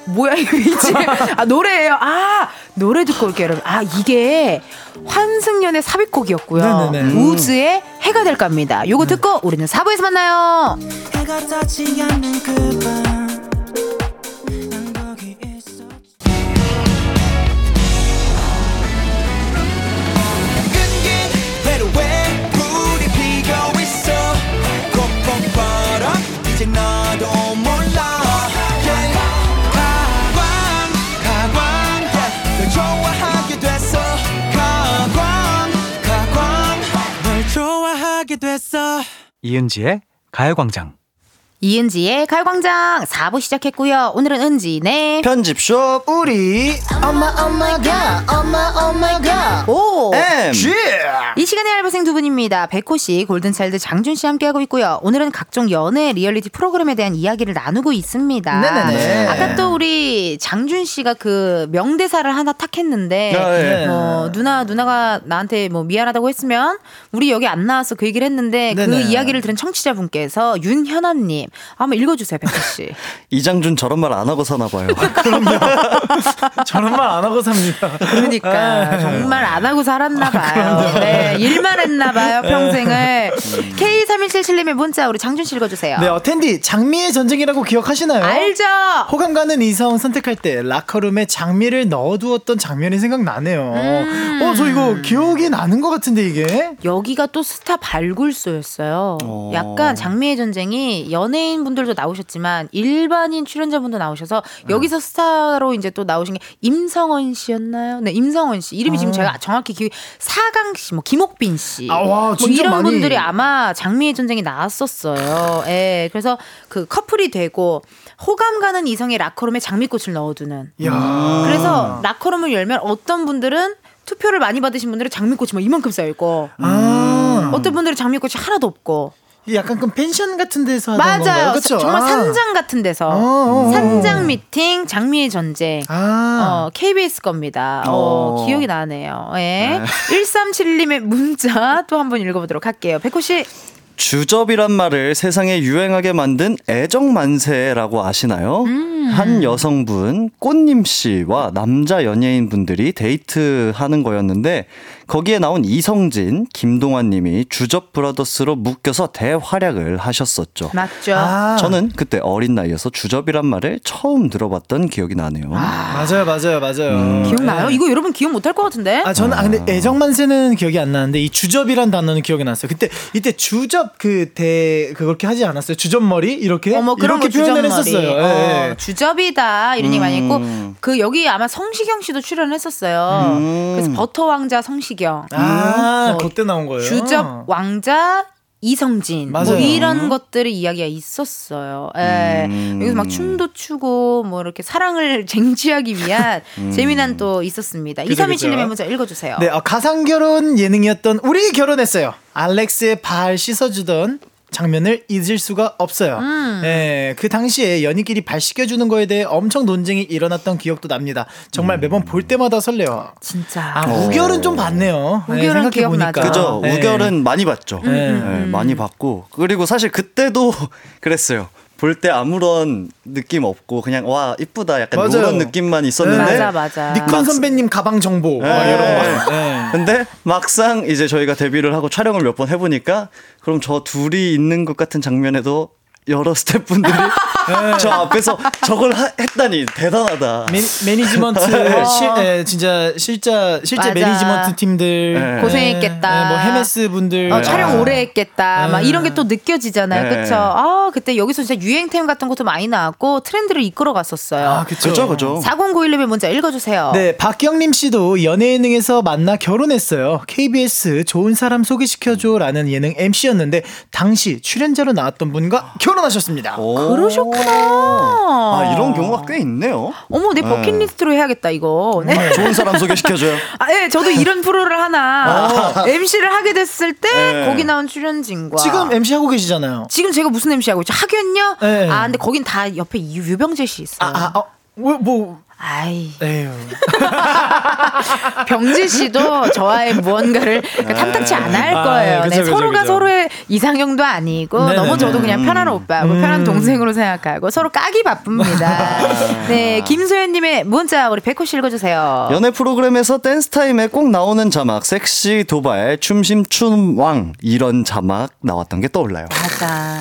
[SPEAKER 1] 뭐야, 이거 <laughs> 이제. 아, 노래예요 아, 노래 듣고 올게요, 여러분. 아, 이게 환승연의 삽입곡이었고요.
[SPEAKER 9] 네네네.
[SPEAKER 1] 우즈의 해가 될 겁니다. 요거 듣고 우리는 4부에서 만나요.
[SPEAKER 9] 해가 떠지 않는 그밤 회로에 불이 피고 있어 꽃봉바람 이제 너도 몰라 Yeah. 가광 가광 yeah. 널 좋아하게 됐어 가광 가광 널 좋아하게 됐어
[SPEAKER 13] 이은지의 가요광장.
[SPEAKER 1] 이은지의 가요광장 4부 시작했고요. 오늘은 은지네.
[SPEAKER 12] 편집숍
[SPEAKER 10] 우리
[SPEAKER 1] 엄마 엄마 가 엄마 엄마 가오
[SPEAKER 9] M. G.
[SPEAKER 1] 이 시간의 알바생 두 분입니다. 백호 씨, 골든차일드 장준 씨 함께하고 있고요. 오늘은 각종 연애 리얼리티 프로그램에 대한 이야기를 나누고 있습니다.
[SPEAKER 9] 네네네.
[SPEAKER 1] 아까 또 우리 장준 씨가 그 명대사를 하나 탁 했는데
[SPEAKER 9] 아, 예.
[SPEAKER 1] 뭐 누나 누나가 나한테 뭐 미안하다고 했으면 우리 여기 안 나와서 그 얘기를 했는데 그
[SPEAKER 12] 네네.
[SPEAKER 1] 이야기를 들은 청취자분께서 윤현아님 한번 읽어주세요, 백호 씨.
[SPEAKER 12] 이장준 저런 말 안 하고 사나
[SPEAKER 1] <laughs>
[SPEAKER 12] 봐요.
[SPEAKER 10] 저런 말 안 하고 삽니다.
[SPEAKER 1] <laughs> 그러니까 정말 안 하고 살았나 봐요. 네, 일만 했나 봐요, 평생을. K3177님의 문자 우리 장준 씨 읽어주세요.
[SPEAKER 10] 네, 어텐디 장미의 전쟁이라고 기억하시나요?
[SPEAKER 1] 알죠.
[SPEAKER 10] 호감 가는 이성 선택할 때 라커룸에 장미를 넣어두었던 장면이 생각나네요.
[SPEAKER 1] 음.
[SPEAKER 10] 어, 저 이거 기억이 나는 것 같은데 이게.
[SPEAKER 1] 여기가 또 스타 발굴소였어요. 약간 장미의 전쟁이 연예인 분들도 나오셨지만 일반인 출연자분도 나오셔서
[SPEAKER 10] 네.
[SPEAKER 1] 여기서 스타로 이제 또 나오신 게 임성원 씨였나요? 네, 임성원 씨 이름이 지금
[SPEAKER 10] 아.
[SPEAKER 1] 제가 정확히 기억 사강 씨, 뭐 김옥빈 씨,
[SPEAKER 10] 아, 와,
[SPEAKER 1] 뭐
[SPEAKER 10] 진짜
[SPEAKER 1] 이런
[SPEAKER 10] 많이.
[SPEAKER 1] 분들이 아마 장미의 전쟁이 나왔었어요. 예, 그래서 그 커플이 되고 호감 가는 이성의 라커룸에 장미꽃을 넣어두는.
[SPEAKER 10] 야.
[SPEAKER 1] 음. 그래서 라커룸을 열면 어떤 분들은 투표를 많이 받으신 분들은 장미꽃이 뭐 이만큼 쌓여 있고
[SPEAKER 10] 아.
[SPEAKER 1] 어떤 분들은 장미꽃이 하나도 없고
[SPEAKER 10] 약간 그 펜션 같은 데서 하던
[SPEAKER 1] 맞아요
[SPEAKER 10] 건가요?
[SPEAKER 1] 사-
[SPEAKER 10] 그쵸?
[SPEAKER 1] 정말
[SPEAKER 10] 아.
[SPEAKER 1] 산장 같은 데서
[SPEAKER 10] 어, 어.
[SPEAKER 1] 산장 미팅 장미의 전쟁
[SPEAKER 10] 아.
[SPEAKER 1] 어, KBS 겁니다 어,
[SPEAKER 10] 어.
[SPEAKER 1] 기억이 나네요 예. 137님의 문자 또 한번 읽어보도록 할게요 백호씨
[SPEAKER 12] 주접이란 말을 세상에 유행하게 만든 애정만세라고 아시나요? 한 여성분, 꽃님 씨와 남자 연예인분들이 데이트하는 거였는데
[SPEAKER 5] 거기에 나온 이성진, 김동완 님이 주접 브라더스로 묶여서 대활약을 하셨었죠.
[SPEAKER 1] 맞죠.
[SPEAKER 10] 아.
[SPEAKER 5] 저는 그때 어린 나이여서 주접이란 말을 처음 들어봤던 기억이 나네요.
[SPEAKER 10] 맞아요, 맞아요, 맞아요.
[SPEAKER 5] 음.
[SPEAKER 1] 기억나요? 이거 여러분 기억 못할 것 같은데?
[SPEAKER 10] 아 저는 아 근데 애정만세는 기억이 안 나는데 이 주접이란 단어는 기억이 났어요. 그때 이때 주접 그 대 그렇게 하지 않았어요? 주접 머리 이렇게
[SPEAKER 1] 어머 그런
[SPEAKER 10] 예? 이렇게
[SPEAKER 1] 거
[SPEAKER 10] 표현을
[SPEAKER 1] 주접머리.
[SPEAKER 10] 했었어요.
[SPEAKER 1] 어,
[SPEAKER 10] 예, 예.
[SPEAKER 1] 주접이다 이런 얘기 많이 했고
[SPEAKER 10] 음.
[SPEAKER 1] 그 여기 아마 성시경 씨도 출연했었어요.
[SPEAKER 10] 음.
[SPEAKER 1] 그래서 버터 왕자 성시경,
[SPEAKER 10] 아
[SPEAKER 1] 음.
[SPEAKER 10] 그때 나온 거예요.
[SPEAKER 1] 주접 왕자 이성진 뭐
[SPEAKER 10] 맞아요.
[SPEAKER 1] 이런 것들이 이야기가 있었어요. 예.
[SPEAKER 10] 음.
[SPEAKER 1] 여기서 막 춤도 추고 뭐 이렇게 사랑을 <laughs> 쟁취하기 위한
[SPEAKER 10] 음.
[SPEAKER 1] 재미난 또 있었습니다.
[SPEAKER 10] 그죠,
[SPEAKER 1] 2327님의
[SPEAKER 10] 그죠.
[SPEAKER 1] 문자 읽어주세요.
[SPEAKER 10] 네, 어, 가상 결혼 예능이었던 우리 결혼했어요. 알렉스의 발 씻어주던 장면을 잊을 수가 없어요.
[SPEAKER 1] 음.
[SPEAKER 10] 예, 그 당시에 연인끼리 발 씻겨주는 거에 대해 엄청 논쟁이 일어났던 기억도 납니다. 정말
[SPEAKER 5] 음.
[SPEAKER 10] 매번 볼 때마다 설레요.
[SPEAKER 1] 진짜.
[SPEAKER 10] 아,
[SPEAKER 5] 어.
[SPEAKER 10] 우결은 좀 봤네요. 예,
[SPEAKER 1] 우결은
[SPEAKER 10] 생각해보니까.
[SPEAKER 1] 기억나죠.
[SPEAKER 5] 그죠?
[SPEAKER 10] 예.
[SPEAKER 5] 우결은 많이 봤죠.
[SPEAKER 1] 네.
[SPEAKER 10] 음, 음,
[SPEAKER 5] 예, 많이 봤고 그리고 사실 그때도 <laughs> 그랬어요. 볼 때 아무런 느낌 없고 그냥 와 이쁘다 약간
[SPEAKER 10] 맞아요.
[SPEAKER 5] 이런 느낌만 있었는데
[SPEAKER 1] 맞아 맞아.
[SPEAKER 10] 니콘 선배님 가방 정보
[SPEAKER 5] 예.
[SPEAKER 10] 네. 막 이런 거.
[SPEAKER 5] 근데 막상 이제 저희가 데뷔를 하고 촬영을 몇 번 해보니까 그럼 저 둘이 있는 것 같은 장면에도 여러
[SPEAKER 10] <laughs>
[SPEAKER 5] 스태프분들이
[SPEAKER 10] 네.
[SPEAKER 5] 저 앞에서 저걸 하- 했다니 대단하다.
[SPEAKER 10] 매, 매니지먼트
[SPEAKER 5] <laughs> 네.
[SPEAKER 10] 실, 예, 진짜 실자 실제
[SPEAKER 1] 맞아.
[SPEAKER 10] 매니지먼트 팀들
[SPEAKER 5] 네.
[SPEAKER 1] 고생했겠다.
[SPEAKER 10] 예, 뭐 헤메스 분들
[SPEAKER 1] 어, 촬영 오래 했겠다. 막
[SPEAKER 10] 아. 네.
[SPEAKER 1] 이런 게 또 느껴지잖아요.
[SPEAKER 10] 네.
[SPEAKER 1] 그쵸? 아, 그때 여기서 진짜 유행템 같은 것도 많이 나왔고 트렌드를 이끌어 갔었어요. 아,
[SPEAKER 10] 그쵸. 그쵸, 그쵸.
[SPEAKER 1] 4091님의 문자 읽어주세요.
[SPEAKER 10] 네, 박경림 씨도 연예예능에서 만나 결혼했어요. KBS 좋은 사람 소개시켜줘라는 예능 MC였는데 당시 출연자로 나왔던 분과 결혼하셨습니다.
[SPEAKER 1] 그러셨구나.
[SPEAKER 5] 아 이런 경우가 꽤 있네요.
[SPEAKER 1] 어머, 내
[SPEAKER 5] 네.
[SPEAKER 1] 버킷리스트로 해야겠다, 이거. 네.
[SPEAKER 5] 좋은 사람 소개시켜줘요.
[SPEAKER 1] <laughs> 아, 예, 저도 이런 프로를 하나
[SPEAKER 10] 아.
[SPEAKER 1] MC를 하게 됐을 때
[SPEAKER 10] 네.
[SPEAKER 1] 거기 나온 출연진과
[SPEAKER 10] 지금 MC 하고 계시잖아요.
[SPEAKER 1] 지금 제가 무슨 MC 하고 있죠? 하겠냐?
[SPEAKER 10] 네.
[SPEAKER 1] 아, 근데 거긴 다 옆에 유- 유병재 씨 있어요.
[SPEAKER 10] 아, 어, 뭐, 뭐.
[SPEAKER 1] 아이.
[SPEAKER 10] 에휴.
[SPEAKER 1] 병지 씨도 저와의 무언가를 그러니까 탐탁치 않아 할
[SPEAKER 10] 아,
[SPEAKER 1] 거예요.
[SPEAKER 10] 그죠,
[SPEAKER 1] 네,
[SPEAKER 10] 그죠,
[SPEAKER 1] 서로가
[SPEAKER 10] 그죠.
[SPEAKER 1] 서로의 이상형도 아니고
[SPEAKER 10] 네네네.
[SPEAKER 1] 너무 저도 그냥 편한 오빠고 뭐
[SPEAKER 10] 음.
[SPEAKER 1] 편한 동생으로 생각하고 서로 까기 바쁩니다.
[SPEAKER 10] <laughs>
[SPEAKER 1] 네, 김소연님의 문자 우리 백호 씨
[SPEAKER 10] 아.
[SPEAKER 1] 읽어주세요.
[SPEAKER 5] 연애 프로그램에서 댄스 타임에 꼭 나오는 자막 섹시 도발 춤심 춤왕 이런 자막 나왔던 게 떠올라요.
[SPEAKER 1] 맞아.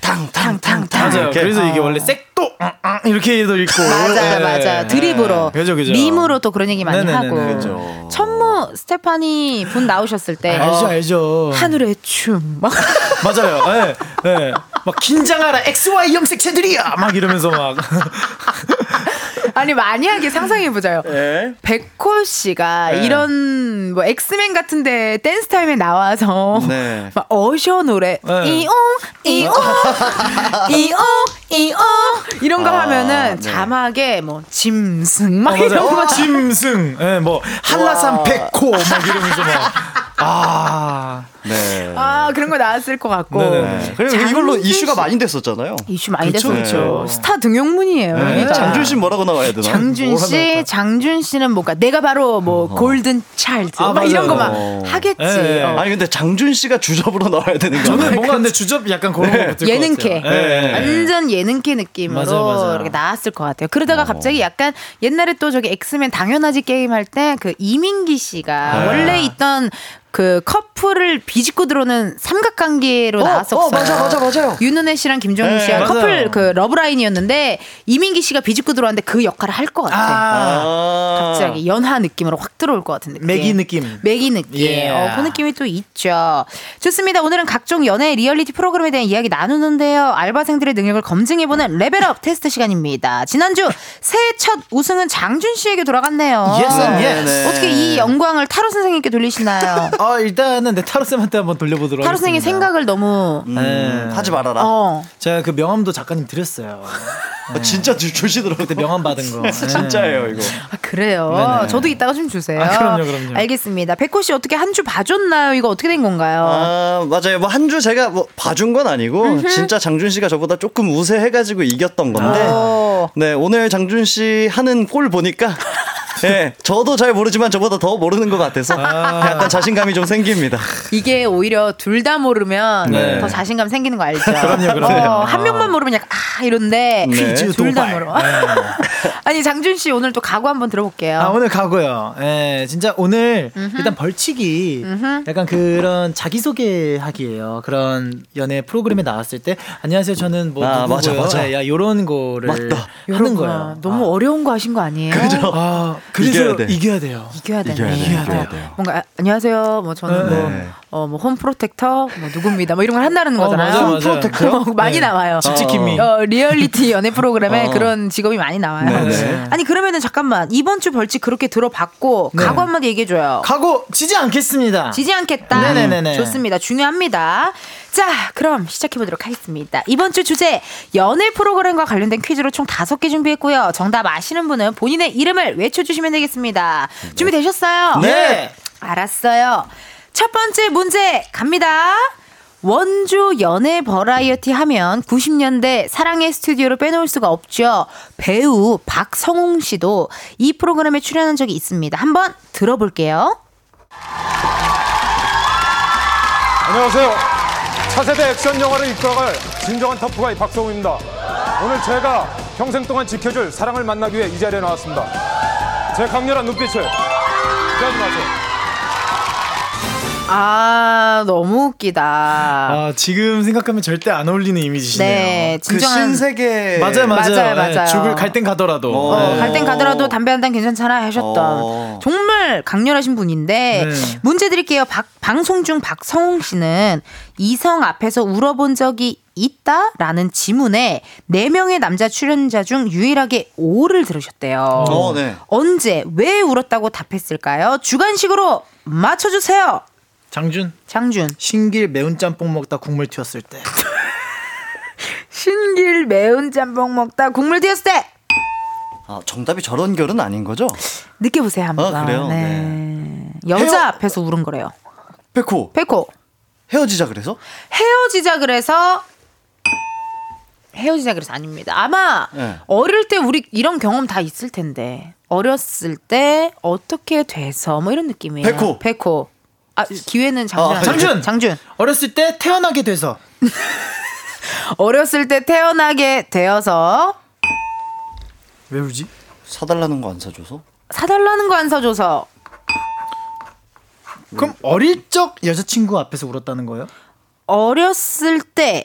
[SPEAKER 10] 탕탕탕탕. 맞아요.
[SPEAKER 5] 이렇게.
[SPEAKER 10] 그래서 이게 원래 색도 앙, 앙 이렇게도 읽고.
[SPEAKER 1] 맞아,
[SPEAKER 10] 예.
[SPEAKER 1] 맞아. 드립으로,
[SPEAKER 10] 예. 그죠, 그죠.
[SPEAKER 1] 밈으로 또 그런 얘기 많이
[SPEAKER 10] 네네네네.
[SPEAKER 1] 하고.
[SPEAKER 10] 그죠.
[SPEAKER 1] 천무 스테파니 분 나오셨을 때
[SPEAKER 10] 아, 알죠, 알죠.
[SPEAKER 1] 하늘의 춤. 막
[SPEAKER 10] 맞아요. 예. 예. 막 긴장하라 XY 염색체들이야. 막 이러면서 막.
[SPEAKER 1] 아니 만약에 상상해
[SPEAKER 5] <laughs>
[SPEAKER 1] 보자요.
[SPEAKER 5] 예.
[SPEAKER 1] 백호 씨가
[SPEAKER 10] 네.
[SPEAKER 1] 이런 뭐 엑스맨 같은데 댄스 타임에 나와서
[SPEAKER 5] 네.
[SPEAKER 1] <laughs>
[SPEAKER 5] 예.
[SPEAKER 1] 막 어셔 노래
[SPEAKER 10] 네.
[SPEAKER 1] 이옹
[SPEAKER 5] <laughs>
[SPEAKER 1] 이옹 이옹 이옹 이런 거
[SPEAKER 10] 아,
[SPEAKER 1] 하면은
[SPEAKER 10] 네.
[SPEAKER 1] 자막에 뭐 짐승 막
[SPEAKER 10] 어, 맞아요.
[SPEAKER 1] 이런
[SPEAKER 10] 어,
[SPEAKER 1] 거
[SPEAKER 10] 짐승. 예, 뭐 한라산 백호 막 이러면서 막. 아.
[SPEAKER 5] 네.
[SPEAKER 1] <laughs> 아 그런 거 나왔을 것 같고
[SPEAKER 5] 네. 그리고 이걸로
[SPEAKER 1] 장준
[SPEAKER 5] 이슈가
[SPEAKER 1] 씨-
[SPEAKER 5] 많이 됐었잖아요.
[SPEAKER 1] 이슈 많이
[SPEAKER 5] 그쵸,
[SPEAKER 1] 됐었죠.
[SPEAKER 5] 그쵸.
[SPEAKER 1] 스타 등용문이에요.
[SPEAKER 5] 네.
[SPEAKER 1] 여기가.
[SPEAKER 5] 장준 씨 뭐라고 나와야 되나?
[SPEAKER 1] 장준
[SPEAKER 5] 뭘 하면
[SPEAKER 1] 씨, 장준 씨는 뭔가 내가 바로 뭐 골든 차일드
[SPEAKER 5] 아,
[SPEAKER 1] 막 이런 거 막
[SPEAKER 5] 맞아요.
[SPEAKER 1] 하겠지.
[SPEAKER 5] 예, 예.
[SPEAKER 1] 어.
[SPEAKER 5] 아니 근데 장준 씨가 주접으로 <laughs> 나와야 되는 거.
[SPEAKER 10] 저는 뭔가 근데 주접 약간 그런 거 같을 것
[SPEAKER 1] 예능캐
[SPEAKER 10] 같아요. 예, 예.
[SPEAKER 1] 완전 예능캐 느낌으로
[SPEAKER 10] 맞아요, 맞아요. 어.
[SPEAKER 1] 이렇게 나왔을 것 같아요. 그러다가 갑자기 약간 옛날에 또 저기 엑스맨 당연하지 게임 할 때 그 이민기 씨가
[SPEAKER 10] 네.
[SPEAKER 1] 원래 있던 그 커플을 비집고 들어오는 삼각관계로
[SPEAKER 5] 어,
[SPEAKER 1] 나왔었어요.
[SPEAKER 5] 어, 맞아, 맞아, 맞아요.
[SPEAKER 1] 윤은혜 씨랑 김정은
[SPEAKER 5] 네,
[SPEAKER 1] 씨가
[SPEAKER 5] 맞아요.
[SPEAKER 1] 커플 그 러브라인이었는데 이민기 씨가 비집고 들어왔는데 그 역할을 할 것 같아요. 갑자기 연하 느낌으로 확 들어올 것 같은 느낌.
[SPEAKER 10] 매기 느낌.
[SPEAKER 1] 매기 느낌.
[SPEAKER 10] 예.
[SPEAKER 1] 어, 그 느낌이 또 있죠. 좋습니다. 오늘은 각종 연애 리얼리티 프로그램에 대한 이야기 나누는데요. 알바생들의 능력을 검증해보는 레벨업 테스트 시간입니다. 지난주 새해 첫 우승은 장준 씨에게 돌아갔네요.
[SPEAKER 10] Yes and yes.
[SPEAKER 1] 어떻게 이 영광을 타로 선생님께 돌리시나요?
[SPEAKER 10] 어, 일단은 네, 타로 쌤한테 한번 돌려보도록
[SPEAKER 1] 타로 선생님
[SPEAKER 10] 하겠습니다.
[SPEAKER 1] 생각을 너무
[SPEAKER 10] 네.
[SPEAKER 5] 하지 말아라. 아,
[SPEAKER 1] 어.
[SPEAKER 10] 제가 그 명함도 작가님 드렸어요.
[SPEAKER 5] 진짜 주시더라고요.
[SPEAKER 10] 명함 네. 받은
[SPEAKER 5] <laughs>
[SPEAKER 10] 거.
[SPEAKER 5] 진짜예요 이거.
[SPEAKER 1] 아, 그래요.
[SPEAKER 10] 네네.
[SPEAKER 1] 저도 이따가 좀 주세요.
[SPEAKER 10] 아, 그럼요, 그럼요.
[SPEAKER 1] 알겠습니다. 백호 씨 어떻게 한 주 봐줬나요? 이거 어떻게 된 건가요?
[SPEAKER 5] 아 맞아요. 뭐 한 주 제가 뭐 봐준 건 아니고 진짜 장준 씨가 저보다 조금
[SPEAKER 10] 아,
[SPEAKER 1] 어.
[SPEAKER 12] 네, <laughs>
[SPEAKER 5] 우세해가지고 이겼던 건데. 네 오늘 장준 씨 하는 골 보니까
[SPEAKER 12] 예, 저도 잘 모르지만 저보다 더 모르는 것 같아서 약간 자신감이 좀 생깁니다.
[SPEAKER 1] 이게 오히려 둘 다 모르면
[SPEAKER 12] 네.
[SPEAKER 1] 더 자신감 생기는 거
[SPEAKER 10] <laughs>
[SPEAKER 1] 알죠?
[SPEAKER 12] 그럼요, 그럼요.
[SPEAKER 1] 어, 한 명만 모르면 약간 아 이런데
[SPEAKER 10] 네. 퀴즈
[SPEAKER 1] 둘 다
[SPEAKER 10] 도발.
[SPEAKER 1] 모르. <laughs> 아니 장준 씨 오늘 또 각오 한번 들어볼게요.
[SPEAKER 10] 아 오늘 가고요. 예, 진짜 오늘 일단 벌칙이 약간 그런 자기 소개하기예요. 그런 연애 프로그램에 나왔을 때 안녕하세요. 저는 뭐
[SPEAKER 12] 아, 맞아,
[SPEAKER 10] 누구고요.
[SPEAKER 12] 맞아.
[SPEAKER 10] 예, 야 요런 거를 하는
[SPEAKER 1] 여러분,
[SPEAKER 10] 거예요. 아.
[SPEAKER 1] 너무 어. 어려운 거 하신 거 아니에요?
[SPEAKER 10] 그죠? 아, 그래서
[SPEAKER 1] 이겨야
[SPEAKER 10] 이겨야,
[SPEAKER 1] 돼.
[SPEAKER 10] 돼요.
[SPEAKER 1] 이겨야 되네.
[SPEAKER 10] 이겨야 돼요. 이겨야 돼요.
[SPEAKER 1] 뭔가 아, 안녕하세요. 뭐 저는
[SPEAKER 10] 네.
[SPEAKER 1] 뭐,
[SPEAKER 10] 네.
[SPEAKER 1] 어, 뭐 홈프로텍터 뭐 누굽니다. 뭐 이런 걸 한다는
[SPEAKER 10] 어,
[SPEAKER 1] 거잖아요. 뭐
[SPEAKER 10] 맞아요, 맞아요. 홈프로텍터요?
[SPEAKER 1] 많이
[SPEAKER 10] 네.
[SPEAKER 1] 나와요.
[SPEAKER 10] 집지킴이.
[SPEAKER 1] 어, 리얼리티 연애 프로그램에
[SPEAKER 10] 어.
[SPEAKER 1] 그런 직업이 많이 나와요.
[SPEAKER 10] 네, 네.
[SPEAKER 1] 아니 그러면은 잠깐만 이번 주 벌칙 그렇게 들어봤고
[SPEAKER 10] 네.
[SPEAKER 1] 각오 한마디 얘기해 줘요.
[SPEAKER 10] 각오 지지 않겠습니다.
[SPEAKER 1] 지지 않겠다.
[SPEAKER 10] 네네네네.
[SPEAKER 1] 좋습니다. 중요합니다. 자, 그럼 시작해 보도록 하겠습니다. 이번 주 주제 연애 프로그램과 관련된 퀴즈로 총 다섯 개 준비했고요. 정답 아시는 분은 본인의 이름을 외쳐주시면 되겠습니다. 준비되셨어요?
[SPEAKER 10] 네.
[SPEAKER 1] 알았어요. 첫 번째 문제 갑니다. 원조 연애 버라이어티 하면 90년대 사랑의 스튜디오를 빼놓을 수가 없죠. 배우 박성웅 씨도 이 프로그램에 출연한 적이 있습니다. 한번 들어볼게요.
[SPEAKER 14] 안녕하세요. 차세대 액션 영화를 이끌어갈 진정한 터프가이 박성우입니다. 오늘 제가 평생 동안 지켜줄 사랑을 만나기 위해 이 자리에 나왔습니다. 제 강렬한 눈빛을 피하지 마세요.
[SPEAKER 1] 아 너무 웃기다.
[SPEAKER 10] 아, 지금 생각하면 절대 안 어울리는 이미지시네요.
[SPEAKER 1] 네, 진정한- 그 신세계-
[SPEAKER 10] 맞아요, 맞아요.
[SPEAKER 1] 맞아요,
[SPEAKER 10] 네,
[SPEAKER 1] 맞아요.
[SPEAKER 10] 죽을 갈 땐 가더라도.
[SPEAKER 12] 어.
[SPEAKER 10] 네.
[SPEAKER 1] 갈 땐 가더라도 담배 한 단 괜찮잖아 하셨던
[SPEAKER 10] 어.
[SPEAKER 1] 정말 강렬하신 분인데
[SPEAKER 10] 네.
[SPEAKER 1] 문제 드릴게요. 박- 방송 중 박성웅 씨는 이성 앞에서 울어본 적이 있다라는 지문에 네 명의 남자 출연자 중 유일하게 오를 들으셨대요.
[SPEAKER 12] 어, 네.
[SPEAKER 1] 언제 왜 울었다고 답했을까요? 주관식으로 맞춰주세요.
[SPEAKER 10] 장준.
[SPEAKER 1] 장준.
[SPEAKER 10] 신길 매운 짬뽕 먹다 국물 튀었을 때.
[SPEAKER 1] 신길 매운 짬뽕 먹다 국물 튀었을 때
[SPEAKER 12] 아, 정답이 저런 결은 아닌 거죠?
[SPEAKER 1] 느껴보세요 한번.
[SPEAKER 12] 아, 그래요?
[SPEAKER 1] 네.
[SPEAKER 12] 네.
[SPEAKER 1] 여자
[SPEAKER 12] 헤어-
[SPEAKER 1] 앞에서 울은 거래요.
[SPEAKER 12] 백호.
[SPEAKER 1] 백호.
[SPEAKER 12] 헤어지자 그래서?
[SPEAKER 1] 헤어지자 그래서 헤어지자 그래서 아닙니다. 아마
[SPEAKER 12] 네.
[SPEAKER 1] 어릴 때 우리 이런 경험 다 있을 텐데 어렸을 때 어떻게 돼서 뭐 이런 느낌이에요.
[SPEAKER 10] 백호.
[SPEAKER 1] 백호. 아 기회는 장준.
[SPEAKER 10] 아, 장준!
[SPEAKER 1] 장준.
[SPEAKER 10] 어렸을 때 태어나게 돼서.
[SPEAKER 1] 어렸을 때 태어나게 되어서
[SPEAKER 10] 왜 울지?
[SPEAKER 12] 사달라는 거 안 사줘서?
[SPEAKER 1] 사달라는 거 안 사줘서
[SPEAKER 10] 그럼
[SPEAKER 1] 네.
[SPEAKER 10] 어릴 적 여자친구 앞에서 울었다는 거예요?
[SPEAKER 1] 어렸을 때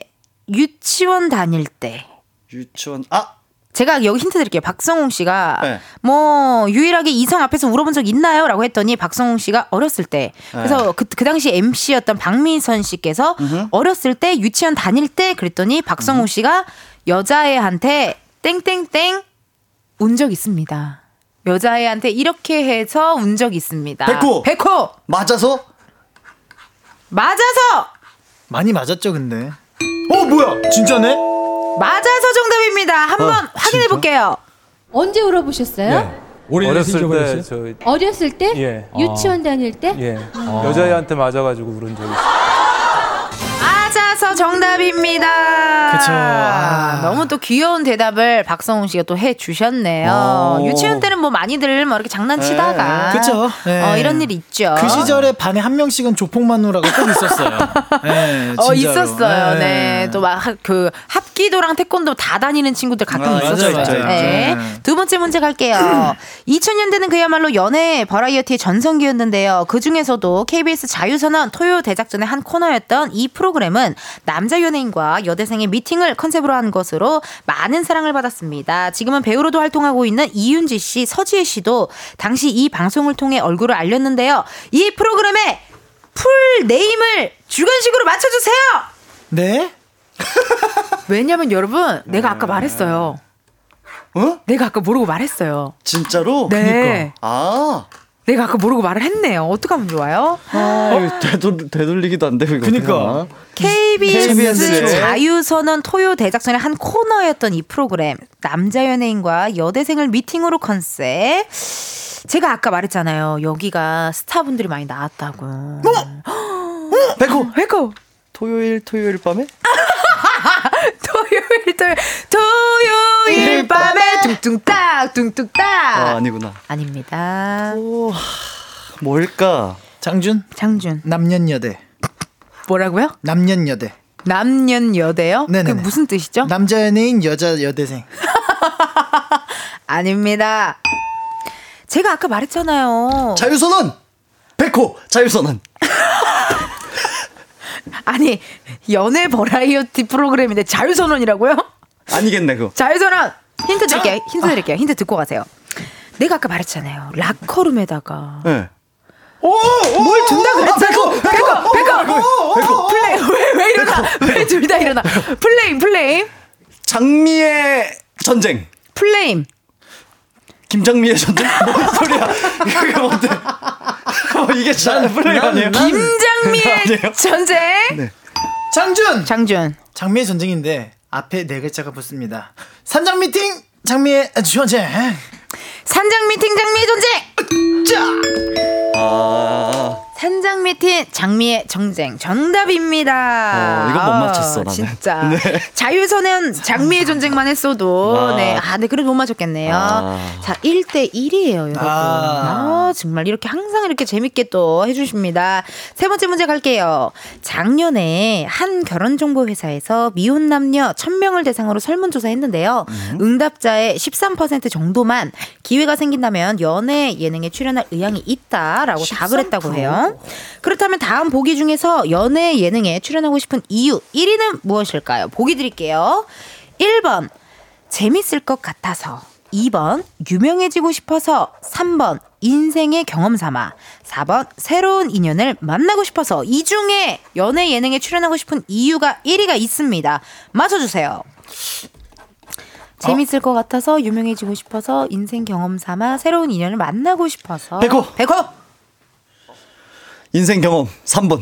[SPEAKER 1] 유치원 다닐 때
[SPEAKER 12] 유치원 아
[SPEAKER 1] 제가 여기 힌트 드릴게요. 박성웅 씨가
[SPEAKER 12] 네.
[SPEAKER 1] 뭐 유일하게 이성 앞에서 울어본 적 있나요?라고 했더니 박성웅 씨가 어렸을 때 그래서
[SPEAKER 12] 네.
[SPEAKER 1] 그, 그 당시 MC였던 박민선 씨께서 어렸을 때 유치원 다닐 때 그랬더니 박성웅 씨가 여자애한테 땡땡땡 운 적 있습니다. 여자애한테 이렇게 해서 운 적 있습니다.
[SPEAKER 10] 백호!
[SPEAKER 1] 백호
[SPEAKER 12] 맞아서
[SPEAKER 1] 맞아서
[SPEAKER 10] 많이 맞았죠, 근데. 어, 뭐야? 진짜네?
[SPEAKER 1] 맞아서 정답입니다. 한번 확인해 볼게요.
[SPEAKER 15] 언제 울어보셨어요?
[SPEAKER 16] 네. 어렸을 때 어.
[SPEAKER 17] 저
[SPEAKER 15] 어렸을 때?
[SPEAKER 17] 예.
[SPEAKER 15] 유치원 다닐 때?
[SPEAKER 17] 예. 여자애한테 맞아가지고 울은 적이 있어요.
[SPEAKER 1] 맞아서 정답입니다.
[SPEAKER 17] 그쵸.
[SPEAKER 1] 아, 너무 또 귀여운 대답을 박성훈 씨가 또 해 주셨네요.
[SPEAKER 10] 오.
[SPEAKER 1] 유치원 때는 뭐 많이들 뭐 이렇게 장난치다가
[SPEAKER 10] 어. 네, 그쵸. 네.
[SPEAKER 1] 어, 이런 일 있죠.
[SPEAKER 10] 그 시절에 반에 한 명씩은 조폭마누라가 꼭
[SPEAKER 1] <laughs>
[SPEAKER 10] 있었어요. 네,
[SPEAKER 1] 어
[SPEAKER 10] 진짜로.
[SPEAKER 1] 있었어요.
[SPEAKER 10] 네.
[SPEAKER 1] 네, 또 막 그 합기도랑 태권도 다 다니는 친구들 가끔
[SPEAKER 10] 아, 맞아요,
[SPEAKER 1] 있었어요.
[SPEAKER 10] 맞아요,
[SPEAKER 1] 네.
[SPEAKER 10] 맞아요.
[SPEAKER 1] 두 번째 문제
[SPEAKER 10] <clears throat>
[SPEAKER 1] 갈게요. 2000년대는 그야말로 연애 버라이어티의 전성기였는데요. 그 중에서도 KBS 자유선언 토요 대작전의 한 코너였던 이 프로그램은 남자 연예인과 여대생의 미팅을 컨셉으로 한 것으로 많은 사랑을 받았습니다. 지금은 배우로도 활동하고 있는 이윤지 씨, 서지혜 씨도 당시 이 방송을 통해 얼굴을 알렸는데요. 이 프로그램의 풀 네임을 주관식으로 맞춰주세요.
[SPEAKER 10] 네?
[SPEAKER 1] 왜냐면 여러분 내가 아까 말했어요.
[SPEAKER 12] 네. 어?
[SPEAKER 1] 내가 아까 모르고 말했어요.
[SPEAKER 12] 진짜로?
[SPEAKER 1] 네.
[SPEAKER 12] 그니까. 아.
[SPEAKER 1] 내가 아까 모르고 말을 했네요. 어떡하면 좋아요?
[SPEAKER 12] 아, 이거 되돌, 되돌리기도 안 되고 이거 그니까
[SPEAKER 1] KBS,
[SPEAKER 12] KBS.
[SPEAKER 1] 자유선언 토요 대작전의 한 코너였던 이 프로그램 남자 연예인과 여대생을 미팅으로 컨셉 제가 아까 말했잖아요 여기가 스타분들이 많이 나왔다고
[SPEAKER 12] 어? 백호
[SPEAKER 1] <gasps> 백호
[SPEAKER 12] 토요일 토요일 밤에
[SPEAKER 1] 토요일 토요일 밤에 둥둥 따 뚝딱 뚱뚝딱.
[SPEAKER 12] 아, 아니구나.
[SPEAKER 1] 아닙니다.
[SPEAKER 12] 뭘까?
[SPEAKER 10] 장준?
[SPEAKER 1] 장준.
[SPEAKER 10] 남년여대.
[SPEAKER 1] 뭐라고요?
[SPEAKER 10] 남년여대.
[SPEAKER 1] 남년여대요?
[SPEAKER 10] 네네.
[SPEAKER 1] 그게 무슨 뜻이죠?
[SPEAKER 10] 남자 연예인 여자 여대생.
[SPEAKER 1] 아닙니다. 제가 아까 말했잖아요.
[SPEAKER 12] 자유선언. 백호 자유선언.
[SPEAKER 1] 아니 연애 버라이어티 프로그램인데 자유선언이라고요?
[SPEAKER 12] 아니겠네 그거.
[SPEAKER 1] 자유선언 힌트 드릴게요.
[SPEAKER 10] 아.
[SPEAKER 1] 힌트 드릴게요. 힌트 듣고 가세요. 내가 아까 말했잖아요. 락커룸에다가
[SPEAKER 12] 네.
[SPEAKER 1] 뭘 둔다 그랬잖아. 백업, 백업,
[SPEAKER 10] 어!
[SPEAKER 1] 백업. 플레이 왜왜 일어나? 왜 둘 다 일어나? 플레임, 플레임.
[SPEAKER 12] 장미의 전쟁.
[SPEAKER 1] 플레임.
[SPEAKER 12] 김장미의 전쟁? <laughs> 뭔 소리야? 이게 뭔데? <laughs> 어, 이게 잘 플레이
[SPEAKER 10] 난-
[SPEAKER 12] 아니에요?
[SPEAKER 10] 난-
[SPEAKER 1] 김장미의
[SPEAKER 10] 아니에요?
[SPEAKER 1] 전쟁.
[SPEAKER 12] 네.
[SPEAKER 10] 장준.
[SPEAKER 1] 장준.
[SPEAKER 10] 장미의 전쟁인데 앞에 네 글자가 붙습니다. 산장 미팅 장미의 전쟁.
[SPEAKER 1] 산장 미팅 장미의 전쟁.
[SPEAKER 12] 아.
[SPEAKER 1] 산장 미팅 장미의 전쟁 정답입니다.
[SPEAKER 12] 어, 이건 못
[SPEAKER 1] 아,
[SPEAKER 12] 맞췄어, 나는.
[SPEAKER 1] 진짜
[SPEAKER 12] 네. <laughs>
[SPEAKER 1] 자유선은 장미의 전쟁만 했어도
[SPEAKER 12] 아.
[SPEAKER 1] 네, 아, 네 그래도 못 맞췄겠네요.
[SPEAKER 12] 아.
[SPEAKER 1] 자, 1대 1이에요, 여러분. 아.
[SPEAKER 10] 아.
[SPEAKER 1] 정말 이렇게 항상 이렇게 재밌게 또 해주십니다. 세 번째 문제 갈게요. 작년에 한 결혼 정보 회사에서 미혼 남녀 1,000명을 대상으로 설문조사 했는데요.
[SPEAKER 12] 음.
[SPEAKER 1] 응답자의 13% 정도만 기회가 생긴다면 연애 예능에 출연할 의향이 있다라고 답을 했다고 해요. 그렇다면 다음 보기 중에서 연애 예능에 출연하고 싶은 이유 1위는 무엇일까요? 보기 드릴게요. 1번 재밌을 것 같아서 2번 유명해지고 싶어서 3번 인생의 경험 삼아 4번 새로운 인연을 만나고 싶어서 이 중에 연애 예능에 출연하고 싶은 이유가 1위가 있습니다. 맞춰주세요. 재밌을 것 같아서 유명해지고 싶어서 인생 경험 삼아 새로운 인연을 만나고 싶어서
[SPEAKER 12] 백호!
[SPEAKER 1] 백호
[SPEAKER 12] 인생 경험 3번.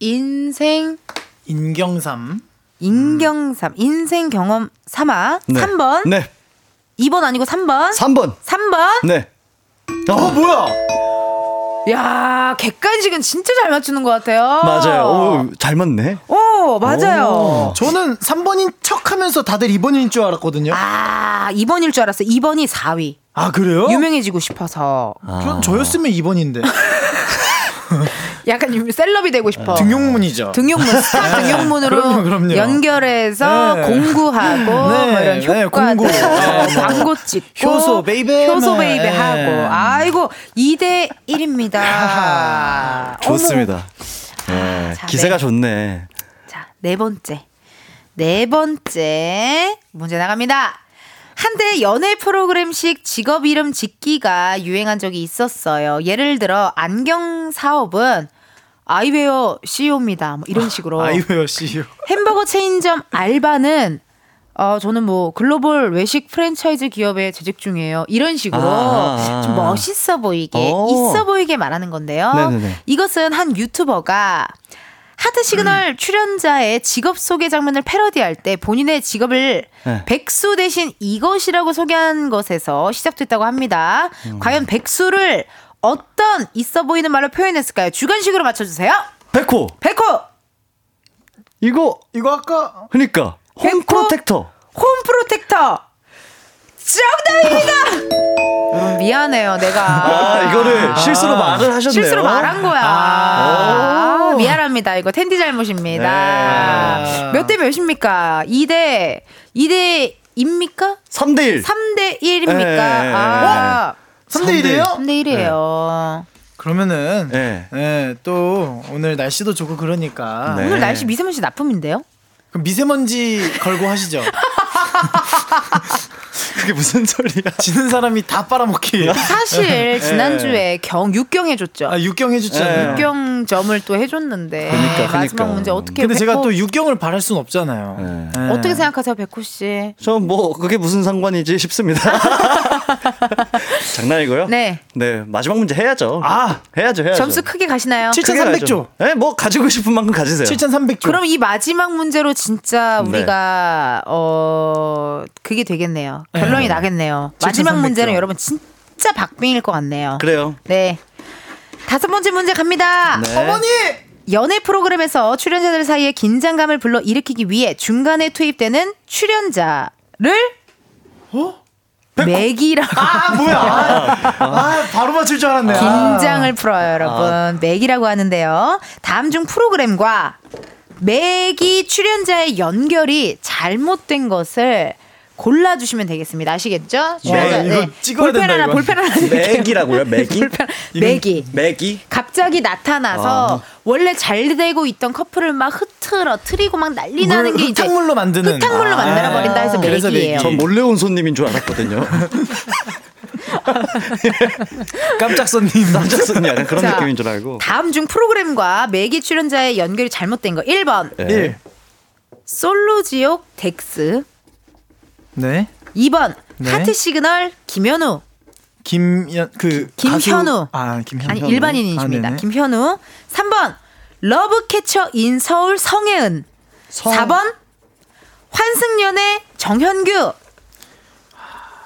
[SPEAKER 1] 인생
[SPEAKER 10] 인경삼.
[SPEAKER 1] 인경삼 인생 경험 삼아
[SPEAKER 12] 네.
[SPEAKER 1] 3번
[SPEAKER 12] 네.
[SPEAKER 1] 2번 아니고 3번
[SPEAKER 12] 3번.
[SPEAKER 1] 3번
[SPEAKER 12] 네. 어, 뭐야?
[SPEAKER 1] 야, 객관식은 진짜 잘 맞추는 것 같아요.
[SPEAKER 12] 맞아요. 오, 잘 맞네.
[SPEAKER 1] 오, 맞아요.
[SPEAKER 10] 오. 저는 3번인 척하면서 다들 2번인 줄 알았거든요.
[SPEAKER 1] 아, 2번일 줄 알았어. 2번이 4위.
[SPEAKER 10] 아 그래요?
[SPEAKER 1] 유명해지고 싶어서.
[SPEAKER 10] 그럼 저였으면 2번인데
[SPEAKER 1] 약간 유- 셀럽이 되고 싶어.
[SPEAKER 10] 등용문이죠.
[SPEAKER 1] 아. 등용문, 스타
[SPEAKER 10] <laughs> 네.
[SPEAKER 1] 등용문으로
[SPEAKER 10] 그럼요, 그럼요.
[SPEAKER 1] 연결해서
[SPEAKER 10] 네.
[SPEAKER 1] 공구하고
[SPEAKER 10] <laughs> 네,
[SPEAKER 1] 뭐 이런
[SPEAKER 10] 네,
[SPEAKER 1] 효과들,
[SPEAKER 10] 공구. 네, 뭐.
[SPEAKER 1] 광고 찍고
[SPEAKER 10] 효소 베이베
[SPEAKER 1] 효소
[SPEAKER 10] 뭐.
[SPEAKER 1] 베이베
[SPEAKER 10] 네.
[SPEAKER 1] 하고. 아이고, 2대
[SPEAKER 10] 아,
[SPEAKER 1] 1입니다.
[SPEAKER 12] 좋습니다. 네.
[SPEAKER 1] 자,
[SPEAKER 12] 기세가
[SPEAKER 1] 네.
[SPEAKER 12] 좋네.
[SPEAKER 1] 네 번째. 네 번째 문제 나갑니다. 한때 연애 프로그램식 직업 이름 짓기가 유행한 적이 있었어요. 예를 들어 안경 사업은 아이웨어 CEO입니다. 뭐 이런 식으로.
[SPEAKER 10] 아이웨어 CEO.
[SPEAKER 1] 햄버거 체인점 알바는 어 저는 뭐 글로벌 외식 프랜차이즈 기업에 재직 중이에요. 이런 식으로
[SPEAKER 12] 아.
[SPEAKER 1] 좀 멋있어 보이게
[SPEAKER 12] 오.
[SPEAKER 1] 있어 보이게 말하는 건데요.
[SPEAKER 12] 네네네.
[SPEAKER 1] 이것은 한 유튜버가 하트 시그널
[SPEAKER 12] 음.
[SPEAKER 1] 출연자의 직업 소개 장면을 패러디할 때 본인의 직업을
[SPEAKER 12] 네.
[SPEAKER 1] 백수 대신 이것이라고 소개한 것에서 시작됐다고 합니다.
[SPEAKER 12] 음.
[SPEAKER 1] 과연 백수를 어떤 있어 보이는 말로 표현했을까요? 주관식으로 맞춰주세요.
[SPEAKER 12] 백호.
[SPEAKER 1] 백호
[SPEAKER 12] 이거
[SPEAKER 10] 이거 아까
[SPEAKER 12] 그러니까 홈
[SPEAKER 1] 백호?
[SPEAKER 12] 프로텍터.
[SPEAKER 1] 홈 프로텍터 정답입니다. 여러분 미안해요, 내가
[SPEAKER 12] 아, 이거를 실수로 말을 하셨네요.
[SPEAKER 1] 실수로 말한 거야. 아, 미안합니다. 이거 텐디 잘못입니다. 몇 대 몇입니까? 2대 2대 입니까?
[SPEAKER 12] 3대 1.
[SPEAKER 1] 3대 1입니까?
[SPEAKER 12] 네.
[SPEAKER 1] 아.
[SPEAKER 10] 3대 1이에요?
[SPEAKER 1] 3대 1이에요.
[SPEAKER 10] 그러면은
[SPEAKER 12] 예.
[SPEAKER 10] 예, 또 오늘 날씨도 좋고 그러니까
[SPEAKER 12] 네.
[SPEAKER 1] 오늘 날씨 미세먼지 나쁨인데요?
[SPEAKER 10] 그럼 미세먼지 걸고 하시죠.
[SPEAKER 12] <laughs> 그게 무슨 소리야?
[SPEAKER 10] 지는 사람이 다
[SPEAKER 12] <laughs>
[SPEAKER 10] 빨아먹기.
[SPEAKER 1] 사실 지난주에 경 육경 해줬죠.
[SPEAKER 10] 아 육경 해줬잖아요.
[SPEAKER 12] 네.
[SPEAKER 1] 육경점을 또 해줬는데
[SPEAKER 12] 그러니까,
[SPEAKER 1] 마지막
[SPEAKER 12] 그러니까.
[SPEAKER 1] 문제 어떻게
[SPEAKER 10] 근데 제가
[SPEAKER 1] 백호-
[SPEAKER 10] 또 육경을 바랄 순 없잖아요.
[SPEAKER 12] 네.
[SPEAKER 10] 예.
[SPEAKER 1] 어떻게 생각하세요, 백호 씨?
[SPEAKER 12] 저뭐 그게 무슨 상관이지 싶습니다. <laughs> 장난이고요.
[SPEAKER 1] 네.
[SPEAKER 12] 네, 마지막 문제 해야죠.
[SPEAKER 10] 아,
[SPEAKER 12] 해야죠, 해야죠.
[SPEAKER 1] 점수 크게 가시나요?
[SPEAKER 10] 칠-
[SPEAKER 12] 크게
[SPEAKER 10] 7,300
[SPEAKER 12] 가야죠.
[SPEAKER 10] 조.
[SPEAKER 12] 네, 뭐 가지고 싶은 만큼 가지세요.
[SPEAKER 10] 7,300조.
[SPEAKER 1] 그럼 이 마지막 문제로 진짜
[SPEAKER 12] 네.
[SPEAKER 1] 우리가 어 그게 되겠네요. 결론이
[SPEAKER 10] 네.
[SPEAKER 1] 나겠네요.
[SPEAKER 10] 칠천삼백
[SPEAKER 1] 마지막
[SPEAKER 10] 조.
[SPEAKER 1] 문제는 여러분 진짜 박빙일 것 같네요.
[SPEAKER 12] 그래요.
[SPEAKER 1] 네. 다섯 번째 문제 갑니다.
[SPEAKER 12] 네.
[SPEAKER 10] 어머니
[SPEAKER 1] 연애 프로그램에서 출연자들 사이에 긴장감을 불러 일으키기 위해 중간에 투입되는 출연자를
[SPEAKER 10] 어?
[SPEAKER 1] 맥이라고.
[SPEAKER 10] 아, 뭐야. 아, 아, 바로 맞출 줄 알았네. 아.
[SPEAKER 1] 긴장을 풀어요,
[SPEAKER 12] 아.
[SPEAKER 1] 여러분. 맥이라고 하는데요. 다음 중 프로그램과 맥이 출연자의 연결이 잘못된 것을 골라주시면 되겠습니다. 아시겠죠? 출연자,
[SPEAKER 12] 네,
[SPEAKER 1] 네.
[SPEAKER 12] 이거 찍어야
[SPEAKER 1] 볼펜
[SPEAKER 12] 된다,
[SPEAKER 1] 하나,
[SPEAKER 12] 이거.
[SPEAKER 1] 볼펜 하나. 드릴게요.
[SPEAKER 12] 맥이라고요?
[SPEAKER 1] <laughs>
[SPEAKER 12] 맥이? 이름-
[SPEAKER 1] 맥이.
[SPEAKER 12] 맥이?
[SPEAKER 1] 갑자기 나타나서
[SPEAKER 12] 아.
[SPEAKER 1] 원래 잘 되고 있던 커플을 막 흐트러트리고 막 난리 나는 게 이제
[SPEAKER 10] 흙탕물로 만드는 아.
[SPEAKER 1] 흙탕물로 만들어버린다 해서
[SPEAKER 12] 그래서
[SPEAKER 1] 맥이에요.
[SPEAKER 12] 전 몰래 온 손님인 줄
[SPEAKER 1] <laughs>
[SPEAKER 12] 알았거든요.
[SPEAKER 10] 깜짝 손님.
[SPEAKER 12] 깜짝 손님 약간 그런
[SPEAKER 1] 자,
[SPEAKER 12] 느낌인 줄 알고.
[SPEAKER 1] 다음 중 프로그램과 매기 출연자의 연결이 잘못된 거 1번
[SPEAKER 12] 예. 일.
[SPEAKER 1] 솔로지옥 덱스
[SPEAKER 10] 네.
[SPEAKER 1] 2번
[SPEAKER 10] 네.
[SPEAKER 1] 하트 시그널 김현우
[SPEAKER 10] 김현 그
[SPEAKER 1] 김현우.
[SPEAKER 10] 가수- 아, 김현우.
[SPEAKER 1] 아니 일반인이십니다.
[SPEAKER 10] 아, 네네.
[SPEAKER 1] 김현우 3번 러브캐쳐 인 서울 성혜은 4번 환승연의 정현규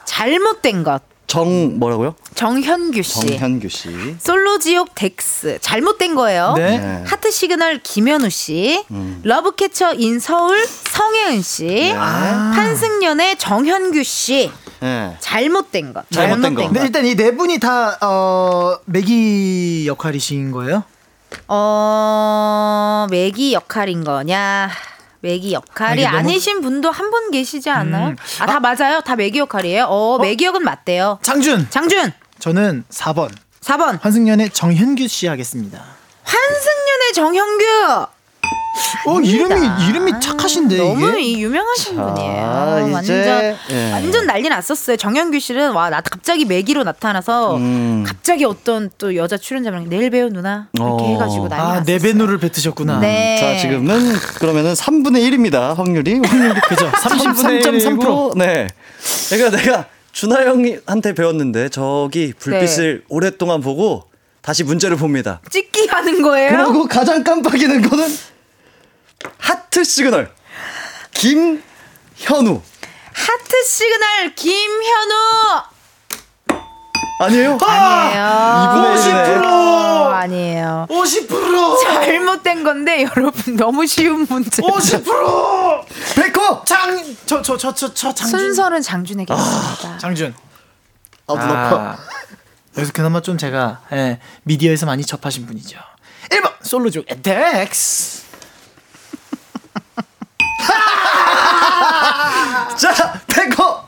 [SPEAKER 1] 잘못된 것
[SPEAKER 12] 정 뭐라고요?
[SPEAKER 1] 정현규 씨
[SPEAKER 12] 정현규 씨.
[SPEAKER 1] 솔로지옥 덱스 잘못된 거예요.
[SPEAKER 12] 네. 네.
[SPEAKER 1] 하트 시그널 김현우 씨,
[SPEAKER 10] 음.
[SPEAKER 1] 러브캐쳐 인 서울 성혜은 씨,
[SPEAKER 10] 네.
[SPEAKER 1] 한승연의 정현규 씨
[SPEAKER 12] 예.
[SPEAKER 1] 잘못된 것.
[SPEAKER 10] 근데 일단 이 네 분이 다 어, 매기 역할이신 거예요?
[SPEAKER 1] 어 매기 역할인 거냐? 매기 역할이
[SPEAKER 10] 아, 이게 너무- 음.
[SPEAKER 1] 아니신 분도 한 분 계시지 않나요? 아 다 맞아요. 다 매기 역할이에요. 어 매기 역은 맞대요.
[SPEAKER 10] 장준.
[SPEAKER 1] 장준.
[SPEAKER 10] 저는 4번.
[SPEAKER 1] 4번.
[SPEAKER 10] 환승연의 정현규 씨 하겠습니다.
[SPEAKER 1] 한승연의 정현규.
[SPEAKER 10] 어 이름이 이름이 착하신데
[SPEAKER 1] 아, 너무
[SPEAKER 10] 이게.
[SPEAKER 1] 이 유명하신
[SPEAKER 10] 자,
[SPEAKER 1] 분이에요.
[SPEAKER 10] 이제,
[SPEAKER 1] 완전
[SPEAKER 10] 예.
[SPEAKER 1] 완전 난리 났었어요. 정현규 씨는 와 나 갑자기 매기로 나타나서
[SPEAKER 10] 음.
[SPEAKER 1] 갑자기 어떤 또 여자 출연자랑 내일 배우 누나 이렇게 해가지고 난리
[SPEAKER 10] 아,
[SPEAKER 1] 났어요.
[SPEAKER 10] 네 배누를 뱉으셨구나.
[SPEAKER 1] 네.
[SPEAKER 12] 자, 지금은 그러면은 3분의 1입니다. <laughs> 확률이. 확률이
[SPEAKER 10] 그죠. 33.3%.
[SPEAKER 12] 33.3%. 네. 그러니까 내가 준하 형한테 배웠는데 저기 불빛을
[SPEAKER 1] 네.
[SPEAKER 12] 오랫동안 보고 다시 문제를 봅니다.
[SPEAKER 1] 찍기 하는 거예요.
[SPEAKER 12] 그리고 가장 깜빡이는 거는 하트 시그널. 김현우.
[SPEAKER 1] 하트 시그널 김현우
[SPEAKER 12] 아니에요?
[SPEAKER 1] 아니에요.
[SPEAKER 12] 50%!
[SPEAKER 1] 어, 아니에요.
[SPEAKER 10] 50%!
[SPEAKER 1] 잘못된 건데 여러분 너무 쉬운 문제.
[SPEAKER 10] 50%!
[SPEAKER 12] 백호
[SPEAKER 10] 장저 저 저 저 저 장준
[SPEAKER 1] 순서는 장준에게 있습니다.
[SPEAKER 10] 장준.
[SPEAKER 12] 아, 눈 아파.
[SPEAKER 10] 여기서 그나마 좀 제가 예, 미디어에서 많이 접하신 분이죠. 1번 솔로족 덱스.
[SPEAKER 12] 자, <laughs> 백호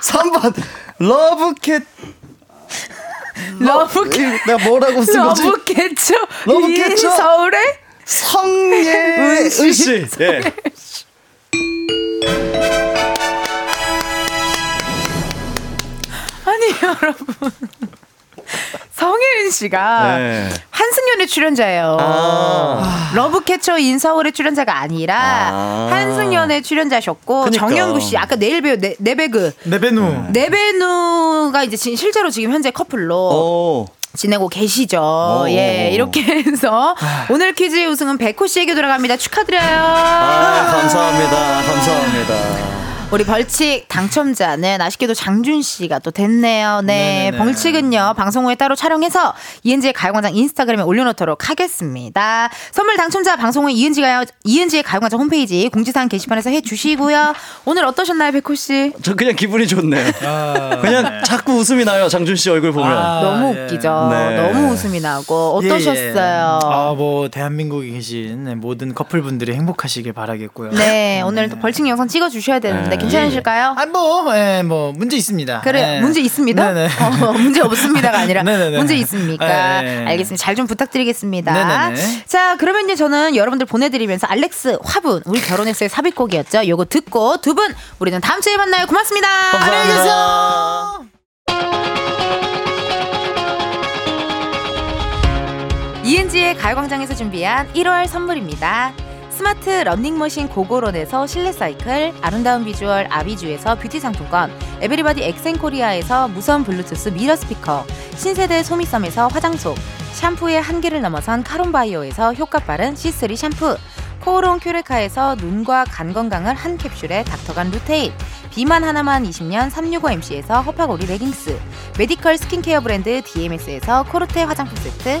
[SPEAKER 12] 3번 러브캣
[SPEAKER 1] 러브캣
[SPEAKER 12] 내가 뭐라고 쓴 거지?
[SPEAKER 1] 러브캐쳐
[SPEAKER 12] 러브캐쳐.
[SPEAKER 1] 인 서울에 <laughs>
[SPEAKER 12] 성예은
[SPEAKER 1] 씨.
[SPEAKER 12] 씨. 예.
[SPEAKER 1] 아니 여러분 성혜은 씨가
[SPEAKER 12] 네.
[SPEAKER 1] 한승연의 출연자예요.
[SPEAKER 12] 아.
[SPEAKER 1] 러브캐쳐 인서울의 출연자가 아니라
[SPEAKER 12] 아.
[SPEAKER 1] 한승연의 출연자셨고
[SPEAKER 10] 그니까.
[SPEAKER 1] 정영구 씨 아까 내일 배우 네, 네베그
[SPEAKER 10] 네 배누.
[SPEAKER 1] 네베누가 이제 진- 실제로 지금 현재 커플로
[SPEAKER 5] 어.
[SPEAKER 12] 어.
[SPEAKER 1] 지내고 계시죠.
[SPEAKER 10] 오.
[SPEAKER 1] 예, 이렇게 해서 오늘 퀴즈의 우승은 백호 씨에게 돌아갑니다. 축하드려요.
[SPEAKER 12] 아, 감사합니다. 감사합니다.
[SPEAKER 1] 우리 벌칙 당첨자는 아쉽게도 장준 씨가 또 됐네요. 네.
[SPEAKER 12] 네네네.
[SPEAKER 1] 벌칙은요. 방송 후에 따로 촬영해서 이은지의 가요광장 인스타그램에 올려놓도록 하겠습니다. 선물 당첨자 방송 후에 이은지가요, 이은지의 가요광장 홈페이지 공지사항 게시판에서 해주시고요. 오늘 어떠셨나요, 백호 씨?
[SPEAKER 12] 저 그냥 기분이 좋네요. 그냥 자꾸 웃음이 나요. 장준 씨 얼굴 보면.
[SPEAKER 1] 너무 웃기죠.
[SPEAKER 12] 네.
[SPEAKER 1] 너무 웃음이 나고
[SPEAKER 10] 아, 예, 예.
[SPEAKER 1] 어떠셨어요?
[SPEAKER 10] 아, 뭐 대한민국에 계신 네, 모든 커플분들이 행복하시길 바라겠고요.
[SPEAKER 1] 네, 오늘 또 벌칙 영상 찍어 주셔야 되는데
[SPEAKER 10] 네.
[SPEAKER 1] 괜찮으실까요?
[SPEAKER 10] 아, 뭐, 예, 뭐 문제 있습니다.
[SPEAKER 1] 그래
[SPEAKER 10] 예.
[SPEAKER 1] 문제 있습니다.
[SPEAKER 10] 네네. <laughs>
[SPEAKER 1] 어, 문제 없습니다가 아니라
[SPEAKER 10] 네네네.
[SPEAKER 1] 문제 있습니까?
[SPEAKER 10] 네.
[SPEAKER 1] 알겠습니다. 잘 좀 부탁드리겠습니다.
[SPEAKER 10] 네네네.
[SPEAKER 1] 자 그러면요 저는 여러분들 보내드리면서 알렉스 화분 우리 결혼했어의 삽입곡이었죠. 요거 듣고 두 분 우리는 다음 주에 만나요. 고맙습니다. 안녕히 계세요. 이은지의 가요광장에서 준비한 1월 선물입니다. 스마트 러닝머신 고고론에서 실내 사이클, 아름다운 비주얼 아비주에서 뷰티 상품권, 에브리바디 엑센코리아에서 무선 블루투스 미러 스피커, 신세대 소미섬에서 화장솜, 샴푸의 한계를 넘어선 카론바이오에서 효과 빠른 C3 샴푸, 코오롱 큐레카에서 눈과 간 건강을 한 캡슐에 닥터간 루테인, 비만 하나만 20년 365MC에서 허파고리 레깅스, 메디컬 스킨케어 브랜드 DMS에서 코르테 화장품 세트,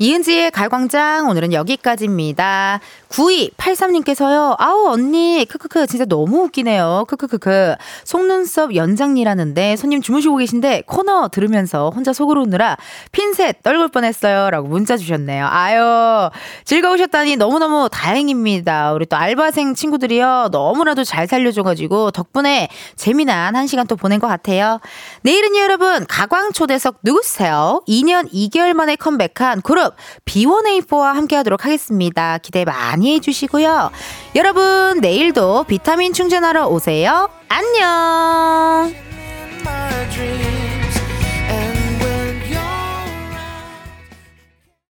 [SPEAKER 1] 이은지의 갈광장 오늘은 여기까지입니다. 9283님께서요. 아우 언니 크크크 진짜 너무 웃기네요. 크크크크 속눈썹 연장이라는데 손님 주무시고 계신데 코너 들으면서 혼자 속으로 웃느라 핀셋 떨굴 뻔했어요. 라고 문자 주셨네요. 아유 즐거우셨다니 너무너무 다행입니다. 우리 또 알바생 친구들이요. 너무나도 잘 살려줘가지고 덕분에 재미난 한 시간 또 보낸 것 같아요. 내일은요 여러분 가광초대석 누구세요? 2년 2개월 만에 컴백한 그룹 B1A4와 함께하도록 하겠습니다. 기대 많이 해주시고요. 여러분 내일도 비타민 충전하러 오세요. 안녕.